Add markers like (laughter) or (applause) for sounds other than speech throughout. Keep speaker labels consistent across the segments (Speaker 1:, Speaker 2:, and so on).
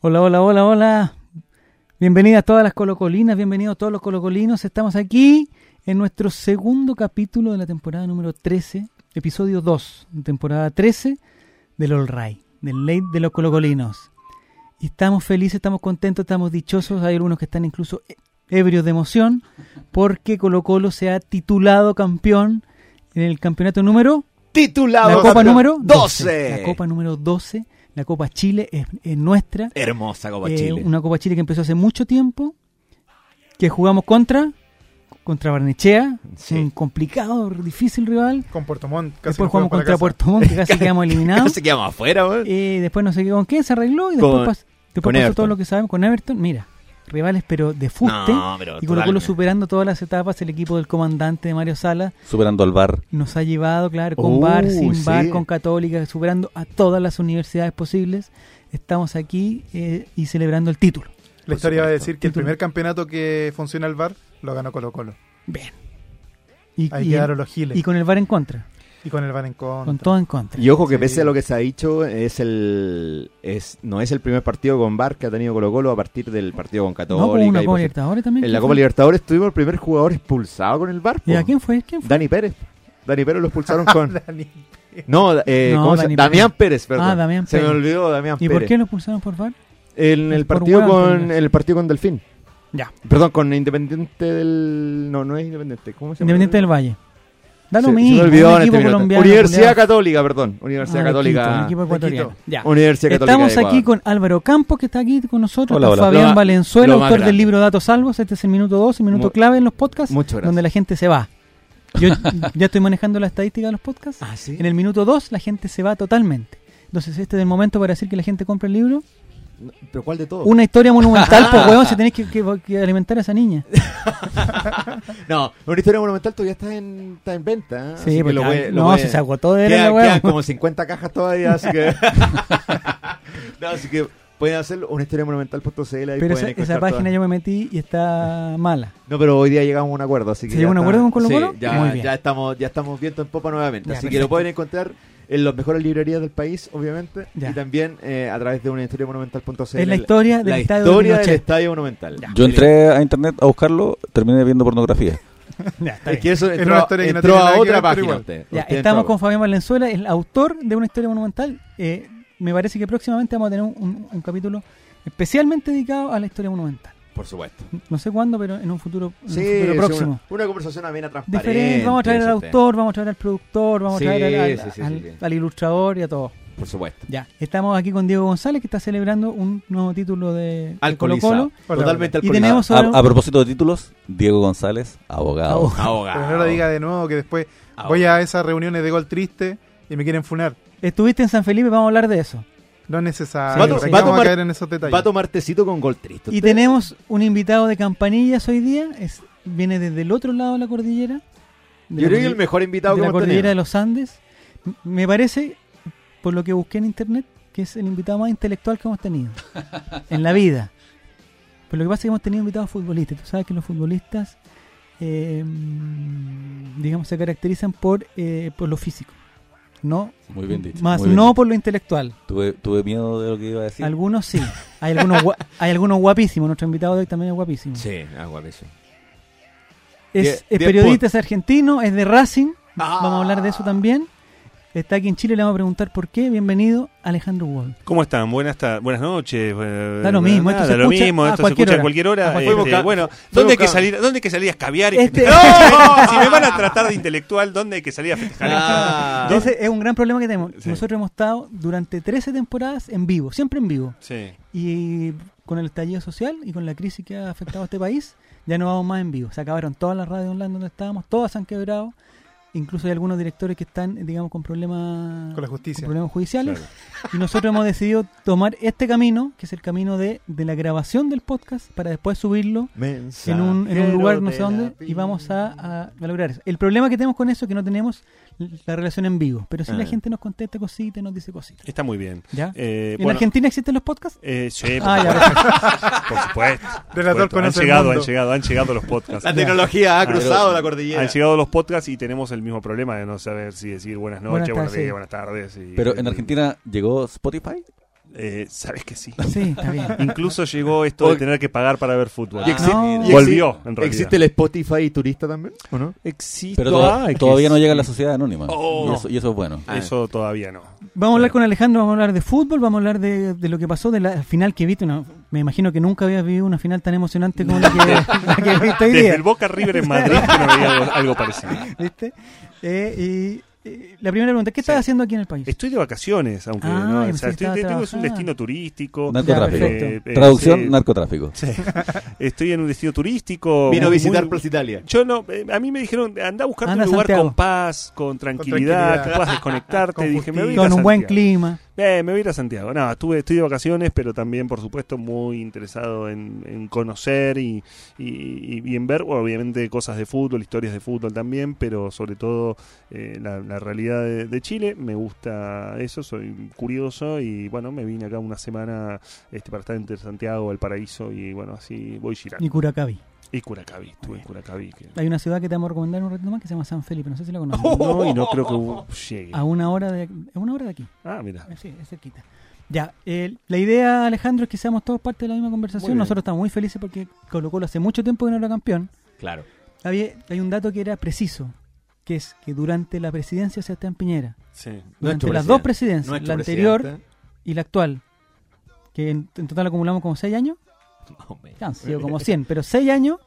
Speaker 1: Hola, hola, hola, hola. Bienvenidas todas las colocolinas, bienvenidos todos los colocolinos. Estamos aquí en nuestro segundo capítulo de la temporada número 13, episodio 2, temporada 13 del All Ray, del Late de los colocolinos. Y estamos felices, estamos contentos, estamos dichosos. Hay algunos que están incluso e-, ebrios de emoción porque Colo Colo se ha titulado campeón en el campeonato número
Speaker 2: Titulado
Speaker 1: la copa
Speaker 2: campeón.
Speaker 1: número
Speaker 2: 12.
Speaker 1: La copa número 12, la copa Chile es, es nuestra.
Speaker 2: Hermosa Copa
Speaker 1: Eh,
Speaker 2: Chile. (laughs)
Speaker 1: Una Copa Chile que empezó hace mucho tiempo, que jugamos contra, contra Barnechea,
Speaker 2: Sí.
Speaker 1: un complicado, difícil rival.
Speaker 3: Con Puerto Montt. Casi
Speaker 1: Después
Speaker 3: nos fuimos
Speaker 1: jugamos contra
Speaker 3: para la casa.
Speaker 1: Puerto
Speaker 2: (laughs)
Speaker 1: Montt, que casi quedamos eliminados.
Speaker 2: se quedamos afuera, weón.
Speaker 1: Eh, después no sé qué con quién se arregló y después,
Speaker 2: Con-
Speaker 1: pas- después
Speaker 2: con
Speaker 1: pasó
Speaker 2: Everton.
Speaker 1: todo lo que sabemos con Everton. Mira, rivales pero de fuste.
Speaker 2: No, pero
Speaker 1: y Colo Colo
Speaker 2: totalmente.
Speaker 1: superando todas las etapas, el equipo del comandante de Mario Sala
Speaker 4: superando al bar.
Speaker 1: nos ha llevado, claro, con
Speaker 2: Uh,
Speaker 1: bar, sin
Speaker 2: sí.
Speaker 1: bar, con católica, superando a todas las universidades posibles. Estamos aquí eh, y celebrando el título.
Speaker 3: La historia va a
Speaker 2: supuesto.
Speaker 3: decir que el
Speaker 1: Título.
Speaker 3: primer campeonato que funciona el VAR lo ganó Colo Colo.
Speaker 1: Bien. Y,
Speaker 3: Ahí
Speaker 1: y-
Speaker 3: quedaron los giles.
Speaker 1: y con el VAR en contra,
Speaker 3: Y con el VAR en contra.
Speaker 1: con todo en contra.
Speaker 2: Y ojo que
Speaker 3: Sí.
Speaker 2: pese a lo que se ha dicho, es el es no es el primer partido con VAR que ha tenido Colo Colo a partir del partido con
Speaker 1: no, con
Speaker 2: Católica.
Speaker 1: una
Speaker 2: y
Speaker 1: Copa
Speaker 2: por-
Speaker 1: Libertadores también.
Speaker 2: en la
Speaker 1: ¿quién
Speaker 2: Copa
Speaker 1: fue?
Speaker 2: Libertadores tuvimos el primer jugador expulsado con el VAR.
Speaker 1: ¿Y a
Speaker 2: po.
Speaker 1: quién fue? ¿Quién fue?
Speaker 2: Dani Pérez. Dani Pérez lo expulsaron con...
Speaker 3: Dani.
Speaker 2: No, eh,
Speaker 1: (laughs) No,
Speaker 2: ¿cómo se-
Speaker 1: Dani
Speaker 2: Damián Pérez, perdón.
Speaker 1: Ah, Damián
Speaker 2: Se me
Speaker 1: Pérez.
Speaker 2: olvidó Damián
Speaker 1: ¿Y
Speaker 2: Pérez.
Speaker 1: por qué lo expulsaron por VAR?
Speaker 2: En el
Speaker 1: Por
Speaker 2: partido,
Speaker 1: hueón,
Speaker 2: con,
Speaker 1: señor.
Speaker 2: el partido con Delfín.
Speaker 1: Ya.
Speaker 2: Perdón, con Independiente del... No, no es Independiente. ¿Cómo se llama?
Speaker 1: Independiente del Valle. Da lo
Speaker 2: Se- se me
Speaker 1: mismo.
Speaker 2: olvidó
Speaker 1: un
Speaker 2: en este
Speaker 1: equipo
Speaker 2: minuto.
Speaker 1: colombiano,
Speaker 2: Universidad
Speaker 1: culiao.
Speaker 2: Católica, perdón. Universidad
Speaker 1: Ah, de Quito, un
Speaker 2: Católica.
Speaker 1: equipo ecuatoriano.
Speaker 3: Quito.
Speaker 1: Ya.
Speaker 2: Universidad Católica.
Speaker 1: Estamos
Speaker 2: de
Speaker 1: aquí
Speaker 2: Ecuador.
Speaker 1: con Álvaro Campos, que está aquí con nosotros,
Speaker 4: Hola,
Speaker 1: está
Speaker 4: hola.
Speaker 1: Fabián
Speaker 2: Lo ma-
Speaker 1: Valenzuela,
Speaker 2: lo más
Speaker 1: autor del
Speaker 2: grande.
Speaker 1: libro Datos Salvos. Este es el minuto 2, el minuto
Speaker 2: Mu-
Speaker 1: clave en los podcasts,
Speaker 2: Muchas gracias.
Speaker 1: donde la gente se va.
Speaker 2: (laughs)
Speaker 1: Yo ya estoy manejando la estadística de los podcasts.
Speaker 2: Ah, sí.
Speaker 1: En el minuto 2 la gente se va totalmente. Entonces este es el momento para decir que la gente compre el libro.
Speaker 2: ¿Pero cuál de todos?
Speaker 1: Una historia
Speaker 2: (laughs)
Speaker 1: monumental, pues weón, si tenés que, que- que alimentar a esa niña.
Speaker 2: Ah, No, una historia monumental todavía está en, está en venta. ¿eh? Así
Speaker 1: Sí,
Speaker 2: que
Speaker 1: porque,
Speaker 2: lo voy-
Speaker 1: ah,
Speaker 2: lo
Speaker 1: no,
Speaker 2: voy-
Speaker 1: si se agotó de
Speaker 2: Queda-
Speaker 1: la
Speaker 2: Quedan
Speaker 1: weón.
Speaker 2: como 50 cajas todavía,
Speaker 1: (laughs)
Speaker 2: así que... (laughs) no, así que pueden hacer una historia monumental.cl ahí
Speaker 1: Pero
Speaker 2: pueden
Speaker 1: esa, esa
Speaker 2: encontrar
Speaker 1: página
Speaker 2: todas.
Speaker 1: yo me metí y
Speaker 2: (laughs)
Speaker 1: está mala.
Speaker 2: No, pero hoy día llegamos a un acuerdo, así que
Speaker 1: ¿Se
Speaker 2: ya
Speaker 1: llegó a un
Speaker 2: está-
Speaker 1: acuerdo con Colo Colo?
Speaker 2: Sí, ya,
Speaker 1: Muy bien.
Speaker 2: ya estamos, ya estamos viendo en popa nuevamente.
Speaker 1: Ya,
Speaker 2: así que
Speaker 1: perfecto.
Speaker 2: lo pueden encontrar en las mejores librerías del país, obviamente,
Speaker 1: Ya.
Speaker 2: y también eh, a través de una historia monumental.cl.
Speaker 1: Es la historia del
Speaker 2: la
Speaker 1: estadio
Speaker 2: historia
Speaker 1: de
Speaker 2: del estadio monumental.
Speaker 4: Yo entré a internet a buscarlo, terminé viendo pornografía.
Speaker 1: Ya, está
Speaker 2: Es
Speaker 1: bien.
Speaker 2: que eso
Speaker 3: Era
Speaker 2: entró,
Speaker 3: una historia que no
Speaker 2: entró
Speaker 3: tiene nada
Speaker 2: a
Speaker 3: que
Speaker 2: otra
Speaker 3: ver, pero
Speaker 2: página.
Speaker 3: igual.
Speaker 2: usted.
Speaker 1: Ya,
Speaker 2: Usted
Speaker 1: estamos
Speaker 2: entró a-
Speaker 1: con Fabián Valenzuela, el autor de una historia monumental. Eh, me parece que próximamente vamos a tener un, un- un capítulo especialmente dedicado a la historia monumental.
Speaker 2: Por supuesto.
Speaker 1: No sé cuándo, pero en un futuro, en un
Speaker 2: Sí,
Speaker 1: futuro
Speaker 2: es
Speaker 1: próximo.
Speaker 2: Una, una conversación amena, transparente.
Speaker 1: Diferente, vamos a traer al
Speaker 2: dice usted.
Speaker 1: autor, vamos a traer al productor, vamos
Speaker 2: Sí,
Speaker 1: a traer al,
Speaker 2: sí, sí,
Speaker 1: al-
Speaker 2: sí, sí.
Speaker 1: al ilustrador y a todos.
Speaker 2: Por supuesto.
Speaker 1: Ya, estamos aquí con Diego González que está celebrando un nuevo título de de Colo
Speaker 2: Alcoholizado.
Speaker 1: Colo.
Speaker 3: Hola,
Speaker 1: Y
Speaker 2: Totalmente alcoholizado.
Speaker 1: tenemos
Speaker 4: A,
Speaker 1: ahora un-
Speaker 4: a propósito de títulos, Diego González, abogado.
Speaker 2: Ahogado.
Speaker 3: Pero no lo diga de nuevo que después
Speaker 2: Ahogado.
Speaker 3: voy a esas reuniones de gol triste y me quieren funar.
Speaker 1: Estuviste en San Felipe, vamos a hablar de eso.
Speaker 3: No es necesario.
Speaker 1: Va a to-
Speaker 3: ¿para qué
Speaker 1: va a
Speaker 3: vamos
Speaker 2: tomar-
Speaker 3: a caer en esos detalles.
Speaker 2: Va a tomar tecito con gol triste.
Speaker 1: Y tenemos un invitado de campanillas hoy día, es, viene desde el otro lado de la cordillera. de
Speaker 2: Yo
Speaker 1: la
Speaker 2: creo que el
Speaker 1: cordi-
Speaker 2: mejor invitado
Speaker 1: de
Speaker 2: que
Speaker 1: la
Speaker 2: hemos
Speaker 1: cordillera
Speaker 2: tenido.
Speaker 1: de los Andes. M- Me parece, por lo que busqué en internet, que es el invitado más intelectual que hemos tenido en la vida. Pero lo que pasa es que hemos tenido invitados futbolistas. Tú sabes que los futbolistas, eh, digamos, se caracterizan por, eh, por lo físico. No,
Speaker 4: Muy bien dicho.
Speaker 1: más
Speaker 4: muy bien
Speaker 1: no
Speaker 4: dicho.
Speaker 1: por lo intelectual.
Speaker 4: Tuve, tuve miedo de lo que iba a decir.
Speaker 1: Algunos sí. Hay algunos, gua- hay algunos guapísimos. Nuestro invitado de hoy también es guapísimo.
Speaker 2: Sí, ah, guapísimo.
Speaker 1: Es,
Speaker 2: Diez-
Speaker 1: es
Speaker 2: diez
Speaker 1: periodista,
Speaker 2: puntos.
Speaker 1: es argentino, es de Racing.
Speaker 2: Ah.
Speaker 1: Vamos a hablar de eso también. Está aquí en Chile, le vamos a preguntar por qué. Bienvenido, Alejandro Wall.
Speaker 5: ¿Cómo están? Buenas, ta- buenas noches. bu-
Speaker 1: Da lo mismo,
Speaker 5: nada,
Speaker 1: esto se
Speaker 5: da lo
Speaker 1: escucha
Speaker 5: mismo,
Speaker 1: a
Speaker 5: esto se
Speaker 1: cualquier
Speaker 5: escucha
Speaker 1: hora.
Speaker 5: a cualquier hora.
Speaker 1: A cualquier
Speaker 5: este,
Speaker 2: hora.
Speaker 5: bueno,
Speaker 2: Fue
Speaker 5: ¿dónde hay, que
Speaker 2: buscando.
Speaker 5: salir, ¿dónde hay que salir a escabiar? y
Speaker 1: Este-
Speaker 5: festejar? ¡No! si me van a
Speaker 1: (laughs)
Speaker 5: tratar de intelectual, ¿dónde hay que salir a festejar?
Speaker 2: (laughs) Ah.
Speaker 5: ¿Dónde-
Speaker 1: Ese es un gran problema que tenemos.
Speaker 5: Sí.
Speaker 1: Nosotros hemos estado durante 13 temporadas en vivo, siempre en vivo.
Speaker 5: Sí.
Speaker 1: Y con el estallido social y con la crisis que ha afectado a este país, ya no vamos más en vivo. Se acabaron todas las radios online donde estábamos, todas se han quebrado. Incluso hay algunos directores que están, digamos, con problemas
Speaker 3: Con la justicia.
Speaker 1: con problemas judiciales. Y nosotros hemos decidido tomar este camino, que es el camino de, de la grabación del podcast, para después subirlo en un, en un lugar no sé dónde y vamos a, a lograr eso. El problema que tenemos con eso es que no tenemos la relación en vivo, pero si la
Speaker 2: Ah.
Speaker 1: gente nos contesta cositas y nos dice cositas.
Speaker 5: Está muy bien.
Speaker 1: ¿Ya?
Speaker 5: Eh,
Speaker 1: ¿En
Speaker 5: bueno,
Speaker 1: Argentina existen los podcasts?
Speaker 5: eh, sí, por, (laughs)
Speaker 1: Ah, ya,
Speaker 5: supuesto,
Speaker 1: perfecto.
Speaker 5: por
Speaker 2: (laughs)
Speaker 5: supuesto.
Speaker 3: Relator
Speaker 5: por supuesto. Han
Speaker 3: conoce el
Speaker 5: llegado, han
Speaker 3: mundo.
Speaker 5: llegado, han llegado los podcasts.
Speaker 2: La tecnología ha
Speaker 5: Ah, Pero-
Speaker 2: cruzado la cordillera.
Speaker 5: Han llegado los podcasts y tenemos el mismo problema de no saber si decir buenas noches,
Speaker 1: Buenas
Speaker 5: buenos
Speaker 1: tardes,
Speaker 5: días,
Speaker 1: sí.
Speaker 5: buenas tardes. y-
Speaker 4: Pero en
Speaker 5: y-
Speaker 4: Argentina llegó Spotify.
Speaker 5: Eh, Sabes que sí.
Speaker 1: Sí, está bien.
Speaker 5: Incluso llegó esto de tener que pagar para ver fútbol.
Speaker 2: Y exi-
Speaker 1: No.
Speaker 2: y exi-
Speaker 5: Volvió, en realidad.
Speaker 2: ¿Existe el Spotify turista también? ¿O no?
Speaker 5: Existe.
Speaker 4: Pero to-
Speaker 5: Ah, que
Speaker 4: todavía no
Speaker 5: sí.
Speaker 4: llega a la sociedad anónima.
Speaker 5: Oh.
Speaker 4: y, eso, y eso es bueno.
Speaker 2: Ah.
Speaker 5: Eso todavía no.
Speaker 1: Vamos a hablar con Alejandro, vamos a hablar de fútbol, vamos a hablar de, de lo que pasó, de la final que viste. Una, me imagino que nunca habías vivido una final tan emocionante como la
Speaker 5: (laughs)
Speaker 1: que, la que viste hoy
Speaker 5: Desde
Speaker 1: día.
Speaker 5: el Boca River en Madrid que no había algo, algo parecido.
Speaker 1: (laughs) ¿Viste? Eh, y, eh, la primera pregunta, ¿qué estás
Speaker 5: Sí.
Speaker 1: haciendo aquí en el país?
Speaker 5: Estoy de vacaciones, aunque
Speaker 1: Ah,
Speaker 5: no.
Speaker 1: yo
Speaker 5: O
Speaker 1: pensé
Speaker 5: sea,
Speaker 1: que
Speaker 5: estoy-
Speaker 1: estaba
Speaker 5: tengo es un
Speaker 1: trabajando.
Speaker 5: destino turístico.
Speaker 4: Narcotráfico.
Speaker 1: Ya, perfecto.
Speaker 5: Eh, eh,
Speaker 4: Traducción,
Speaker 5: sí.
Speaker 4: narcotráfico.
Speaker 5: Sí. Estoy en un destino turístico.
Speaker 2: Vino a
Speaker 5: muy-
Speaker 2: visitar
Speaker 5: muy-
Speaker 2: Plaza Italia.
Speaker 5: Yo no, eh, a mí me dijeron, anda a buscarte
Speaker 1: Anda a
Speaker 5: un lugar
Speaker 1: Santiago.
Speaker 5: con paz, con tranquilidad,
Speaker 3: tranquilidad.
Speaker 5: que puedas desconectarte.
Speaker 3: Con
Speaker 5: Dije, me voy a ir a
Speaker 1: (laughs) Con un buen
Speaker 5: Santiago.
Speaker 1: clima.
Speaker 5: Eh, me voy a ir a Santiago. No, estuve, estoy de vacaciones, pero también, por supuesto, muy interesado en, en conocer y, y- y- y en ver, bueno, obviamente, cosas de fútbol, historias de fútbol también, pero sobre todo eh, la, la realidad de, de Chile. Me gusta eso, soy curioso y, bueno, me vine acá una semana este, para estar entre Santiago, el Paraíso y, bueno, así voy girando.
Speaker 1: Y Curacaví.
Speaker 5: Y Curacaví, estuve en Curacaví. que-
Speaker 1: Hay una ciudad que te vamos a recomendar en un ratito más que se llama San Felipe, no sé si la conoces.
Speaker 5: No, y no creo que u- llegue.
Speaker 1: A una hora de, a una hora de aquí.
Speaker 5: Ah, mira.
Speaker 1: Eh, Sí, es cerquita. Ya, eh, la idea, Alejandro, es que seamos todos parte de la misma
Speaker 5: Muy
Speaker 1: conversación.
Speaker 5: bien.
Speaker 1: Nosotros estamos muy felices porque Colo Colo hace mucho tiempo que no era campeón.
Speaker 2: Claro.
Speaker 1: Había- hay un dato que era preciso, que es que durante la presidencia de Sebastián Piñera, durante las dos presidencias, la anterior y la actual, que en, en total acumulamos como seis años,
Speaker 2: Oh,
Speaker 1: han sido como 100, pero seis años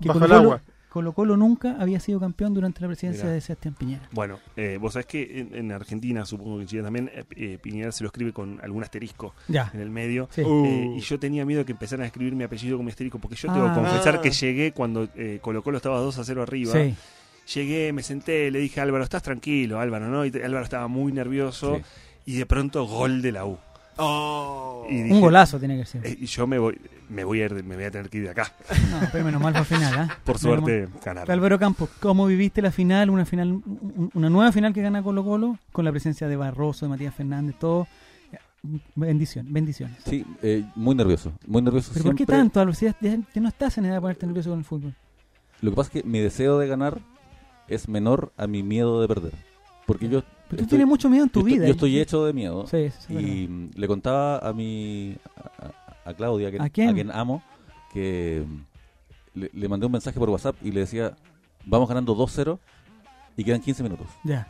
Speaker 1: que
Speaker 3: Bajo
Speaker 1: Colo
Speaker 3: el
Speaker 1: Colo,
Speaker 3: agua.
Speaker 1: Colo Colo nunca había sido campeón durante la presidencia
Speaker 5: Mirá.
Speaker 1: de Sebastián Piñera.
Speaker 5: Bueno, eh, vos sabés que en, en Argentina, supongo que en Chile también, eh, eh, Piñera se lo escribe con algún asterisco
Speaker 1: Ya.
Speaker 5: en el medio.
Speaker 1: Sí.
Speaker 3: Uh.
Speaker 5: Eh, y yo tenía miedo que empezaran a escribir mi apellido como asterisco, porque yo tengo
Speaker 1: Ah.
Speaker 5: que confesar
Speaker 2: Ah.
Speaker 5: que llegué cuando eh, Colo Colo estaba 2 a 0 arriba.
Speaker 1: Sí.
Speaker 5: Llegué, me senté, le dije, Álvaro, estás tranquilo, Álvaro, ¿no? Y te- Álvaro estaba muy nervioso.
Speaker 4: Sí.
Speaker 5: Y de pronto, gol de la U. Y dije,
Speaker 1: Un golazo tiene que ser.
Speaker 5: eh, y yo me voy, me voy a ir, de- me voy a tener que ir de acá.
Speaker 1: No, pero menos mal fue final, ¿ah?
Speaker 5: (laughs) Por
Speaker 1: Menos mal.
Speaker 5: suerte, ganar.
Speaker 1: Álvaro Campos, ¿cómo viviste la final? Una final, un- una nueva final que gana Colo Colo con la presencia de Barroso, de Matías Fernández, todo. Bendición, bendiciones.
Speaker 4: Sí, eh, muy nervioso. Muy nervioso
Speaker 1: ¿Pero por
Speaker 4: siempre.
Speaker 1: qué tanto, Álvaro? Si ya, ya- ya no estás en edad de ponerte nervioso con el fútbol.
Speaker 4: Lo que pasa es que mi deseo de ganar es menor a mi miedo de perder. Porque yo.
Speaker 1: Pero tú
Speaker 4: estoy-
Speaker 1: tienes mucho miedo en tu
Speaker 4: yo estoy-
Speaker 1: vida. ¿eh?
Speaker 4: Yo estoy hecho de miedo.
Speaker 1: Sí, eso es
Speaker 4: Y mm, le contaba a mi. a, a- a Claudia, que,
Speaker 1: ¿A quién?
Speaker 4: quien amo, que mm, le, le mandé un mensaje por WhatsApp y le decía: Vamos ganando 2-0 y quedan 15 minutos.
Speaker 1: verdad.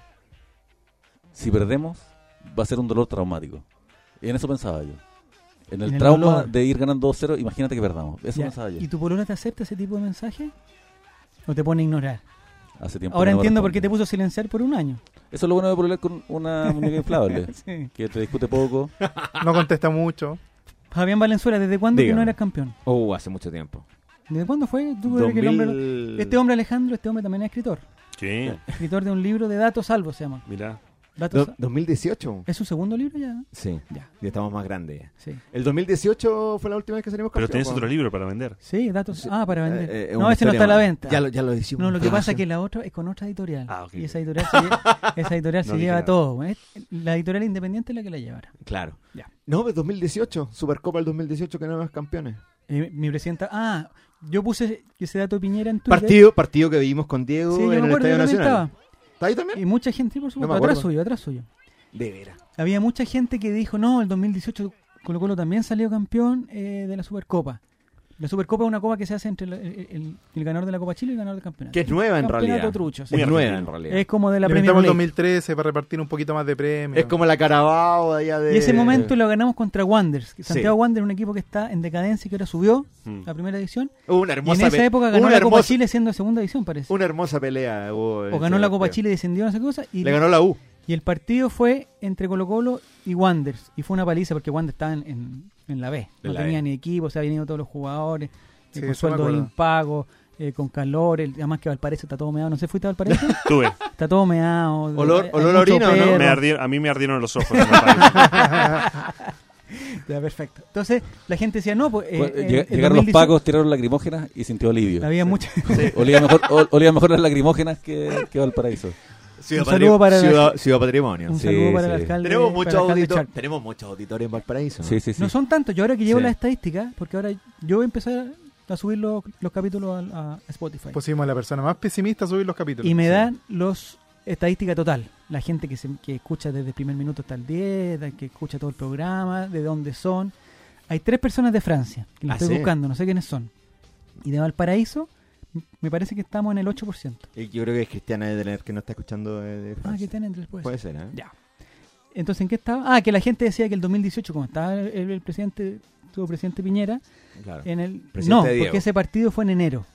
Speaker 4: Si perdemos, va a ser un dolor traumático. Y en eso pensaba yo. En el,
Speaker 1: En el
Speaker 4: trauma
Speaker 1: dolor.
Speaker 4: de ir ganando 2-0, imagínate que perdamos.
Speaker 1: Ya,
Speaker 4: Eso pensaba
Speaker 1: ya.
Speaker 4: yo.
Speaker 1: ¿Y tu polola te acepta ese tipo de mensaje? ¿O te pone a ignorar?
Speaker 4: Hace tiempo
Speaker 1: Ahora
Speaker 4: que no me
Speaker 1: entiendo por qué te
Speaker 4: responde.
Speaker 1: puso a silenciar por un año.
Speaker 4: Eso es lo bueno de pololear con una muñeca inflable.
Speaker 1: Sí.
Speaker 4: que te discute poco.
Speaker 3: No contesta mucho.
Speaker 1: Fabián Valenzuela, ¿desde cuándo que
Speaker 6: Dígame.
Speaker 1: no eras campeón?
Speaker 2: Oh,
Speaker 6: Uh, hace mucho tiempo.
Speaker 1: ¿Desde cuándo fue? ¿Tú crees que el hombre- Este hombre Alejandro, este hombre también es escritor.
Speaker 5: Sí,
Speaker 1: Escritor de un libro de datos salvos se llama.
Speaker 5: mirá.
Speaker 1: Datos
Speaker 2: Do- 2018.
Speaker 1: ¿Es su segundo libro ya?
Speaker 6: Sí,
Speaker 1: Ya.
Speaker 6: ya estamos más grandes. ya.
Speaker 1: Sí.
Speaker 2: El 2018 fue la última vez que salimos
Speaker 5: Pero
Speaker 2: campeón.
Speaker 5: tenés
Speaker 2: po.
Speaker 5: otro libro para vender.
Speaker 1: Sí, datos.
Speaker 6: Sí.
Speaker 1: Ah, para vender.
Speaker 6: Eh, eh, es
Speaker 1: no,
Speaker 6: una
Speaker 1: ese no
Speaker 6: historia
Speaker 1: está a la
Speaker 6: más.
Speaker 1: venta.
Speaker 6: Ya lo, ya lo hicimos.
Speaker 1: No, lo que pasa es que la otra es con otra editorial.
Speaker 5: Ah, ok.
Speaker 1: Y esa editorial se lleva, esa
Speaker 6: (laughs)
Speaker 1: editorial
Speaker 5: No
Speaker 1: se
Speaker 5: dije
Speaker 1: lleva
Speaker 5: nada.
Speaker 1: todo. ¿eh? La editorial independiente es la que la llevará.
Speaker 6: Claro.
Speaker 2: No, pero 2018. Supercopa del 2018 que no más campeones.
Speaker 1: Eh, mi presidenta. Ah, yo puse ese dato de Piñera en Twitter.
Speaker 2: Partido, partido que vivimos con Diego
Speaker 1: Sí, yo
Speaker 2: en
Speaker 1: me
Speaker 2: el
Speaker 1: acuerdo, yo
Speaker 2: Estadio
Speaker 1: también
Speaker 2: Nacional.
Speaker 1: estaba.
Speaker 2: ¿Está ahí también?
Speaker 1: Y mucha gente, por supuesto,
Speaker 2: me
Speaker 1: atrás
Speaker 2: acuerdo.
Speaker 1: suyo, atrás suyo.
Speaker 6: De veras.
Speaker 1: Había mucha gente que dijo, no, el 2018 Colo Colo también salió campeón eh, de la Supercopa. La Supercopa es una copa que se hace entre la- el, el- el ganador de la Copa Chile y el ganador del campeonato.
Speaker 6: Que es nueva en
Speaker 1: Campeonato
Speaker 6: realidad.
Speaker 1: trucho, sí.
Speaker 6: Es
Speaker 5: Muy
Speaker 6: nueva en
Speaker 5: argentino.
Speaker 6: realidad.
Speaker 1: Es como de la
Speaker 3: Le
Speaker 1: Premier
Speaker 3: inventamos el
Speaker 1: League.
Speaker 3: 2013 para repartir un poquito más de premios.
Speaker 2: Es como la Carabao de allá de...
Speaker 1: Y ese momento lo ganamos contra Wanderers. que
Speaker 2: Sí.
Speaker 1: Santiago Wanderers, un equipo que está en decadencia y que ahora subió
Speaker 5: Mm.
Speaker 1: la primera edición.
Speaker 2: Hubo
Speaker 1: Y
Speaker 2: Una
Speaker 1: en
Speaker 2: hermosa
Speaker 1: esa
Speaker 2: pe-
Speaker 1: época ganó
Speaker 2: una
Speaker 1: la Copa
Speaker 2: hermosa-
Speaker 1: Chile siendo de segunda edición, parece.
Speaker 2: Una hermosa pelea. hubo en
Speaker 1: O
Speaker 2: ese
Speaker 1: ganó la
Speaker 2: partido.
Speaker 1: Copa Chile y descendió, no sé qué cosa. Y,
Speaker 2: Le ganó la U.
Speaker 1: y el partido fue entre Colo Colo y Wanderers. Y fue una paliza porque Wanderers estaba en, en- en la B. No
Speaker 6: En la
Speaker 1: tenía
Speaker 6: B.
Speaker 1: ni equipo, se habían ido todos los jugadores. eh,
Speaker 3: Sí,
Speaker 1: con
Speaker 3: eso me
Speaker 1: sueldos
Speaker 3: acuerdo.
Speaker 1: impagos, eh, con calor. el- además que Valparaíso está todo meado. No sé, ¿fuiste a Valparaíso?
Speaker 5: Tuve.
Speaker 1: está todo meado.
Speaker 2: Olor-
Speaker 1: hay- hay
Speaker 2: olor a
Speaker 5: (laughs)
Speaker 1: mucho
Speaker 2: orina, ¿o no?
Speaker 1: perro.
Speaker 5: Me ardieron- a mí me ardieron los ojos. me parece. (laughs)
Speaker 1: Ya, perfecto. Entonces, la gente decía, no, pues... eh,
Speaker 4: Pues, eh,
Speaker 1: el-
Speaker 4: llega-
Speaker 1: el
Speaker 4: llegaron los
Speaker 1: 2018
Speaker 4: pacos, tiraron lagrimógenas y sintió alivio.
Speaker 1: Había (laughs) mucha...
Speaker 4: (laughs) Olía, mejor, ol- olía mejor las lagrimógenas que, que Valparaíso.
Speaker 2: Ciudad,
Speaker 1: Un saludo para-
Speaker 2: ciudad, ciudad Patrimonio.
Speaker 1: Un
Speaker 4: Sí,
Speaker 1: saludo para el
Speaker 4: sí.
Speaker 1: alcalde.
Speaker 2: Tenemos
Speaker 1: para el
Speaker 2: muchos
Speaker 1: alcalde
Speaker 2: auditores.
Speaker 1: Charco.
Speaker 2: Tenemos muchos auditores en Valparaíso.
Speaker 4: Sí, sí, sí.
Speaker 1: No son tantos. Yo ahora que llevo
Speaker 2: Sí.
Speaker 1: las estadísticas, porque ahora yo voy a empezar a subir los, los capítulos a, a Spotify.
Speaker 2: Pues,
Speaker 3: Pusimos a la persona más pesimista a subir los capítulos.
Speaker 1: y me dan los estadística total. la gente que, se, que escucha desde el primer minuto hasta el 10, la que escucha todo el programa, de dónde son. Hay tres personas de Francia, que las
Speaker 2: Ah,
Speaker 1: estoy
Speaker 2: sí.
Speaker 1: buscando, no sé quiénes son. Y de Valparaíso, m- me parece que estamos en el 8%.
Speaker 2: Y yo creo que es Cristiana de Tener que no está escuchando eh, de
Speaker 1: Ah,
Speaker 2: Francia.
Speaker 1: que están entre el
Speaker 2: Puede ser, ¿eh?
Speaker 1: Ya. Entonces, ¿en qué estaba? Ah, que la gente decía que el 2018, como estaba el, el presidente, tuvo presidente Piñera,
Speaker 6: Claro.
Speaker 1: en el...
Speaker 6: Presidente
Speaker 1: No,
Speaker 6: Diego.
Speaker 1: porque ese partido fue en enero.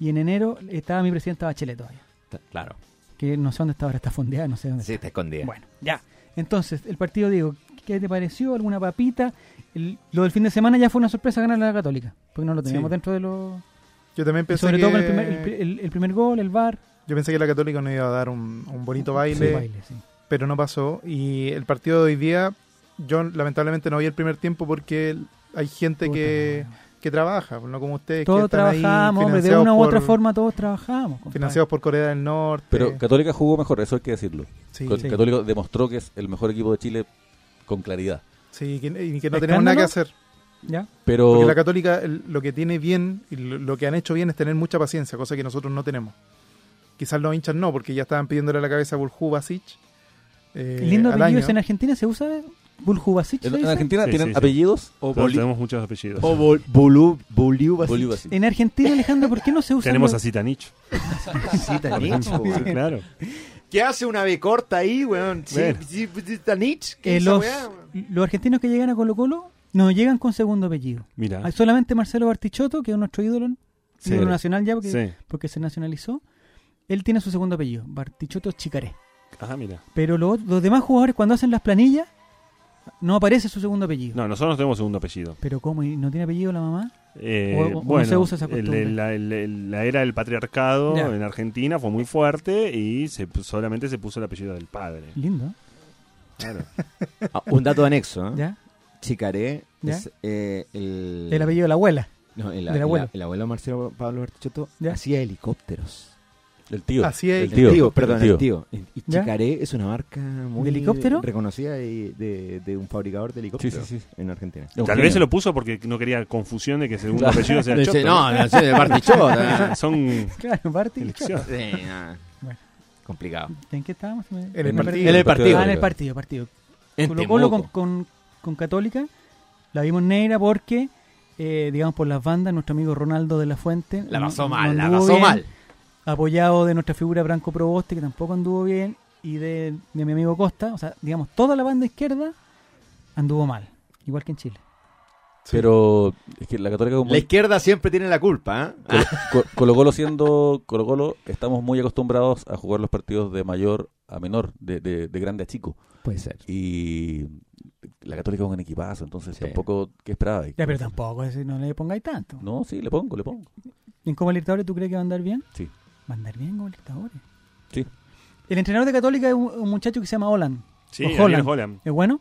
Speaker 1: Y en enero estaba mi presidenta Bachelet todavía.
Speaker 6: Está- Claro.
Speaker 1: Que no sé dónde está ahora, está fondeada, no sé dónde
Speaker 6: Sí, está escondida.
Speaker 1: Bueno, ya. Entonces, el partido, Diego, ¿qué te pareció? ¿Alguna papita? El- lo del fin de semana ya fue una sorpresa ganar a la Católica, porque no lo teníamos
Speaker 3: Sí.
Speaker 1: dentro de los...
Speaker 3: Yo también pensé
Speaker 1: Sobre
Speaker 3: que...
Speaker 1: todo con el primer, el, pri- el- el primer gol, el VAR.
Speaker 3: Yo pensé que la Católica nos iba a dar un, un bonito
Speaker 1: Sí,
Speaker 3: baile,
Speaker 1: baile, sí.
Speaker 3: pero no pasó. Y el partido de hoy día, yo lamentablemente no vi el primer tiempo porque hay gente
Speaker 1: Puta
Speaker 3: que,
Speaker 1: madre.
Speaker 3: que trabaja, no como ustedes que
Speaker 1: Todos
Speaker 3: están ahí
Speaker 1: trabajamos, hombre, de
Speaker 3: financiados
Speaker 1: una u otra
Speaker 3: por-
Speaker 1: forma todos trabajamos. compadre.
Speaker 3: Financiados por Corea del Norte.
Speaker 4: Pero Católica jugó mejor, eso hay que decirlo.
Speaker 3: sí,
Speaker 4: Ca-
Speaker 3: sí,
Speaker 4: Católica demostró que es el mejor equipo de Chile con claridad.
Speaker 3: sí, que, y que no tenemos nada que hacer.
Speaker 1: ¿Ya?
Speaker 4: Pero
Speaker 3: Porque la Católica el- lo que tiene bien y lo, lo que han hecho bien es tener mucha paciencia, cosa que nosotros no tenemos. Quizás los hinchas no, porque ya estaban pidiéndole la cabeza a Buljú Basic. eh,
Speaker 1: Lindo
Speaker 3: al
Speaker 1: apellido.
Speaker 3: año.
Speaker 1: ¿Es ¿En Argentina se usa Buljubasic? se
Speaker 4: en, en
Speaker 1: dice?
Speaker 4: Argentina
Speaker 5: Sí,
Speaker 4: tienen
Speaker 5: sí, sí.
Speaker 4: apellidos o
Speaker 5: Claro,
Speaker 4: boli-
Speaker 5: tenemos muchos apellidos.
Speaker 2: O Bol- Bolú- Bolú Basit.
Speaker 4: bolivas.
Speaker 1: En Argentina, Alejandro, ¿por qué no se
Speaker 5: (laughs)
Speaker 1: usa?
Speaker 5: tenemos a Citanich.
Speaker 2: Sí,
Speaker 5: por
Speaker 2: (laughs) Tanich,
Speaker 5: ejemplo. Sí,
Speaker 2: weón.
Speaker 5: claro.
Speaker 2: ¿Qué hace una B corta ahí, weón? Sí,
Speaker 5: Bueno.
Speaker 2: sí, sí, Tanich, ¿qué es esa
Speaker 1: los,
Speaker 2: weá, weón?
Speaker 1: los argentinos que llegan a Colo Colo no llegan con segundo apellido.
Speaker 5: Mira.
Speaker 1: Hay solamente Marcelo Bartichotto, que es nuestro ídolo,
Speaker 5: Ah. Sí.
Speaker 1: ídolo nacional ya, porque,
Speaker 5: Sí.
Speaker 1: porque se nacionalizó. Él tiene su segundo apellido, Bartichotto Chicaré.
Speaker 5: Ajá, mira.
Speaker 1: Pero lo- los demás jugadores, cuando hacen las planillas, no aparece su segundo apellido.
Speaker 5: No, nosotros no tenemos segundo apellido.
Speaker 1: Pero ¿cómo? ¿Y ¿No tiene apellido la mamá?
Speaker 5: Eh,
Speaker 1: O- o- o no
Speaker 5: bueno,
Speaker 1: se usa esa
Speaker 5: el-
Speaker 1: costumbre.
Speaker 5: el- la, el- el- la era del patriarcado
Speaker 1: Ya.
Speaker 5: en Argentina fue muy fuerte y se, pu- solamente se puso el apellido del padre.
Speaker 1: Lindo, ¿eh?
Speaker 5: Claro.
Speaker 6: Ah, un dato anexo, ¿eh?
Speaker 1: ¿ya?
Speaker 6: Chicaré
Speaker 1: ¿Ya?
Speaker 6: es eh, el...
Speaker 1: El apellido de la abuela. (laughs)
Speaker 6: No, el,
Speaker 1: del
Speaker 6: el-
Speaker 1: abuelo.
Speaker 6: el abuelo Marcelo Pablo Bertichotto
Speaker 1: ¿Ya?
Speaker 6: hacía helicópteros.
Speaker 4: El tío.
Speaker 3: Así es.
Speaker 6: El
Speaker 4: El tío.
Speaker 6: tío, perdón,
Speaker 4: el
Speaker 6: el tío. Y
Speaker 1: ¿Ya?
Speaker 6: Chicaré es una marca muy
Speaker 1: ¿De helicóptero?
Speaker 6: reconocida y de, de un fabricador de helicópteros
Speaker 4: Sí, sí, sí.
Speaker 6: en Argentina.
Speaker 5: Tal vez se lo puso porque no quería confusión de que segundo
Speaker 4: Claro.
Speaker 5: apellido
Speaker 6: (laughs)
Speaker 5: sea
Speaker 6: Dice,
Speaker 5: Chotto.
Speaker 6: no, no sé, de Bartichotto. ¿eh?
Speaker 5: Son
Speaker 1: Claro, Bartichotto.
Speaker 2: (laughs)
Speaker 5: elecciones.
Speaker 6: Sí, no.
Speaker 1: Bueno.
Speaker 6: Complicado.
Speaker 1: ¿En qué estábamos? Se me-
Speaker 3: En
Speaker 1: me
Speaker 3: el
Speaker 1: perdí.
Speaker 3: partido. En el
Speaker 1: Ah, en
Speaker 4: partido.
Speaker 1: el partido, partido.
Speaker 6: En
Speaker 1: Colo Colo con,
Speaker 6: Temuco.
Speaker 1: con- con Católica la vimos negra porque, eh, digamos, por las bandas, nuestro amigo Ronaldo de la Fuente.
Speaker 6: La
Speaker 1: no-
Speaker 6: pasó
Speaker 1: no
Speaker 6: mal, la
Speaker 1: anduvo
Speaker 6: pasó
Speaker 1: Mm, bien,
Speaker 6: mal.
Speaker 1: Apoyado de nuestra figura Branco Proboste, que tampoco anduvo bien, y de, de mi amigo Costa. O sea, digamos, toda la banda izquierda anduvo mal. Igual que en Chile.
Speaker 4: Pero es que la Católica como
Speaker 2: La izquierda siempre tiene la culpa, ¿eh?
Speaker 6: Ah,
Speaker 4: Colo- Co- Colo Colo siendo Colo Colo, estamos muy acostumbrados a jugar los partidos de mayor a menor, de, de- de grande a chico.
Speaker 6: Puede ser.
Speaker 4: Y la Católica es un equipazo, entonces
Speaker 6: Sí.
Speaker 4: tampoco, ¿qué esperaba?
Speaker 1: Ya, pero tampoco, es decir, no le pongáis tanto.
Speaker 4: No, sí, le pongo, le pongo.
Speaker 1: ¿En Copa Libertadores tú crees que va a andar bien?
Speaker 4: Sí.
Speaker 1: Va a andar bien en Copa Libertadores.
Speaker 4: Sí.
Speaker 1: El entrenador de Católica es un, un muchacho que se llama Holland.
Speaker 5: Sí,
Speaker 1: O
Speaker 5: Ariel
Speaker 1: Holland.
Speaker 5: Holland.
Speaker 1: ¿Es bueno?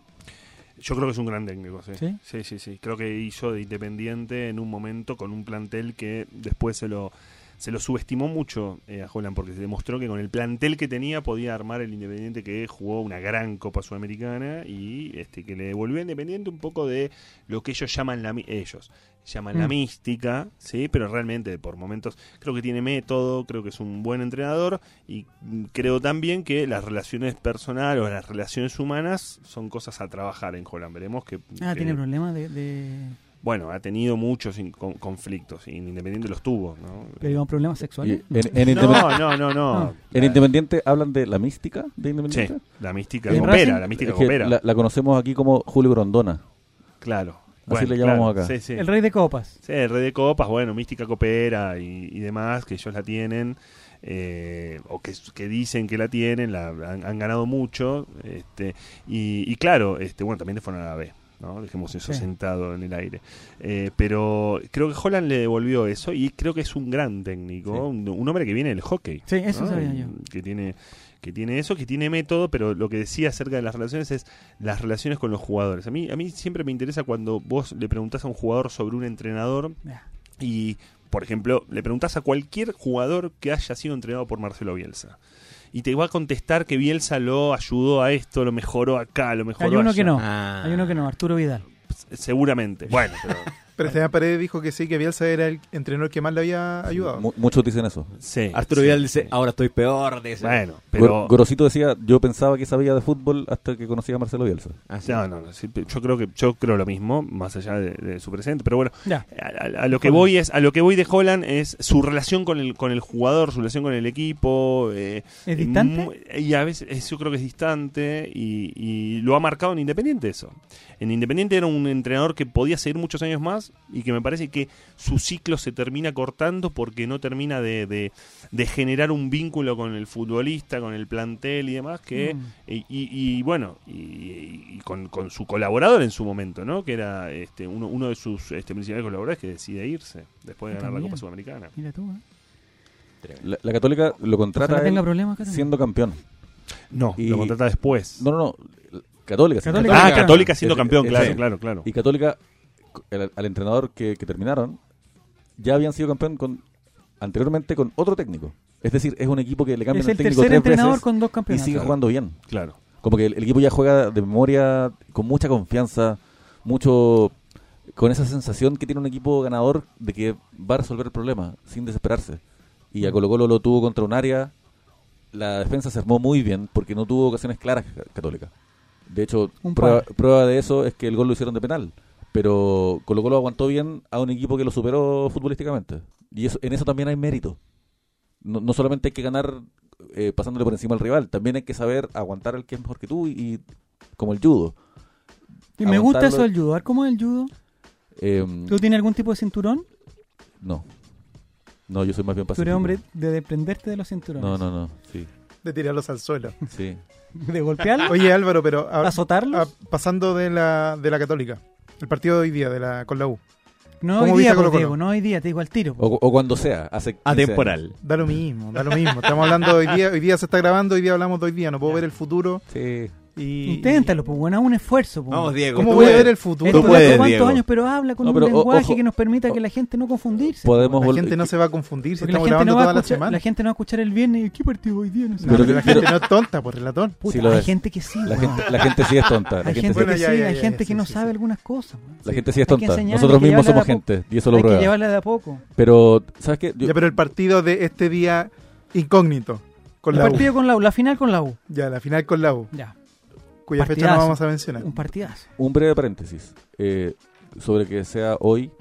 Speaker 5: Yo creo que es un gran técnico, sí.
Speaker 1: ¿Sí?
Speaker 5: ¿Sí? sí, sí, Creo que hizo de Independiente en un momento con un plantel que después se lo se lo subestimó mucho eh, a Holland porque se demostró que con el plantel que tenía podía armar el Independiente que jugó una gran Copa Sudamericana y este que le devolvió a Independiente un poco de lo que ellos llaman la mi- ellos llaman la
Speaker 1: Mm.
Speaker 5: mística, sí, pero realmente por momentos creo que tiene método, creo que es un buen entrenador y mm, creo también que las relaciones personales o las relaciones humanas son cosas a trabajar en Holland. Veremos que,
Speaker 1: Ah,
Speaker 5: que-
Speaker 1: tiene problemas de- de...
Speaker 5: bueno, ha tenido muchos in- con- conflictos y Independiente los tuvo, ¿no?
Speaker 1: Pero digamos, problemas
Speaker 4: Y
Speaker 1: sexuales.
Speaker 4: en, en Independ-
Speaker 5: No, no, no,
Speaker 1: Ah.
Speaker 5: no.
Speaker 4: en Independiente hablan de la mística de
Speaker 5: Sí,
Speaker 4: Independiente.
Speaker 5: la mística
Speaker 1: ¿En
Speaker 5: opera,
Speaker 1: Racing?
Speaker 5: la mística
Speaker 4: Es que
Speaker 5: opera.
Speaker 4: la, la conocemos aquí como Julio Grondona.
Speaker 5: Claro.
Speaker 4: le llamamos acá.
Speaker 5: Sí, sí.
Speaker 1: El rey de copas.
Speaker 5: Sí, el Rey de Copas, bueno, Mística Copera y, y demás, que ellos la tienen, eh, o que, que dicen que la tienen, la, han, han ganado mucho, este, y, y claro, este, bueno, también le fueron a la B, ¿no? Dejemos eso
Speaker 1: Sí.
Speaker 5: sentado en el aire. Eh, pero creo que Holland le devolvió eso y creo que es un gran técnico,
Speaker 4: Sí.
Speaker 5: un, un hombre que viene del hockey.
Speaker 1: Sí, eso
Speaker 5: ¿no?
Speaker 1: sabía
Speaker 5: Y-
Speaker 1: yo.
Speaker 5: Que tiene, que tiene eso, que tiene método, pero lo que decía acerca de las relaciones es las relaciones con los jugadores. A mí, a mí siempre me interesa cuando vos le preguntás a un jugador sobre un entrenador
Speaker 1: Ya.
Speaker 5: y, por ejemplo, le preguntás a cualquier jugador que haya sido entrenado por Marcelo Bielsa. Y te va a contestar que Bielsa lo ayudó a esto, lo mejoró acá, lo mejoró
Speaker 1: Hay uno
Speaker 5: allá.
Speaker 1: que no.
Speaker 6: Ah.
Speaker 1: Hay uno que no, Arturo Vidal.
Speaker 5: Seguramente. Bueno, pero
Speaker 3: Pero Esteban Paredes dijo que sí, que Bielsa era el entrenador que más le había ayudado.
Speaker 4: Mu- muchos dicen eso.
Speaker 5: (laughs) Sí.
Speaker 6: Arturo
Speaker 5: sí,
Speaker 6: Vidal dice,
Speaker 5: sí.
Speaker 6: ahora estoy peor de ese.
Speaker 5: Bueno, pero.
Speaker 4: Gor- Gorosito decía, yo pensaba que sabía de fútbol hasta que conocía a Marcelo Bielsa.
Speaker 6: Ah, sí.
Speaker 5: No, no, no, sí, yo creo que yo creo lo mismo, más allá de, de su presente, pero bueno,
Speaker 1: Ya.
Speaker 5: a, a- a lo que voy es a lo que voy de Holland es su relación con el con el jugador, su relación con el equipo, eh,
Speaker 1: ¿Es distante?
Speaker 5: Mu- Y a veces es- yo creo que es distante y, y lo ha marcado en Independiente eso. En Independiente era un entrenador que podía seguir muchos años más y que me parece que su ciclo se termina cortando porque no termina de, de- de generar un vínculo con el futbolista, con el plantel y demás que
Speaker 1: Mm.
Speaker 5: y, y- y bueno y, y con, con su colaborador en su momento, ¿no? Que era este uno, uno de sus este, principales colaboradores que decide irse después de
Speaker 1: Ah,
Speaker 5: ganar la
Speaker 1: también.
Speaker 5: Copa Sudamericana.
Speaker 1: Mira tú, ¿eh?
Speaker 4: La, la Católica lo contrata
Speaker 1: Ojalá
Speaker 4: a él
Speaker 1: tenga problemas acá también.
Speaker 4: siendo campeón.
Speaker 5: No,
Speaker 4: Y-
Speaker 5: lo contrata después.
Speaker 4: No, no, no. Católica. siendo
Speaker 1: Católica.
Speaker 5: Ah, Católica siendo
Speaker 4: Es-
Speaker 5: campeón,
Speaker 4: es-
Speaker 5: claro,
Speaker 4: sí.
Speaker 5: claro, claro.
Speaker 4: Y Católica, el- al entrenador que, que terminaron, ya habían sido campeón con anteriormente con otro técnico. Es decir, es un equipo que le cambian
Speaker 1: Es el
Speaker 4: el técnico
Speaker 1: tercer
Speaker 4: tres
Speaker 1: entrenador
Speaker 4: veces
Speaker 1: con dos
Speaker 4: y
Speaker 1: campeonatos.
Speaker 4: sigue jugando bien.
Speaker 5: Claro.
Speaker 4: Como que el, el equipo ya juega de memoria, con mucha confianza, mucho con esa sensación que tiene un equipo ganador de que va a resolver el problema sin desesperarse. Y
Speaker 1: Mm.
Speaker 4: a Colo Colo lo tuvo contra un área. La defensa se armó muy bien porque no tuvo ocasiones claras ca- Católica. De hecho,
Speaker 1: Un
Speaker 4: prueba,
Speaker 1: par.
Speaker 4: prueba de eso es que el gol lo hicieron de penal. Pero Colo Colo aguantó bien a un equipo que lo superó futbolísticamente. Y eso, en eso también hay mérito. No, no solamente hay que ganar eh, pasándole por encima al rival, también hay que saber aguantar al que es mejor que tú y, y como el judo.
Speaker 1: Y me gusta
Speaker 4: aguantarlo.
Speaker 1: eso del judo. A ver, ¿Cómo es el judo?
Speaker 4: Eh,
Speaker 1: ¿Tú tienes algún tipo de cinturón?
Speaker 4: no. No, yo soy más bien
Speaker 1: Tú
Speaker 4: paciente.
Speaker 1: eres hombre de desprenderte de los cinturones.
Speaker 4: No, no, no. Sí,
Speaker 3: De tirarlos al suelo.
Speaker 4: sí.
Speaker 1: De golpearlo,
Speaker 3: Oye, Álvaro, pero ahora-
Speaker 1: azotarlo.
Speaker 3: ah, pasando de la, de la Católica, el partido de hoy día de la, con la U,
Speaker 1: No
Speaker 3: ¿cómo
Speaker 1: hoy día,
Speaker 3: viste a Colo
Speaker 1: pues,
Speaker 3: Colo?
Speaker 1: Diego, no hoy día, te digo al tiro. pues.
Speaker 4: O, o cuando sea. Hace 15 años.
Speaker 6: Atemporal.
Speaker 3: da lo mismo, da lo mismo. Estamos hablando de hoy día, hoy día se está grabando, hoy día hablamos de hoy día, no puedo ver el futuro.
Speaker 4: Sí.
Speaker 3: y
Speaker 1: Inténtalo, pues bueno, haz un esfuerzo. Pues.
Speaker 6: Vamos, Diego.
Speaker 3: ¿Cómo
Speaker 6: tú
Speaker 3: voy a
Speaker 6: puedes.
Speaker 3: ver el
Speaker 1: Esto
Speaker 3: futuro?
Speaker 6: Tú
Speaker 1: dura
Speaker 6: puedes,
Speaker 1: cuántos
Speaker 6: Diego.
Speaker 1: años, pero habla con
Speaker 4: No,
Speaker 1: un
Speaker 4: pero, o-
Speaker 1: lenguaje
Speaker 4: ojo.
Speaker 1: que nos permita que la gente no confundirse.
Speaker 4: Podemos
Speaker 3: La
Speaker 4: vol-
Speaker 3: gente no se va a confundir si
Speaker 1: Porque la
Speaker 3: estamos
Speaker 1: gente,
Speaker 3: grabando
Speaker 1: no va a
Speaker 3: toda la
Speaker 1: escuchar-
Speaker 3: semana.
Speaker 1: la gente no va a escuchar el viernes. y, ¿Qué partido hoy día? No sé.
Speaker 3: No, pero
Speaker 4: Pero-
Speaker 3: la
Speaker 4: pero-
Speaker 3: gente no es tonta, pues, por relatón.
Speaker 1: Puta,
Speaker 4: Sí lo
Speaker 1: hay
Speaker 4: es.
Speaker 1: gente que sí,
Speaker 4: La
Speaker 1: weón.
Speaker 4: gente, la gente sí es tonta. La
Speaker 1: Hay
Speaker 4: gente
Speaker 1: gente
Speaker 4: sí-
Speaker 3: Bueno,
Speaker 1: que
Speaker 3: ya,
Speaker 1: sí,
Speaker 3: ya,
Speaker 1: hay
Speaker 3: ya,
Speaker 1: gente
Speaker 3: sí,
Speaker 1: que no
Speaker 3: sí,
Speaker 1: sabe
Speaker 3: sí.
Speaker 1: algunas cosas. weón.
Speaker 4: La gente sí es
Speaker 1: Hay que
Speaker 4: tonta.
Speaker 1: enseñarle,
Speaker 4: Nosotros
Speaker 1: hay que
Speaker 4: mismos
Speaker 1: llevarla
Speaker 4: somos
Speaker 1: de a poco.
Speaker 4: gente, y eso
Speaker 1: Hay
Speaker 4: lo
Speaker 1: que
Speaker 4: prueba.
Speaker 1: llevarla de a poco.
Speaker 4: Pero, ¿sabes qué? Yo-
Speaker 3: Ya, pero el partido de este día incógnito con
Speaker 1: El
Speaker 3: la U.
Speaker 1: partido con la U, la final con la U.
Speaker 3: Ya, la final con la U,
Speaker 1: Ya,
Speaker 3: cuya fecha no
Speaker 1: Partidazo.
Speaker 3: vamos a mencionar.
Speaker 1: un partidazo.
Speaker 4: un breve paréntesis eh, sobre que sea hoy.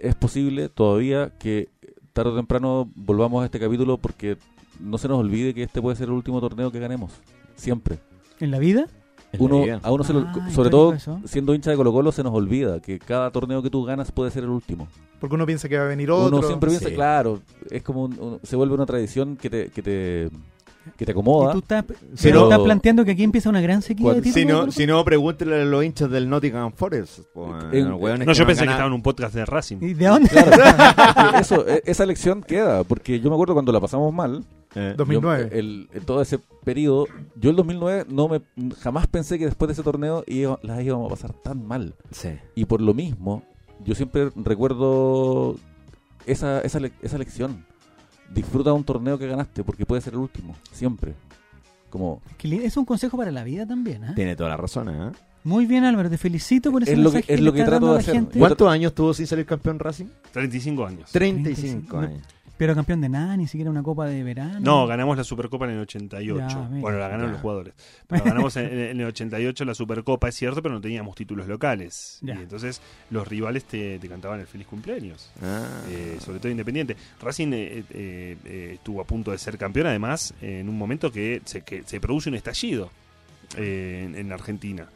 Speaker 4: Es posible todavía que tarde o temprano volvamos a este capítulo porque no se nos olvide que este puede ser el último torneo que ganemos. Siempre.
Speaker 1: ¿En la vida?
Speaker 4: Uno, a uno se lo-
Speaker 1: Ah,
Speaker 4: sobre
Speaker 1: histórico
Speaker 4: todo
Speaker 1: eso.
Speaker 4: siendo hincha de Colo Colo se nos olvida que cada torneo que tú ganas puede ser el último.
Speaker 3: Porque uno piensa que va a venir
Speaker 4: uno
Speaker 3: otro.
Speaker 4: siempre piensa,
Speaker 6: sí.
Speaker 4: claro, es como un- un- se vuelve una tradición que te, que te, que
Speaker 1: Y
Speaker 4: te acomoda.
Speaker 1: tú estás,
Speaker 2: Si
Speaker 1: pero
Speaker 2: no-
Speaker 1: estás planteando que aquí empieza una gran sequía de
Speaker 4: Cuando-
Speaker 1: títulos.
Speaker 2: Si no,
Speaker 1: ¿no?
Speaker 2: si no, pregúntenle a los hinchas del Nottingham Forest. po, a
Speaker 4: Eh,
Speaker 2: los
Speaker 6: este
Speaker 2: hueones
Speaker 5: No, yo
Speaker 2: han
Speaker 5: pensé que
Speaker 2: ganado.
Speaker 5: estaba en un podcast de Racing.
Speaker 1: ¿Y de dónde?
Speaker 4: Claro, eso, e- esa lección queda, porque yo me acuerdo cuando la pasamos mal,
Speaker 2: Eh,
Speaker 3: 2009.
Speaker 4: Yo, el, en todo ese periodo, yo el 2009 no me, jamás pensé que después de ese torneo iba- las íbamos a pasar tan mal.
Speaker 6: Sí.
Speaker 4: Y por lo mismo, yo siempre recuerdo esa, esa, le- esa lección. Disfruta un torneo que ganaste, porque puede ser el último, siempre. Como,
Speaker 1: (laughs) Qué lindo. Es un consejo para la vida también. ¿eh?
Speaker 6: Tiene toda la razón, ¿eh?
Speaker 1: Muy bien, Álvaro, te felicito por ese
Speaker 4: Es lo que-
Speaker 1: mensaje
Speaker 4: es
Speaker 1: le
Speaker 4: lo que
Speaker 1: estás dando
Speaker 4: trato de
Speaker 1: a la
Speaker 4: hacer.
Speaker 1: gente.
Speaker 4: Bueno.
Speaker 2: ¿Cuántos años tuvo sin salir campeón Racing?
Speaker 5: 35 años.
Speaker 2: 35
Speaker 1: no.
Speaker 2: años.
Speaker 1: Pero campeón de nada, ni siquiera una copa de verano.
Speaker 5: No, ganamos la Supercopa en el 88.
Speaker 1: Ya, mira.
Speaker 5: bueno, la ganaron
Speaker 6: Ya.
Speaker 5: los jugadores. Pero ganamos en, en el 88 la Supercopa, es cierto, pero no teníamos títulos locales.
Speaker 1: Ya.
Speaker 5: Y entonces los rivales te, te cantaban el feliz cumpleaños.
Speaker 2: Ah.
Speaker 5: Eh, sobre todo Independiente. Racing eh, eh, eh, eh, estuvo a punto de ser campeón, además, en un momento que se, que se produce un estallido eh, en, en Argentina.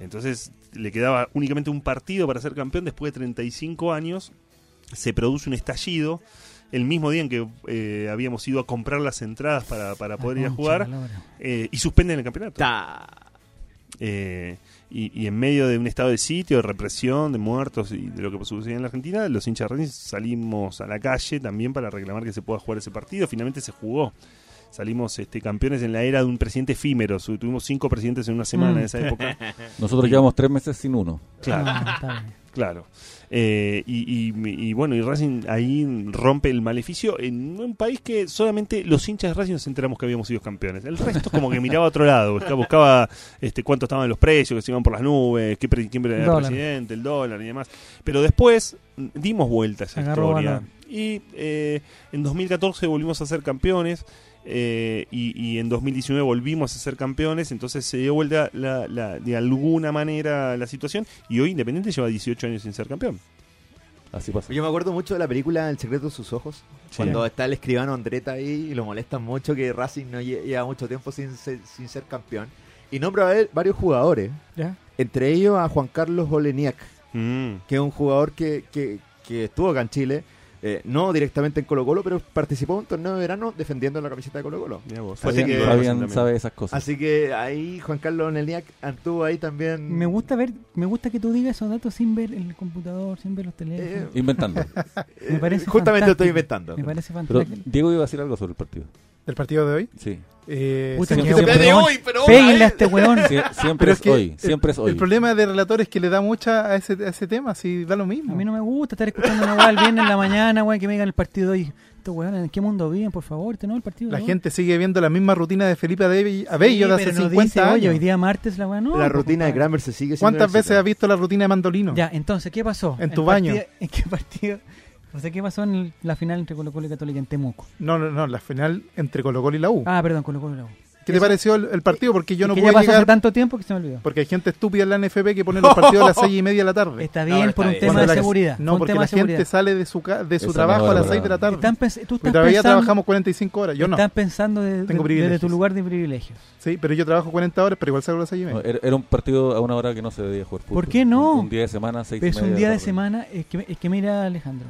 Speaker 5: Entonces le quedaba únicamente un partido para ser campeón después de 35 años. Se produce un estallido. El mismo día en que eh, habíamos ido a comprar las entradas para, para
Speaker 1: La
Speaker 5: poder ir a
Speaker 1: concha,
Speaker 5: jugar,
Speaker 1: la lora.
Speaker 5: eh, y suspenden el campeonato. Eh, y, y en medio de un estado de sitio, de represión, de muertos y de lo que sucedía en la Argentina, los hinchas de Racing salimos a la calle también para reclamar que se pueda jugar ese partido. Finalmente se jugó. Salimos este, campeones en la era de un presidente efímero. Su- Tuvimos cinco presidentes en una semana
Speaker 1: Mm.
Speaker 5: en esa época.
Speaker 4: nosotros llevamos tres meses sin uno.
Speaker 5: Claro.
Speaker 1: No, está bien.
Speaker 5: Claro. Eh, y, y- y bueno, y Racing ahí rompe el maleficio en un país que solamente los hinchas de Racing nos enteramos que habíamos sido campeones. El resto como que miraba a otro lado, busca- buscaba este cuánto estaban los precios, que se iban por las nubes, qué pre- quién era el
Speaker 1: Dólar.
Speaker 5: presidente, el dólar y demás. Pero después mm, dimos vuelta a esa
Speaker 1: Agarró
Speaker 5: historia.
Speaker 1: valor.
Speaker 5: Y eh, en 2014 volvimos a ser campeones. eh, y, y en 2019 volvimos a ser campeones, entonces se dio vuelta la- la- de alguna manera la situación y hoy Independiente lleva 18 años sin ser campeón.
Speaker 4: Así pasa.
Speaker 6: Yo me acuerdo mucho de la película El secreto de sus ojos. Cuando está el escribano Andreta ahí y lo molestan mucho que Racing no lle- lleva mucho tiempo sin ser, sin ser campeón. Y nombra a él varios jugadores.
Speaker 1: ¿Ya?
Speaker 6: Entre ellos a Juan Carlos Oleniak,
Speaker 5: Mm.
Speaker 6: que es un jugador que, que- que estuvo acá en Chile. eh, no directamente en Colo Colo, pero participó en un torneo de verano defendiendo la camiseta de Colo Colo.
Speaker 5: Mirá vos.
Speaker 1: pues
Speaker 6: Fue
Speaker 4: Fabián,
Speaker 6: técnico de
Speaker 4: Fabián
Speaker 5: Racing
Speaker 4: sabe esas cosas.
Speaker 6: Así que ahí Juan Carlos Oleniak anduvo ahí también.
Speaker 1: Me gusta ver, me gusta que tú digas esos datos sin ver el computador, sin ver los
Speaker 3: Eh,
Speaker 1: teléfonos.
Speaker 4: Inventando.
Speaker 1: me parece
Speaker 6: Eh, Justamente
Speaker 1: fantástico.
Speaker 6: lo estoy inventando.
Speaker 1: Me parece
Speaker 4: Pero
Speaker 1: fantástico.
Speaker 4: Diego iba a decir algo sobre el partido.
Speaker 3: ¿Del partido de hoy?
Speaker 4: Sí.
Speaker 3: Eh,
Speaker 1: Puta,
Speaker 3: se
Speaker 1: que
Speaker 3: quedó-
Speaker 1: se
Speaker 3: pero
Speaker 1: pegó. Péguenle a este weón.
Speaker 4: Sie- siempre es,
Speaker 3: que
Speaker 4: hoy.
Speaker 3: el-
Speaker 4: Siempre es hoy.
Speaker 3: El problema del relator es que le da mucha a ese, a ese tema, si da lo
Speaker 1: A
Speaker 3: mismo.
Speaker 1: mí no me gusta estar escuchando una weá el viernes en la mañana, weón, que me digan el partido de hoy. Estos weones, ¿en qué mundo viven, por favor? Este no es el partido.
Speaker 3: La
Speaker 1: ¿no?
Speaker 3: gente sigue viendo la misma rutina de Felipe Abello,
Speaker 1: Sí,
Speaker 3: Abello de hace
Speaker 1: pero no
Speaker 3: 50
Speaker 1: dice,
Speaker 3: años.
Speaker 1: Oye, hoy día martes la weá no.
Speaker 6: la
Speaker 1: po,
Speaker 6: rutina de
Speaker 1: compadre.
Speaker 6: Grammer se sigue siendo
Speaker 3: ¿Cuántas veces
Speaker 6: exitosa.
Speaker 3: has visto la rutina de Mandolino?
Speaker 1: Ya, entonces, ¿qué pasó?
Speaker 3: En tu
Speaker 1: El
Speaker 3: baño.
Speaker 1: partida- (laughs) ¿En qué partido? O sea, ¿qué pasó en el- la final entre Colo Colo y Católica en Temuco?
Speaker 3: No, no, no, la final entre Colo Colo y la U.
Speaker 1: Ah, perdón, Colo Colo. y la U.
Speaker 3: ¿Qué te pareció el, el partido? Porque Uh. yo
Speaker 1: Es
Speaker 3: no
Speaker 1: que ya
Speaker 3: pude
Speaker 1: pasó
Speaker 3: llegar,
Speaker 1: hace tanto tiempo que se me olvidó.
Speaker 3: porque hay gente estúpida en la NFP que pone los partidos a las seis y media de la tarde.
Speaker 1: Está
Speaker 6: No,
Speaker 1: bien
Speaker 6: está
Speaker 1: por un
Speaker 6: bien.
Speaker 1: Este tema
Speaker 3: Cuando
Speaker 1: de
Speaker 3: la-
Speaker 1: seguridad.
Speaker 3: No,
Speaker 1: por un
Speaker 3: porque
Speaker 1: tema
Speaker 3: la
Speaker 1: de seguridad.
Speaker 3: gente sale de su, ca- de su
Speaker 4: Esa
Speaker 3: trabajo
Speaker 4: no,
Speaker 3: a las
Speaker 4: no,
Speaker 3: 6 de la
Speaker 4: no.
Speaker 3: tarde.
Speaker 1: Están pens- tú
Speaker 3: Y
Speaker 1: estás
Speaker 3: todavía
Speaker 1: pensando,
Speaker 3: trabajamos 45 horas. Yo no.
Speaker 1: estás pensando de- de-
Speaker 3: Tengo
Speaker 1: desde tu
Speaker 3: privilegios.
Speaker 1: lugar de privilegios.
Speaker 3: Sí, pero yo trabajo 40 horas, pero igual salgo a las 6 y
Speaker 4: No,
Speaker 3: media.
Speaker 5: eh,
Speaker 4: era, era un partido a una hora que no se debía jugar fútbol.
Speaker 1: ¿Por qué no?
Speaker 4: Un, un día de semana, seis y
Speaker 1: Es
Speaker 4: media
Speaker 1: un día de
Speaker 4: tarde.
Speaker 1: semana, es que, es que mira Alejandro,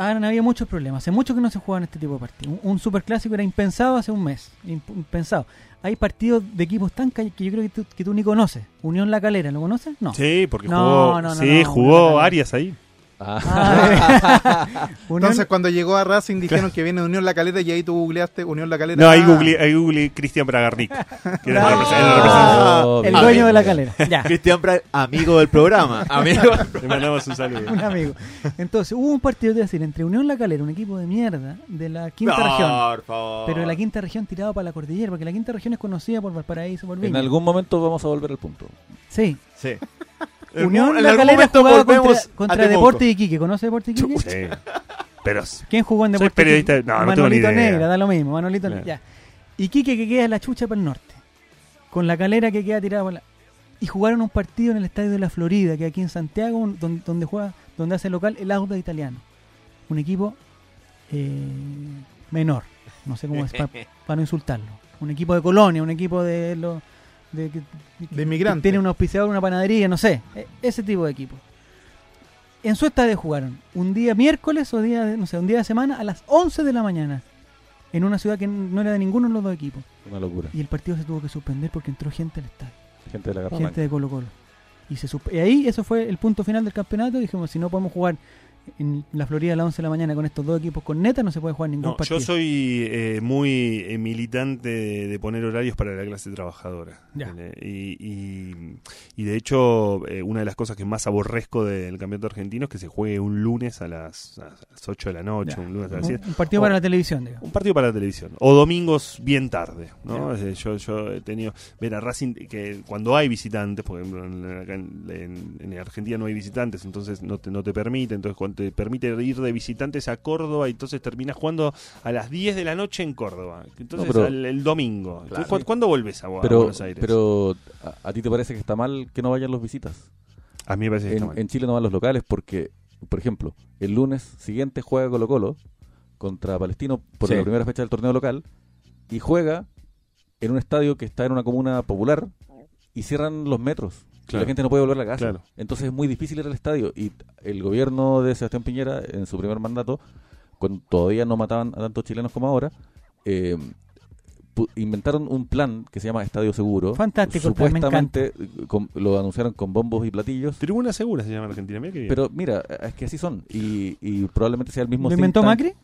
Speaker 1: han había muchos problemas, hace mucho que no se jugaban este tipo de partidos. Un, un superclásico era impensado hace un mes, imp- impensado. Hay partidos de equipos tan calle que yo creo que tú, que tú ni conoces. Unión La Calera, ¿lo conoces? No.
Speaker 5: Sí, porque
Speaker 1: No, no,
Speaker 5: jugó,
Speaker 1: no,
Speaker 5: sí,
Speaker 1: no,
Speaker 5: jugó
Speaker 1: no, no.
Speaker 5: Arias ahí.
Speaker 4: Ah,
Speaker 1: Ah,
Speaker 3: (laughs)
Speaker 1: Unión-
Speaker 3: Entonces, cuando llegó a Racing, dijeron que viene Unión La Calera y ahí tú googleaste Unión La Calera.
Speaker 5: No, ahí
Speaker 3: Ah,
Speaker 5: googleé, ahí googleé Cristian Bragarnik. Que era
Speaker 1: No.
Speaker 5: el representante- el representante.
Speaker 4: obvio.
Speaker 1: el dueño
Speaker 3: Ah,
Speaker 1: de La
Speaker 3: (laughs)
Speaker 1: Calera. Ya.
Speaker 6: Cristian Bra- amigo del programa. amigo.
Speaker 5: Le mandamos un saludo.
Speaker 1: Un amigo. Entonces, hubo un partido, te voy a decir, entre Unión La Calera, un equipo de mierda de la quinta región,
Speaker 6: por favor.
Speaker 1: pero de la quinta región tirado para la cordillera, porque la quinta región es conocida por Valparaíso, por
Speaker 4: en
Speaker 1: Viña.
Speaker 4: algún momento vamos a volver al punto.
Speaker 1: Sí,
Speaker 6: Sí.
Speaker 1: (laughs) Unión
Speaker 6: En
Speaker 1: La
Speaker 6: algún
Speaker 1: Calera
Speaker 6: momento
Speaker 1: jugaba
Speaker 6: volvemos
Speaker 1: contra,
Speaker 6: a
Speaker 1: contra
Speaker 6: Temuco.
Speaker 1: Deporte de Iquique. ¿Conoce Deporte de Iquique?
Speaker 5: Sí. Pero
Speaker 1: ¿Quién jugó en
Speaker 5: Soy
Speaker 1: Deporte
Speaker 5: periodista,
Speaker 1: Iquique?
Speaker 5: no, no tengo ni
Speaker 1: Manolito
Speaker 5: idea. Eh.
Speaker 1: Negra, da lo mismo. Manolito
Speaker 5: Claro.
Speaker 1: ya. Iquique que queda en la chucha para el norte. Con la calera que queda tirada por la... Y jugaron un partido en el Estadio de la Florida, que aquí en Santiago, un- donde, donde juega, donde hace local el Auda Italiano. Un equipo eh, menor. No sé cómo es,
Speaker 5: (laughs)
Speaker 1: para no insultarlo. Un equipo de Colonia, un equipo de los... De, que-
Speaker 3: De
Speaker 1: que
Speaker 3: inmigrante.
Speaker 1: Tiene un auspiciador, una panadería, no sé. E- Ese tipo de equipo. En su estadio jugaron un día miércoles o día, de- no sé, un día de semana a las 11 de la mañana. En una ciudad que n- no era de ninguno de los dos equipos.
Speaker 4: Una locura.
Speaker 1: Y el partido se tuvo que suspender porque entró gente al estadio.
Speaker 4: Gente de la Garramanca.
Speaker 1: Gente de Colo Colo. Y, se suspe- y ahí eso fue el punto final del campeonato. Dijimos, si no podemos jugar en la Florida a las 11 de la mañana con estos dos equipos con neta, no se puede jugar ningún
Speaker 5: No,
Speaker 1: partido.
Speaker 5: yo soy eh, muy eh, militante de, de poner horarios para la clase trabajadora.
Speaker 1: Ya.
Speaker 5: Eh, Y, y- y de hecho, eh, una de las cosas que más aborrezco del campeonato argentino es que se juegue un lunes a las, a las 8 de la noche,
Speaker 1: Ya.
Speaker 5: un lunes a las 7.
Speaker 1: un, un partido
Speaker 5: Oh.
Speaker 1: para la televisión, digamos.
Speaker 5: Un partido para la televisión. O domingos bien tarde. ¿no? Eh, Yo, yo he tenido. Ver a Racing, que cuando hay visitantes, porque en, acá en- en- en Argentina no hay visitantes, entonces no te, no te permite. Entonces, cuando te permite ir de visitantes a Córdoba, entonces terminas jugando a las 10 de la noche en Córdoba. Entonces,
Speaker 4: No, pero-
Speaker 5: al- el domingo. Entonces, ¿cu-
Speaker 4: Sí.
Speaker 5: ¿Cuándo volvés a, a
Speaker 4: Pero,
Speaker 5: Buenos Aires?
Speaker 4: pero ¿a, a ti te parece que está mal que no vayan los visitas?
Speaker 5: a mí me parece que está
Speaker 4: En,
Speaker 5: mal.
Speaker 4: en Chile no van los locales porque, por ejemplo, el lunes siguiente juega Colo Colo contra Palestino por
Speaker 6: Sí.
Speaker 4: la primera fecha del torneo local y juega en un estadio que está en una comuna popular y cierran los metros.
Speaker 5: Claro.
Speaker 4: La gente no puede volver a la casa.
Speaker 5: Claro.
Speaker 4: Entonces es muy difícil ir al estadio. Y t- el gobierno de Sebastián Piñera, en su primer mandato, cuando todavía no mataban a tantos chilenos como ahora, eh, pu- inventaron un plan que se llama Estadio Seguro.
Speaker 1: Fantástico el plan, me
Speaker 4: Supuestamente eh, con- lo anunciaron con bombos y platillos.
Speaker 5: Tribuna Segura se llama en Argentina. Mira qué bien.
Speaker 4: eh, Pero mira, es que así son. Y, y probablemente sea el mismo
Speaker 1: ¿Lo inventó
Speaker 4: think tank.
Speaker 1: Macri?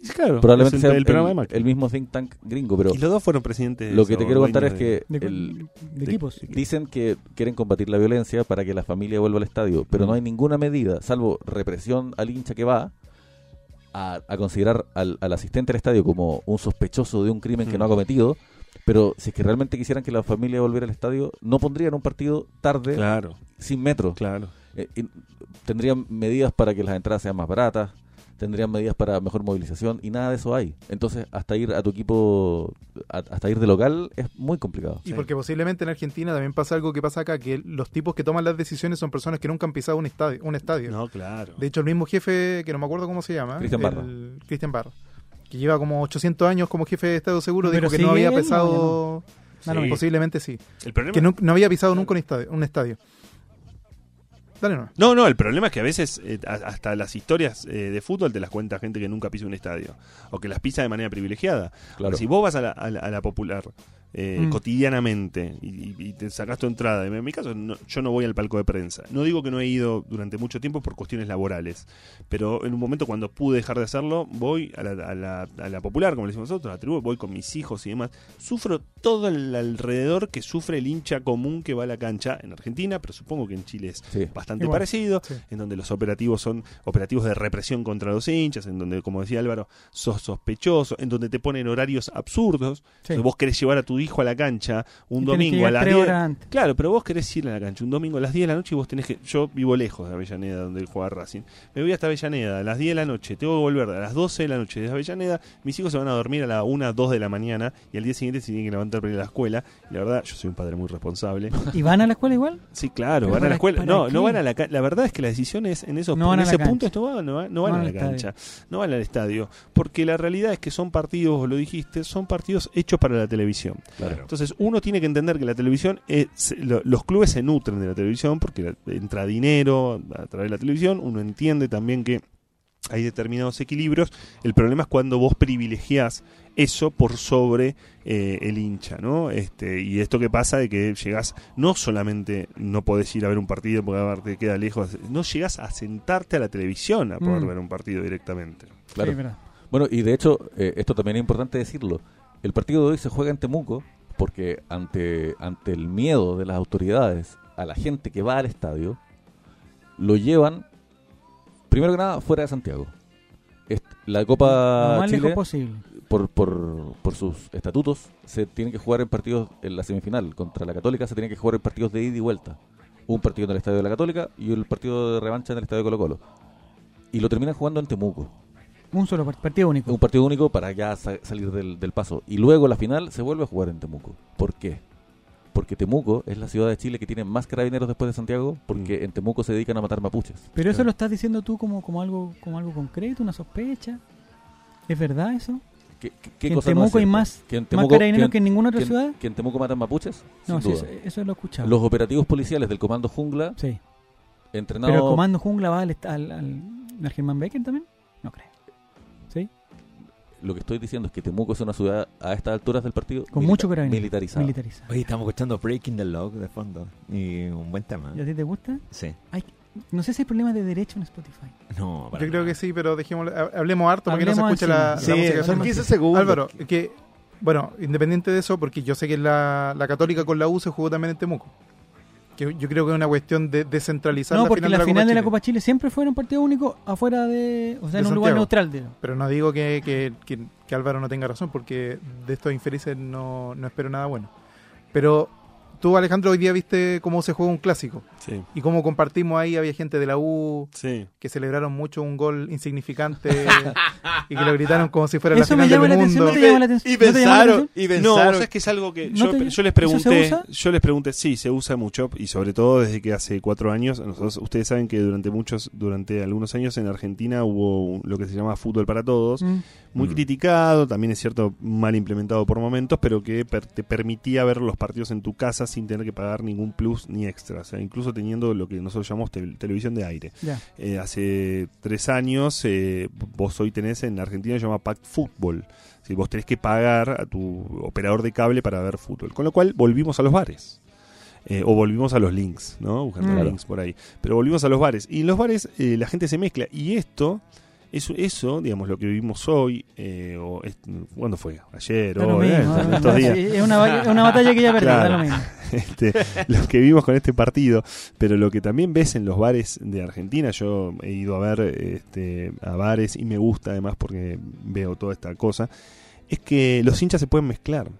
Speaker 5: Sí, Claro,
Speaker 4: Probablemente
Speaker 5: es el,
Speaker 4: sea
Speaker 5: el programa de
Speaker 4: el,
Speaker 5: Macri.
Speaker 4: el mismo think tank gringo, pero
Speaker 5: y los dos fueron presidentes.
Speaker 4: lo que te
Speaker 5: o
Speaker 4: quiero contar es
Speaker 5: dueños de-
Speaker 1: de,
Speaker 4: que el-
Speaker 1: de equipos.
Speaker 4: dicen que quieren combatir la violencia para que la familia vuelva al estadio, pero no hay ninguna medida, salvo represión al hincha que va, a, a considerar al, al asistente al estadio como un sospechoso de un crimen que
Speaker 5: Mm.
Speaker 4: no ha cometido. Pero si es que realmente quisieran que la familia volviera al estadio, no pondrían un partido tarde,
Speaker 5: Claro,
Speaker 4: sin metro.
Speaker 5: claro.
Speaker 4: Eh, y tendrían medidas para que las entradas sean más baratas, tendrían medidas para mejor movilización y nada de eso hay. Entonces, hasta ir a tu equipo, a- hasta ir de local es muy complicado.
Speaker 3: Y porque posiblemente en Argentina también pasa algo que pasa acá, que los tipos que toman las decisiones son personas que nunca han pisado un estadio. Un estadio.
Speaker 5: No, claro.
Speaker 3: De hecho, el mismo jefe, que no me acuerdo cómo se llama,
Speaker 4: Cristian Barra.
Speaker 3: el- Cristian Barra, que lleva como 800 años como jefe de Estado Seguro,
Speaker 1: Pero
Speaker 3: dijo que no
Speaker 1: sigue
Speaker 3: había
Speaker 1: él, ¿no?
Speaker 3: pisado,
Speaker 1: Da lo
Speaker 5: Sí.
Speaker 1: mismo.
Speaker 3: posiblemente sí,
Speaker 5: El problema-
Speaker 3: que nu- no, había pisado nunca un estadio. Un estadio. Dale, no.
Speaker 5: No, no, el problema es que a veces eh, a- hasta las historias eh, de fútbol te las cuenta gente que nunca pisa un estadio o que las pisa de manera privilegiada.
Speaker 4: Claro.
Speaker 5: Si vos vas a la, a la- a la popular eh,
Speaker 1: Mm.
Speaker 5: cotidianamente y, y- y te sacas tu entrada, en mi caso no- yo no voy al palco de prensa. No digo que no he ido durante mucho tiempo por cuestiones laborales, pero en un momento cuando pude dejar de hacerlo, voy a la, a la- a la popular, como le decimos nosotros, a la tribu, voy con mis hijos y demás. Sufro todo el alrededor que sufre el hincha común que va a la cancha en Argentina, pero supongo que en Chile es
Speaker 4: Sí.
Speaker 5: bastante
Speaker 1: Igual,
Speaker 5: parecido,
Speaker 3: sí.
Speaker 5: en donde los operativos son operativos de represión contra los hinchas, en donde, como decía Álvaro, sos sospechoso, en donde te ponen horarios absurdos.
Speaker 1: Sí.
Speaker 5: Entonces, vos querés llevar a tu hijo a la cancha un
Speaker 1: Y tenés que
Speaker 5: domingo a
Speaker 1: llegar
Speaker 5: las
Speaker 1: tres
Speaker 5: 10.
Speaker 1: horas antes.
Speaker 5: Claro, pero vos querés ir a la cancha un domingo a las 10 de la noche y vos tenés que. Yo vivo lejos de Avellaneda, donde juega Racing. Me voy hasta Avellaneda a las 10 de la noche, tengo que volver a las 12 de la noche desde Avellaneda. Mis hijos se van a dormir a las 1, 2 de la mañana y al día siguiente se tienen que levantar para ir a la escuela. Y la verdad, yo soy un padre muy responsable.
Speaker 1: ¿Y van a la escuela igual?
Speaker 5: Sí, claro,
Speaker 1: Pero
Speaker 5: van a
Speaker 1: para-
Speaker 5: la escuela.
Speaker 1: ¿para
Speaker 5: No,
Speaker 1: qué?
Speaker 5: no van a la cancha. La verdad es que la decisión es en esos
Speaker 1: No van
Speaker 5: en
Speaker 1: a la
Speaker 5: ese
Speaker 1: cancha.
Speaker 5: punto esto no, va- no, va- no van
Speaker 1: No
Speaker 5: a
Speaker 1: al
Speaker 5: la
Speaker 1: estadio.
Speaker 5: cancha, no van al estadio, porque la realidad es que son partidos, vos lo dijiste, son partidos hechos para la televisión.
Speaker 4: Claro.
Speaker 5: Entonces, uno tiene que entender que la televisión, es- se- lo- los clubes se nutren de la televisión porque la- entra dinero a través de la televisión, uno entiende también que hay determinados equilibrios, el problema es cuando vos privilegiás eso por sobre eh, el hincha, ¿no? Este, y esto que pasa de que llegás, no solamente no podés ir a ver un partido porque aparte te queda lejos, no llegás a sentarte a la televisión a poder
Speaker 1: Mm.
Speaker 5: ver un partido directamente.
Speaker 4: Claro.
Speaker 1: Sí, verdad.
Speaker 4: Bueno, y de hecho, eh, esto también es importante decirlo. El partido de hoy se juega en Temuco porque ante, ante el miedo de las autoridades a la gente que va al estadio, lo llevan, primero que nada, fuera de Santiago. Est- La
Speaker 1: Lo
Speaker 4: Copa
Speaker 1: más
Speaker 4: Chile,
Speaker 1: lejos posible.
Speaker 4: por, por, por sus estatutos, se tienen que jugar en partidos en la semifinal. Contra la Católica se tienen que jugar en partidos de ida y vuelta. Un partido en el estadio de la Católica y el partido de revancha en el estadio de Colo-Colo. Y lo terminan jugando en Temuco
Speaker 1: Un solo part- partido único.
Speaker 4: un partido único para ya sa- salir del, del paso. Y luego la final se vuelve a jugar en Temuco. ¿Por qué? Porque Temuco es la ciudad de Chile que tiene más carabineros después de Santiago, porque en Temuco se dedican a matar mapuches.
Speaker 1: Mm. Pero eso lo estás diciendo tú como, como algo como algo concreto, una sospecha. ¿Es verdad eso?
Speaker 4: ¿Qué, qué-
Speaker 1: ¿Que
Speaker 4: qué
Speaker 1: en
Speaker 4: cosa no es
Speaker 1: Temuco hay
Speaker 4: cierta?
Speaker 1: más-
Speaker 4: ¿Que en
Speaker 1: ¿Más
Speaker 4: Temuco-
Speaker 1: carabineros
Speaker 4: que
Speaker 1: que
Speaker 4: en-
Speaker 1: en ninguna otra
Speaker 4: que en-
Speaker 1: ciudad?
Speaker 4: que en Temuco matan mapuches?
Speaker 1: No, sí,
Speaker 4: Sin
Speaker 1: eso,
Speaker 4: duda.
Speaker 1: eso lo he escuchado.
Speaker 4: Los operativos policiales del Comando Jungla,
Speaker 1: Sí.
Speaker 4: entrenados...
Speaker 1: Pero el comando jungla va al, est- al, al, al Germán Becker también? No creo. ¿Sí?
Speaker 4: Lo que estoy diciendo es que Temuco es una ciudad a estas alturas del partido
Speaker 1: Con
Speaker 4: milita-
Speaker 1: mucho carabinero.
Speaker 4: militarizada.
Speaker 1: Militarizado.
Speaker 6: Oye, estamos escuchando Breaking the Log de fondo. Y un buen tema.
Speaker 1: ¿Y a ti te gusta?
Speaker 6: Sí.
Speaker 1: No sé si hay problema de derecho en Spotify.
Speaker 6: No, para
Speaker 3: Yo creo
Speaker 6: nada.
Speaker 3: que sí, pero dejémoslo, ha- hablemos harto para que no se
Speaker 1: Hablemos
Speaker 3: escuche la,
Speaker 1: así.
Speaker 3: la
Speaker 1: Sí,
Speaker 3: música. de
Speaker 1: son
Speaker 3: fondo.
Speaker 1: 15
Speaker 2: segundos.
Speaker 3: Álvaro, que, bueno, independiente de eso, porque yo sé que la, la Católica con la U se jugó también en Temuco. Que yo creo que es una cuestión de descentralizar
Speaker 1: No, porque la final de la
Speaker 3: Chile.
Speaker 1: Copa Chile siempre fue en un partido único afuera de. O sea, en
Speaker 3: De
Speaker 1: un lugar
Speaker 3: Santiago.
Speaker 1: neutral. De,
Speaker 3: Pero no digo que, que- que- que Álvaro no tenga razón, porque de estos infelices no, no espero nada bueno. Pero tú, Alejandro, hoy día viste cómo se juega un clásico
Speaker 5: Sí,
Speaker 3: y cómo compartimos ahí. Había gente de la U
Speaker 5: sí.
Speaker 3: que celebraron mucho un gol insignificante y que lo gritaron como si fuera la
Speaker 1: Eso me
Speaker 3: final
Speaker 1: llama
Speaker 3: del
Speaker 1: la atención.
Speaker 3: mundo.
Speaker 1: ¿No te llama la atención?
Speaker 2: Y
Speaker 1: ¿No te llama la
Speaker 2: pensaron,
Speaker 1: atención?
Speaker 2: y
Speaker 5: No,
Speaker 2: pensaron.
Speaker 5: ¿sabes que es algo que
Speaker 1: ¿No
Speaker 5: yo,
Speaker 1: te-
Speaker 5: yo les
Speaker 1: eso se
Speaker 5: pregunté?
Speaker 1: usa?
Speaker 5: Yo les pregunté, sí, se usa mucho y sobre todo desde que hace cuatro años. Nosotros, ustedes saben que durante muchos, durante algunos años en Argentina hubo un- lo que se llama fútbol para todos,
Speaker 1: Mm.
Speaker 5: muy
Speaker 2: Mm.
Speaker 5: criticado, también es cierto mal implementado por momentos, pero que per- te permitía ver los partidos en tu casa sin tener que pagar ningún plus ni extra, o sea, incluso teniendo lo que nosotros llamamos te- televisión de aire.
Speaker 1: Ya.
Speaker 5: Eh, hace tres años, eh, vos hoy tenés en Argentina, se llama Pack Fútbol. Si vos tenés que pagar a tu operador de cable para ver fútbol. Con lo cual, volvimos a los bares. Eh, o volvimos a los links, ¿no? Buscando
Speaker 1: Mm.
Speaker 5: links por ahí. Pero volvimos a los bares. Y en los bares eh, la gente se mezcla. Y esto Eso, eso, digamos, lo que vivimos hoy, eh, o est- ¿cuándo fue? Ayer,
Speaker 1: Da lo
Speaker 5: hoy, eh,
Speaker 1: mismo, da lo
Speaker 5: estos
Speaker 1: mismo.
Speaker 5: días.
Speaker 1: Sí, es, una, ba- es una batalla que ya perdí, da
Speaker 5: Claro.
Speaker 1: lo mismo.
Speaker 5: (laughs) este, lo que vimos con este partido, pero lo que también ves en los bares de Argentina, yo he ido a ver este, a bares y me gusta además porque veo toda esta cosa, es que los hinchas se pueden mezclar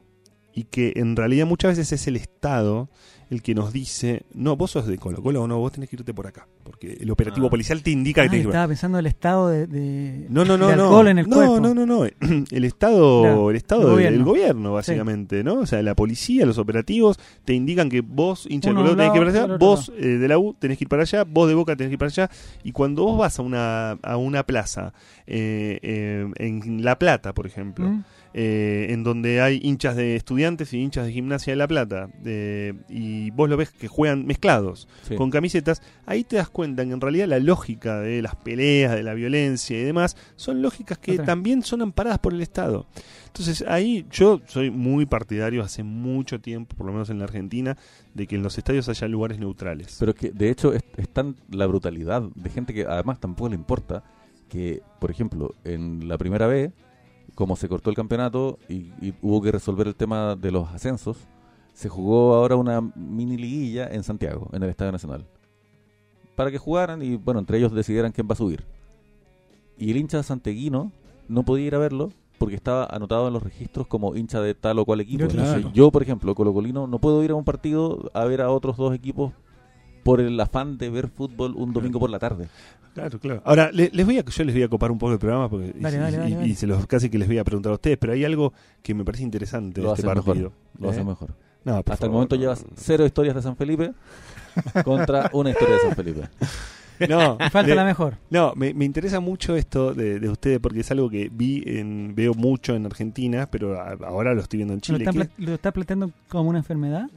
Speaker 5: y que en realidad muchas veces es el Estado el que nos dice, no, vos sos de Colo Colo o no, vos tenés que irte por acá, porque el operativo
Speaker 4: Ah.
Speaker 5: policial te indica
Speaker 1: Ah,
Speaker 5: que tenés que ir por acá.
Speaker 1: estaba pensando el estado de, de-
Speaker 5: No, no,
Speaker 1: de
Speaker 5: no,
Speaker 1: alcohol
Speaker 5: no.
Speaker 1: en el
Speaker 5: no,
Speaker 1: cuerpo.
Speaker 5: no, no, no. (clears throat) El Estado,
Speaker 1: Claro,
Speaker 5: el Estado
Speaker 1: el
Speaker 5: del
Speaker 1: gobierno.
Speaker 5: gobierno, básicamente, ¿no? O sea, la policía, los operativos te indican que vos, hincha de
Speaker 1: Uno
Speaker 5: Colo,
Speaker 1: de
Speaker 5: tenés
Speaker 1: un
Speaker 5: que ir para
Speaker 1: lado,
Speaker 5: allá,
Speaker 1: otro
Speaker 5: vos eh, de la U tenés que ir para allá, vos de Boca tenés que ir para allá. Y cuando vos vas a una, a una plaza, eh, eh, en La Plata, por ejemplo,
Speaker 1: ¿Mm?
Speaker 5: eh, en donde hay hinchas de estudiantes y hinchas de gimnasia de La Plata, eh, y vos lo ves que juegan mezclados
Speaker 4: Sí.
Speaker 5: con camisetas, ahí te das cuenta que en realidad la lógica de las peleas, de la violencia y demás, son lógicas que
Speaker 1: Otra.
Speaker 5: también son amparadas por el Estado. Entonces ahí yo soy muy partidario hace mucho tiempo, por lo menos en la Argentina, de que en los estadios haya lugares neutrales.
Speaker 4: Pero es que, de hecho, es, es tan la brutalidad de gente que además tampoco le importa que, por ejemplo, en la primera vez, como se cortó el campeonato y, y hubo que resolver el tema de los ascensos, se jugó ahora una mini liguilla en Santiago, en el Estadio Nacional. Para que jugaran y, bueno, entre ellos decidieran quién va a subir. Y el hincha santiaguino no podía ir a verlo porque estaba anotado en los registros como hincha de tal o cual equipo.
Speaker 1: Yo te
Speaker 4: Entonces,
Speaker 1: entiendo.
Speaker 4: yo, por ejemplo, colocolino, no puedo ir a un partido a ver a otros dos equipos por el afán de ver fútbol un domingo por la tarde.
Speaker 5: Claro, claro. Ahora, le- les voy a, yo les voy a copar un poco el programa porque y-
Speaker 1: Dale,
Speaker 5: y,
Speaker 1: dale, dale,
Speaker 5: y-
Speaker 1: dale.
Speaker 5: y se los casi que les voy a preguntar a ustedes, pero hay algo que me parece interesante
Speaker 4: Lo
Speaker 5: de este
Speaker 4: hacen
Speaker 5: partido.
Speaker 4: mejor, Lo
Speaker 5: ¿Eh?
Speaker 4: hacen mejor.
Speaker 5: No, por
Speaker 4: Hasta el
Speaker 5: favor,
Speaker 4: momento
Speaker 5: no,
Speaker 1: (laughs)
Speaker 4: llevas
Speaker 5: no, no.
Speaker 4: cero historias de San
Speaker 5: (laughs)
Speaker 4: Felipe contra una historia de San Felipe.
Speaker 5: No,
Speaker 1: Me falta
Speaker 5: le-
Speaker 1: la mejor.
Speaker 5: No, me, me interesa mucho esto de, de ustedes porque es algo que vi en, veo mucho en Argentina, pero a- ahora lo estoy viendo en
Speaker 1: ¿Lo
Speaker 5: Chile.
Speaker 1: está,
Speaker 5: que-
Speaker 1: pla- lo está planteando como una enfermedad?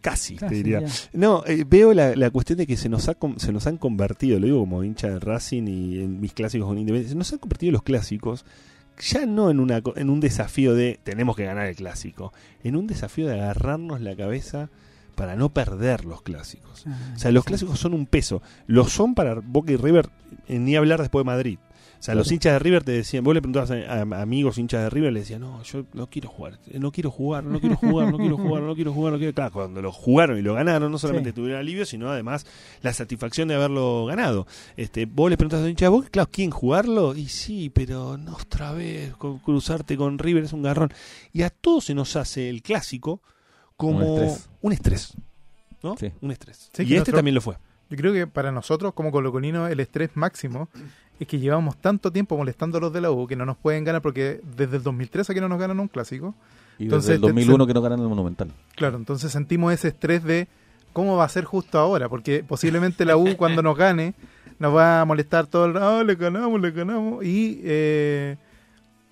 Speaker 5: casi,
Speaker 1: Casi,
Speaker 5: te diría.
Speaker 1: ya.
Speaker 5: No, eh, veo la, la cuestión de que se nos, ha, con- se nos han convertido, lo digo como hincha de Racing y en mis clásicos con Independiente, se nos han convertido los clásicos ya no en, una, co- en un desafío de tenemos que ganar el clásico, en un desafío de agarrarnos la cabeza para no perder los clásicos.
Speaker 1: Ah,
Speaker 5: O sea, los
Speaker 1: sí.
Speaker 5: clásicos son un peso. Lo son para Boca y River, eh, ni hablar después de Madrid. O sea, los hinchas de River te decían, vos le preguntabas a, a- a amigos hinchas de River, le decían, no, yo no quiero jugar, eh, no quiero jugar, no quiero jugar, no quiero jugar, no quiero jugar, no quiero. Claro, cuando lo jugaron y lo ganaron, no solamente
Speaker 1: Sí.
Speaker 5: tuvieron alivio, sino además la satisfacción de haberlo ganado. Este, vos le preguntabas a los hinchas de Boca, claro, ¿quién jugarlo? Y sí, pero no otra vez, con- cruzarte con River es un garrón. Y a todos se nos hace el clásico como
Speaker 4: Un estrés.
Speaker 5: un estrés, ¿no?
Speaker 4: Sí.
Speaker 5: Un estrés.
Speaker 3: Sí, que
Speaker 5: y este
Speaker 3: nuestro-
Speaker 5: también lo fue.
Speaker 3: Yo creo que para nosotros, como colocolinos, el estrés máximo es que llevamos tanto tiempo molestando a los de la U que no nos pueden ganar porque desde el 2013 que no nos ganan un clásico.
Speaker 4: Y
Speaker 3: Entonces,
Speaker 4: desde
Speaker 5: este-
Speaker 4: el
Speaker 3: te-
Speaker 4: 2001 que no ganan el Monumental.
Speaker 3: Claro, entonces sentimos ese estrés de cómo va a ser justo ahora, porque posiblemente la U cuando nos gane nos va a molestar todo el rato, "Ah, le ganamos, le ganamos. Y eh,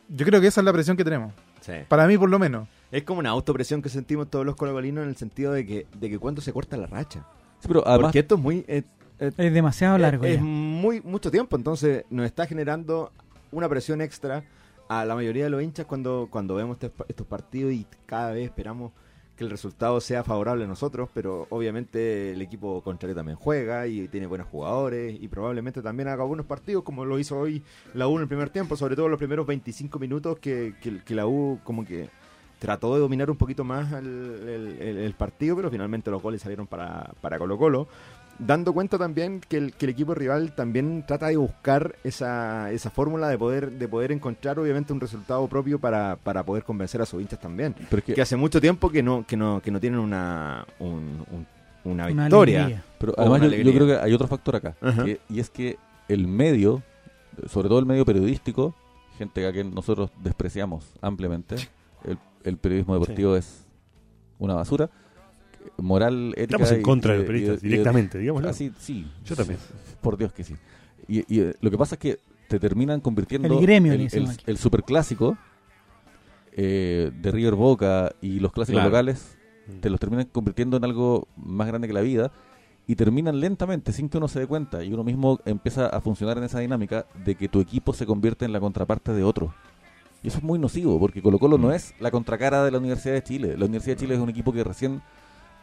Speaker 3: yo creo que esa es la presión que tenemos,
Speaker 6: Sí.
Speaker 3: para mí por lo menos.
Speaker 6: Es como una autopresión que sentimos todos los colocolinos en el sentido de que, de que cuando se corta la racha.
Speaker 4: Sí, pero además,
Speaker 6: Porque esto es muy. eh,
Speaker 1: Es demasiado largo
Speaker 6: es
Speaker 1: ya.
Speaker 6: muy mucho tiempo, entonces nos está generando una presión extra a la mayoría de los hinchas cuando, cuando vemos este- estos partidos y cada vez esperamos que el resultado sea favorable a nosotros, pero obviamente el equipo contrario también juega y tiene buenos jugadores y probablemente también haga buenos partidos como lo hizo hoy la U en el primer tiempo, sobre todo los primeros 25 minutos que, que- que la U como que trató de dominar un poquito más el, el- el- el partido, pero finalmente los goles salieron para, para Colo Colo dando cuenta también que el, que el equipo rival también trata de buscar esa, esa fórmula de poder, de poder encontrar obviamente un resultado propio para, para poder convencer a sus hinchas también.
Speaker 4: pero es que-
Speaker 6: Que hace mucho tiempo que no, que no, que no tienen una, un- un- una
Speaker 1: Una
Speaker 6: victoria.
Speaker 1: alegría.
Speaker 4: Pero
Speaker 6: O
Speaker 4: además
Speaker 6: una
Speaker 4: yo, yo
Speaker 6: alegría.
Speaker 4: creo que hay otro factor acá,
Speaker 6: Ajá.
Speaker 4: que- y es que el medio, sobre todo el medio periodístico, gente a quien nosotros despreciamos ampliamente, el, el periodismo deportivo es una basura, moral, ética...
Speaker 5: Estamos en
Speaker 4: y-
Speaker 5: contra de
Speaker 4: y-
Speaker 5: los periodistas
Speaker 4: y- y-
Speaker 5: directamente, digámoslo.
Speaker 4: Así, sí,
Speaker 5: Yo también.
Speaker 4: por Dios que sí. Y, y, eh, lo que pasa es que te terminan convirtiendo
Speaker 1: El gremio, le
Speaker 4: el,
Speaker 1: decimos
Speaker 4: el-
Speaker 1: aquí.
Speaker 4: el superclásico eh, de River Boca y los clásicos
Speaker 6: Claro.
Speaker 4: locales
Speaker 5: Mm.
Speaker 4: te los terminan convirtiendo en algo más grande que la vida y terminan lentamente sin que uno se dé cuenta y uno mismo empieza a funcionar en esa dinámica de que tu equipo se convierte en la contraparte de otro. Y eso es muy nocivo porque Colo Colo no es la contracara de la Universidad de Chile. La Universidad de Chile es un equipo que recién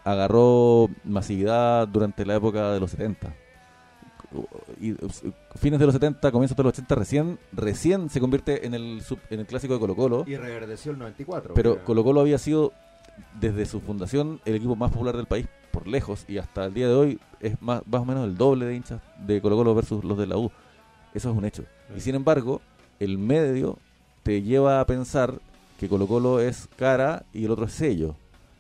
Speaker 4: agarró masividad durante la época de los 70. y, ups, fines de los 70, comienzos de los 80, recién, recién se convierte en el, sub- en el clásico de Colo Colo.
Speaker 6: Y reverdeció el 94.
Speaker 4: Pero
Speaker 6: porque-
Speaker 4: Colo Colo había sido, desde su fundación, el equipo más popular del país por lejos y hasta el día de hoy es más, más o menos el doble de hinchas de Colo Colo versus los de la U. Eso es un hecho. Y sin embargo, el medio te lleva a pensar que Colo Colo es cara y el otro es sello.